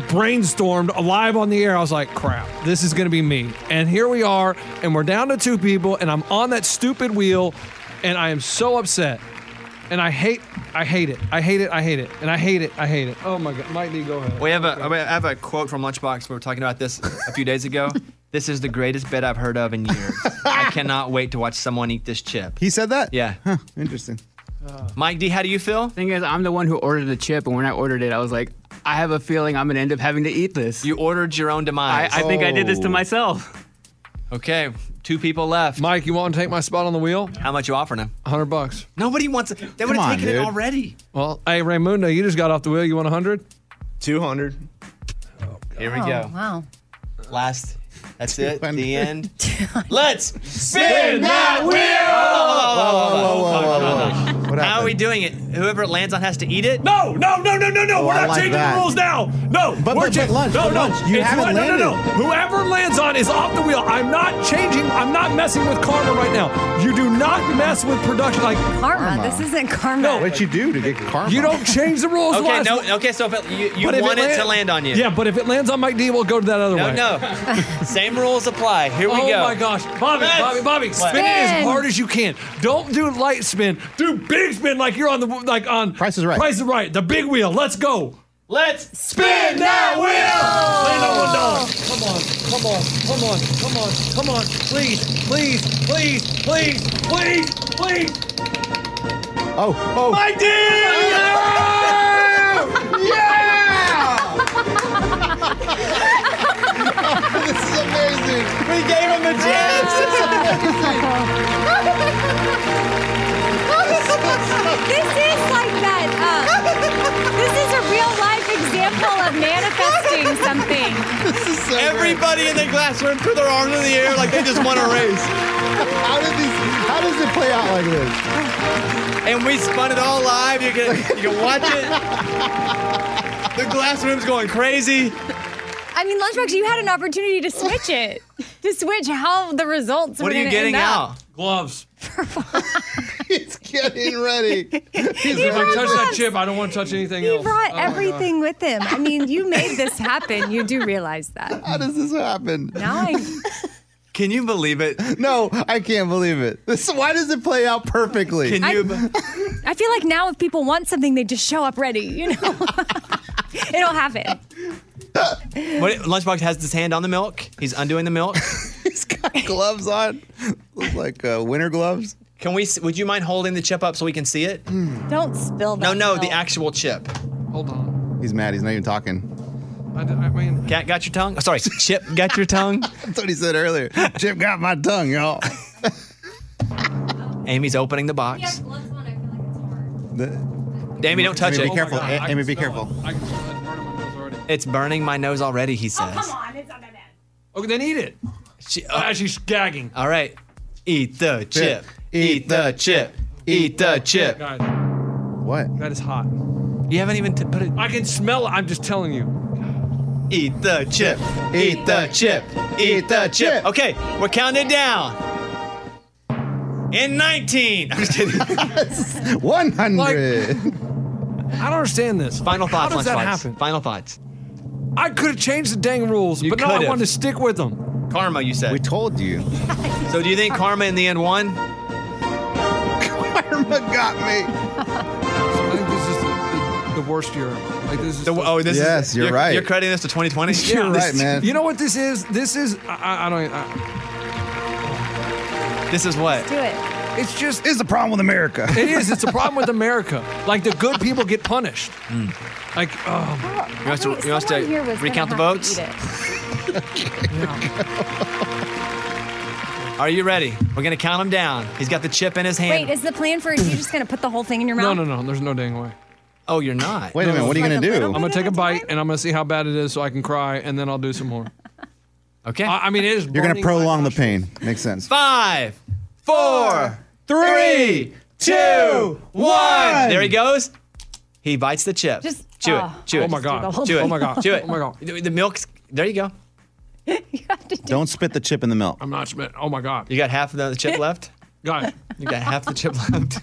Speaker 18: brainstormed live on the air, I was like, crap, this is going to be me. And here we are, and we're down to two people, and I'm on that stupid wheel, and I am so upset. And I hate, I hate it. I hate it. I hate it. And I hate it. I hate it. Oh my God. Mike D, go ahead.
Speaker 5: We have a I have a quote from Lunchbox. We were talking about this a few days
Speaker 18: <laughs>
Speaker 5: ago. This is the greatest bet I've heard of in years. I cannot wait to watch someone eat this chip.
Speaker 9: He said that?
Speaker 5: Yeah.
Speaker 9: Huh, interesting.
Speaker 5: Mike D, how do you feel?
Speaker 12: Thing is, I'm the one who ordered the chip, and when I ordered it, I was like, I have a feeling I'm gonna end up having to eat this.
Speaker 5: You ordered your own demise.
Speaker 12: I, I think I did this to
Speaker 5: Oh.
Speaker 12: myself.
Speaker 5: Okay, two people left.
Speaker 18: Mike, you want to take my spot on the wheel?
Speaker 5: How much you offering him?
Speaker 18: 100 bucks.
Speaker 5: Nobody wants it. They would
Speaker 18: Come
Speaker 5: have
Speaker 18: on,
Speaker 5: taken it
Speaker 18: dude.
Speaker 5: already.
Speaker 18: Well, hey, Raymundo, you just got off the wheel. You want 100?
Speaker 17: 200.
Speaker 5: Here
Speaker 4: Oh,
Speaker 5: we go.
Speaker 4: Wow.
Speaker 5: Last. That's it. The
Speaker 9: <laughs>
Speaker 5: end. Let's spin
Speaker 8: Spin
Speaker 5: that
Speaker 8: that
Speaker 5: wheel.
Speaker 8: wheel!
Speaker 5: Whoa, whoa, whoa, whoa, whoa. How are we doing it? Whoever it lands on has to eat it. No, no, no, no, no,
Speaker 9: Oh,
Speaker 5: no.
Speaker 18: We're not changing the rules now. Oh, No,
Speaker 5: But-
Speaker 18: we're
Speaker 5: but- but
Speaker 18: cha-
Speaker 5: lunch,
Speaker 18: No,
Speaker 5: but
Speaker 18: no,
Speaker 5: lunch, you
Speaker 18: It's
Speaker 5: haven't
Speaker 18: lun- no, no, no.
Speaker 5: landed.
Speaker 18: Whoever lands on is off the wheel. I'm not changing. I'm not messing with karma right now. You do not mess with production. Like
Speaker 4: Karma. This isn't karma.
Speaker 18: No.
Speaker 9: What'd you do to get karma?
Speaker 18: You don't change the rules.
Speaker 5: Okay,
Speaker 18: Lars.
Speaker 5: no. Okay, so if it, you, you
Speaker 18: But if
Speaker 5: want it,
Speaker 18: lan-
Speaker 5: to land on you.
Speaker 18: Yeah, but if it lands on Mike D, we'll go to that other
Speaker 5: No,
Speaker 18: way. <laughs>
Speaker 5: no. Same rules apply. Here we
Speaker 18: oh
Speaker 5: go.
Speaker 18: my gosh. Bobby,
Speaker 5: Let's
Speaker 18: Bobby, Bobby, spin, it as
Speaker 5: Spin.
Speaker 18: hard as you can. Don't do light spin. Do big spin like you're on the like on Price is Right. Price is Right. The big wheel. Let's go.
Speaker 5: Let's
Speaker 8: spin that wheel!
Speaker 18: Land on one dollar. Come on, come on, come on, come on, come on. Please, please, please, please, please, please.
Speaker 9: Oh, oh.
Speaker 8: My
Speaker 5: dear!
Speaker 9: <laughs>
Speaker 8: Yeah!
Speaker 9: <laughs> this
Speaker 13: amazing.
Speaker 5: We gave him a chance.
Speaker 13: This is amazing.
Speaker 2: This is like that. Uh, this is a real life example of manifesting something.
Speaker 13: This is so
Speaker 5: Everybody in the classroom threw their arms in the air like they just won a race.
Speaker 9: how did these? How does it play out like this?
Speaker 5: And we spun it all live. You can you can watch it. The classroom's going crazy. <laughs>
Speaker 2: I mean, Lunchbox, you had an opportunity to switch it, to switch how the results. were gonna end up.
Speaker 18: Gloves.
Speaker 9: He's <laughs> getting ready.
Speaker 18: He's
Speaker 4: He
Speaker 18: like,
Speaker 4: brought
Speaker 18: touch that
Speaker 4: gloves.
Speaker 18: chip. I don't want to touch anything
Speaker 4: He
Speaker 18: else.
Speaker 4: brought
Speaker 18: Oh my God.
Speaker 4: everything with him. I mean, you made this happen. You do realize that.
Speaker 9: <laughs> How does this happen?
Speaker 4: Now I
Speaker 5: Can you believe it?
Speaker 9: No, I can't believe it. This, why does it play out perfectly?
Speaker 4: Can you- I feel like now if people want something, they just show up ready, you know? <laughs> It'll happen.
Speaker 5: What, Lunchbox has his hand on the milk. He's undoing the milk.
Speaker 9: <laughs> He's got gloves on, Look like uh, winter gloves.
Speaker 5: Can we? s- Would you mind holding the chip up so we can see it?
Speaker 4: Don't spill
Speaker 5: No, no, the actual chip.
Speaker 18: Hold on.
Speaker 9: He's mad. He's not even talking.
Speaker 18: I, d- I mean,
Speaker 5: Cat got your tongue? Oh, sorry, Chip got your tongue.
Speaker 9: <laughs> That's what he said earlier. Chip got my tongue, y'all.
Speaker 5: <laughs> Amy's opening the box.
Speaker 9: The-
Speaker 5: Amy, don't touch
Speaker 9: Amy,
Speaker 5: it.
Speaker 9: Be
Speaker 18: Oh
Speaker 9: careful. A- Amy, be careful.
Speaker 5: It's burning my nose already.
Speaker 8: Oh,
Speaker 5: He says.
Speaker 18: okay, Oh, then eat it.
Speaker 5: She, oh.
Speaker 18: ah, she's gagging.
Speaker 5: All right. Eat the chip.
Speaker 18: Chip.
Speaker 5: Eat the chip. Eat the chip.
Speaker 18: Guys,
Speaker 9: What?
Speaker 18: that is hot.
Speaker 5: You haven't even t- put it.
Speaker 18: I can smell it. I'm just telling you.
Speaker 5: Eat the chip. Eat the chip. Eat the chip. Okay, we're counting down.
Speaker 8: <laughs>
Speaker 5: In <laughs> 19. I'm just
Speaker 9: <laughs>
Speaker 5: kidding.
Speaker 9: 100.
Speaker 18: I don't understand this.
Speaker 5: Final
Speaker 18: How
Speaker 5: thoughts.
Speaker 18: does that
Speaker 5: Lunchbox.
Speaker 18: happen?
Speaker 5: Final thoughts.
Speaker 18: I could have changed the dang rules,
Speaker 5: You
Speaker 18: but no, I
Speaker 5: could've.
Speaker 18: wanted to stick with them.
Speaker 5: Karma, you said. We
Speaker 9: told you.
Speaker 5: <laughs> so, do you think karma in the end won?
Speaker 9: Karma got me.
Speaker 18: I think this is the, the, the worst year. Like this is.
Speaker 5: oh, this
Speaker 9: Yes,
Speaker 5: is.
Speaker 9: you're right.
Speaker 5: You're crediting this to 2020.
Speaker 9: <laughs>
Speaker 18: Yeah,
Speaker 9: You're
Speaker 18: this-
Speaker 9: right, man.
Speaker 18: You know what this is? This is. I- I, I don't. I,
Speaker 5: This is what.
Speaker 2: Do it.
Speaker 18: it's just.
Speaker 9: Is the problem with America?
Speaker 18: It is.
Speaker 9: <laughs>
Speaker 18: It's a problem with America. Like the good people get punished. Like, oh,
Speaker 5: Hmm. You want us to, you want us to recount the votes? Are you ready? We're going to count them down. He's got the chip in his hand.
Speaker 4: Wait, is the plan for it? You're just going to put the whole thing in your
Speaker 18: no,
Speaker 4: mouth?
Speaker 18: no, no. There's no dang way.
Speaker 5: oh, you're not.
Speaker 9: Wait a minute. What are you
Speaker 4: Like
Speaker 9: gonna
Speaker 4: a
Speaker 9: do?
Speaker 4: little
Speaker 18: I'm gonna take a bite and I'm gonna see how bad it is, so I can cry, and then I'll do some more.
Speaker 5: <laughs> Okay.
Speaker 18: I, I mean, it is.
Speaker 9: You're gonna
Speaker 18: burning my
Speaker 9: prolong the pain. Makes
Speaker 5: <laughs>
Speaker 9: sense.
Speaker 5: Five, four, three, two, one. There he goes. He bites the chip.
Speaker 4: Just-
Speaker 5: chew
Speaker 4: oh,
Speaker 5: it. Chew
Speaker 18: Oh
Speaker 5: it.
Speaker 18: my god.
Speaker 5: Chew it.
Speaker 18: Oh my god.
Speaker 5: Chew it.
Speaker 18: Oh my god.
Speaker 5: The the milk's. There you go.
Speaker 9: Don't spit the chip in the milk.
Speaker 18: I'm not. schmi- Oh my god.
Speaker 5: You got half of the
Speaker 18: <laughs>
Speaker 5: chip left.
Speaker 18: God.
Speaker 5: You got half the chip left.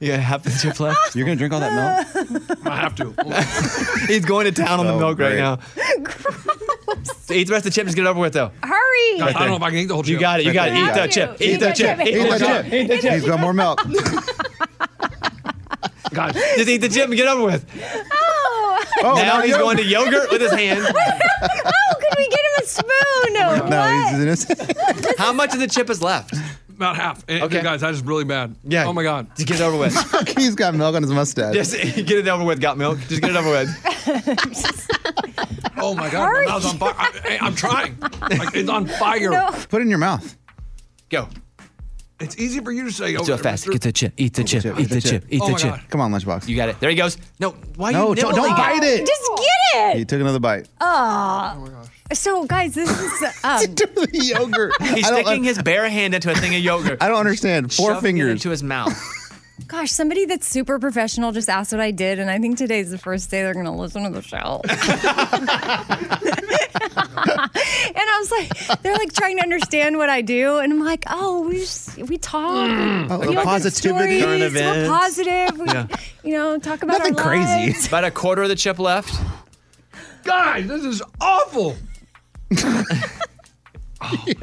Speaker 5: You got half the chip left.
Speaker 9: You're gonna drink all that milk?
Speaker 18: <laughs> I have to. Oh my-
Speaker 5: <laughs> He's going to town on the
Speaker 9: Oh,
Speaker 5: milk right
Speaker 9: great.
Speaker 5: now. So eat the rest of the chip. Just get it over with, though.
Speaker 2: Hurry.
Speaker 18: I don't know if I can eat the whole chip.
Speaker 5: You got it. You got it. Eat
Speaker 9: Right
Speaker 5: the
Speaker 9: there.
Speaker 5: chip.
Speaker 2: You
Speaker 5: Eat the
Speaker 2: got
Speaker 5: chip.
Speaker 2: it.
Speaker 5: Eat the chip. Eat the chip.
Speaker 9: He's got more milk.
Speaker 18: God.
Speaker 5: Just eat the chip and get it over with.
Speaker 2: Oh,
Speaker 9: Oh,
Speaker 5: now he's
Speaker 9: yogurt.
Speaker 5: going to yogurt
Speaker 9: <laughs>
Speaker 5: with his hand.
Speaker 8: Oh,
Speaker 2: how could we get him a spoon?
Speaker 9: No,
Speaker 2: what?
Speaker 9: he's innocent.
Speaker 5: <laughs> How much of the chip is left?
Speaker 18: About half. And,
Speaker 5: Okay.
Speaker 18: okay. Guys, that is really bad.
Speaker 5: Yeah.
Speaker 18: Oh my god.
Speaker 5: Just get it over with.
Speaker 9: <laughs> he's got milk on his mustache.
Speaker 5: Just get it over with. Got milk. Just get it over with.
Speaker 18: Oh my god. My mouth's on fire. I, am trying. Like, it's on fire.
Speaker 4: No.
Speaker 9: Put it in your mouth.
Speaker 5: Go.
Speaker 18: It's easy for you to say.
Speaker 5: Let's
Speaker 18: over
Speaker 5: do it
Speaker 18: there,
Speaker 5: fast.
Speaker 18: mister.
Speaker 5: Get the chip. Eat the chip. Eat the chip. Eat
Speaker 18: Oh
Speaker 5: the
Speaker 18: my
Speaker 5: chip.
Speaker 18: God.
Speaker 9: Come on, lunchbox.
Speaker 5: You got it. There he goes. No. Why
Speaker 9: No,
Speaker 5: you
Speaker 9: don't- don't
Speaker 5: nibbling?
Speaker 9: bite it.
Speaker 4: Just get
Speaker 9: He
Speaker 4: it.
Speaker 9: took another bite.
Speaker 4: So, guys, this is.
Speaker 9: <laughs>
Speaker 4: Um,
Speaker 9: the
Speaker 8: <laughs>
Speaker 9: yogurt.
Speaker 5: He's
Speaker 9: I don't,
Speaker 5: sticking his bare hand into a thing of yogurt.
Speaker 9: <laughs> I don't understand. Four
Speaker 5: Shoving it
Speaker 9: fingers.
Speaker 5: into his mouth. <laughs>
Speaker 4: gosh, somebody that's super professional just asked what I did, and I think today's the first day they're going to listen to the show. <laughs> and I was like, they're like trying to understand what I do, and I'm like, oh, we just, we talk,
Speaker 9: Oh,
Speaker 4: we
Speaker 9: positivity.
Speaker 4: Stories, we're
Speaker 5: Mm. events.
Speaker 4: positive, we,
Speaker 5: Yeah.
Speaker 4: you know, talk about
Speaker 9: Nothing
Speaker 4: our
Speaker 9: crazy.
Speaker 4: lives.
Speaker 5: About a quarter of the chip left.
Speaker 18: Guys, this is
Speaker 9: <laughs>
Speaker 18: awful.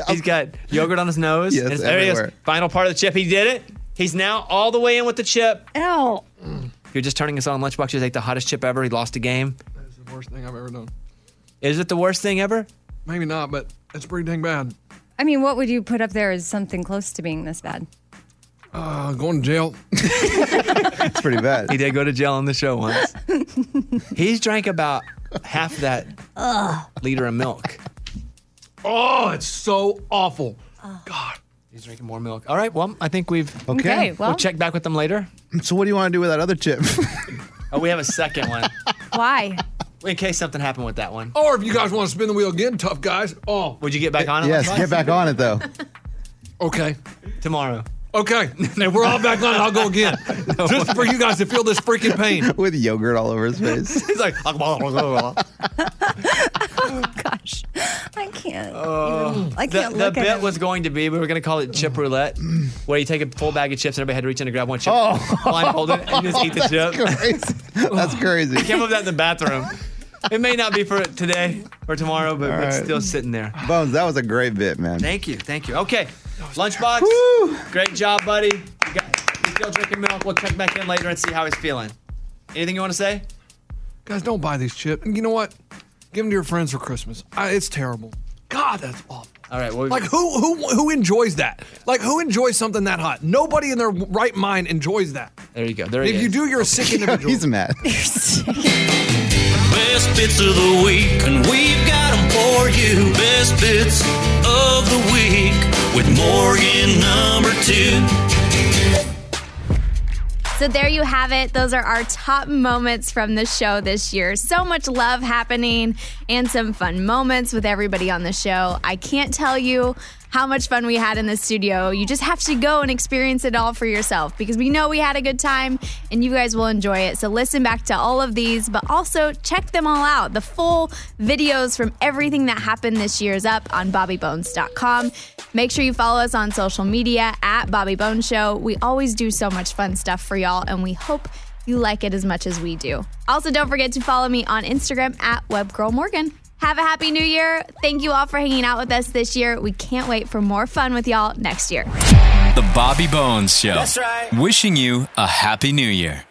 Speaker 5: He's got yogurt on his nose.
Speaker 9: Yes,
Speaker 5: And his- there he is.
Speaker 9: everywhere.
Speaker 5: Final part of the chip. He did it. He's now all the way in with the chip.
Speaker 4: Ow.
Speaker 5: You're just turning us on. Lunchbox just ate the hottest chip ever. He lost a game.
Speaker 18: That's the worst thing I've ever done.
Speaker 5: Is it the worst thing ever?
Speaker 18: Maybe not, but it's pretty dang bad.
Speaker 4: I mean, what would you put up there as something close to being this bad?
Speaker 18: Uh, going to jail.
Speaker 9: It's pretty bad.
Speaker 5: He did go to jail on the show once. He's drank about half that
Speaker 2: Ugh.
Speaker 5: liter of milk.
Speaker 18: Oh, it's so awful.
Speaker 5: He's drinking more milk. All right. Well, I think we've
Speaker 9: Okay. Okay,
Speaker 5: we'll,
Speaker 9: well-
Speaker 5: check back with them later.
Speaker 9: So what do you want to do with that other chip?
Speaker 5: Oh, we have a second one
Speaker 2: Why?
Speaker 5: in case something happened with that one.
Speaker 18: Or if you guys want to spin the wheel again, tough guys. Oh,
Speaker 5: would you get back on it?
Speaker 9: yes, get back on it though.
Speaker 18: Okay.
Speaker 5: Tomorrow. <laughs>
Speaker 18: Okay. And we're all back on. it. I'll go again. Just for you guys to feel this freaking pain.
Speaker 9: <laughs> With yogurt all over his
Speaker 18: <sighs>
Speaker 9: face.
Speaker 5: <laughs> He's like,
Speaker 9: Oh,
Speaker 4: Gosh, I can't.
Speaker 5: Oh,
Speaker 4: even, I
Speaker 5: the,
Speaker 4: can't
Speaker 5: the
Speaker 4: look
Speaker 5: bit
Speaker 4: at it.
Speaker 5: was going to be we were going to call it chip roulette, where you take a full bag of chips and everybody had to reach in and grab one chip,
Speaker 9: Oh.
Speaker 5: blindfold it, and just eat the
Speaker 9: <laughs> That's
Speaker 5: chip.
Speaker 9: Crazy. That's crazy.
Speaker 5: <laughs> I came up with that in the bathroom. It may not be for today or tomorrow, but
Speaker 9: All
Speaker 5: it's
Speaker 9: right.
Speaker 5: still sitting there.
Speaker 9: Bones, that was a great bit, man.
Speaker 5: Thank you, thank you. Okay, lunchbox. Great job, buddy. You got, he's still drinking milk. We'll check back in later and see how he's feeling. Anything you want to say?
Speaker 18: Guys, don't buy these chips. And you know what? Give them to your friends for Christmas. I, it's terrible. God, that's awful.
Speaker 5: All right. Well,
Speaker 18: Like who who who enjoys that? Like who enjoys something that hot? Nobody in their right mind enjoys that.
Speaker 5: There you go. There
Speaker 18: if
Speaker 5: he
Speaker 18: you
Speaker 5: is.
Speaker 18: do, you're
Speaker 9: <laughs>
Speaker 18: a sick individual.
Speaker 9: He's mad.
Speaker 7: Best bits of the week, and we've got 'em for you. Best bits of the week with Morgan number two.
Speaker 2: So there you have it. Those are our top moments from the show this year. So much love happening and some fun moments with everybody on the show. I can't tell you how much fun we had in the studio. You just have to go and experience it all for yourself because we know we had a good time and you guys will enjoy it. So listen back to all of these, but also check them all out. The full videos from everything that happened this year is up on bobbybones.com. Make sure you follow us on social media at Bobby Bones Show. We always do so much fun stuff for y'all, and we hope you like it as much as we do. Also, don't forget to follow me on Instagram at WebGirlMorgan. Have a happy new year. Thank you all for hanging out with us this year. We can't wait for more fun with y'all next year.
Speaker 11: The Bobby Bones Show.
Speaker 2: That's right.
Speaker 11: Wishing you a happy new year.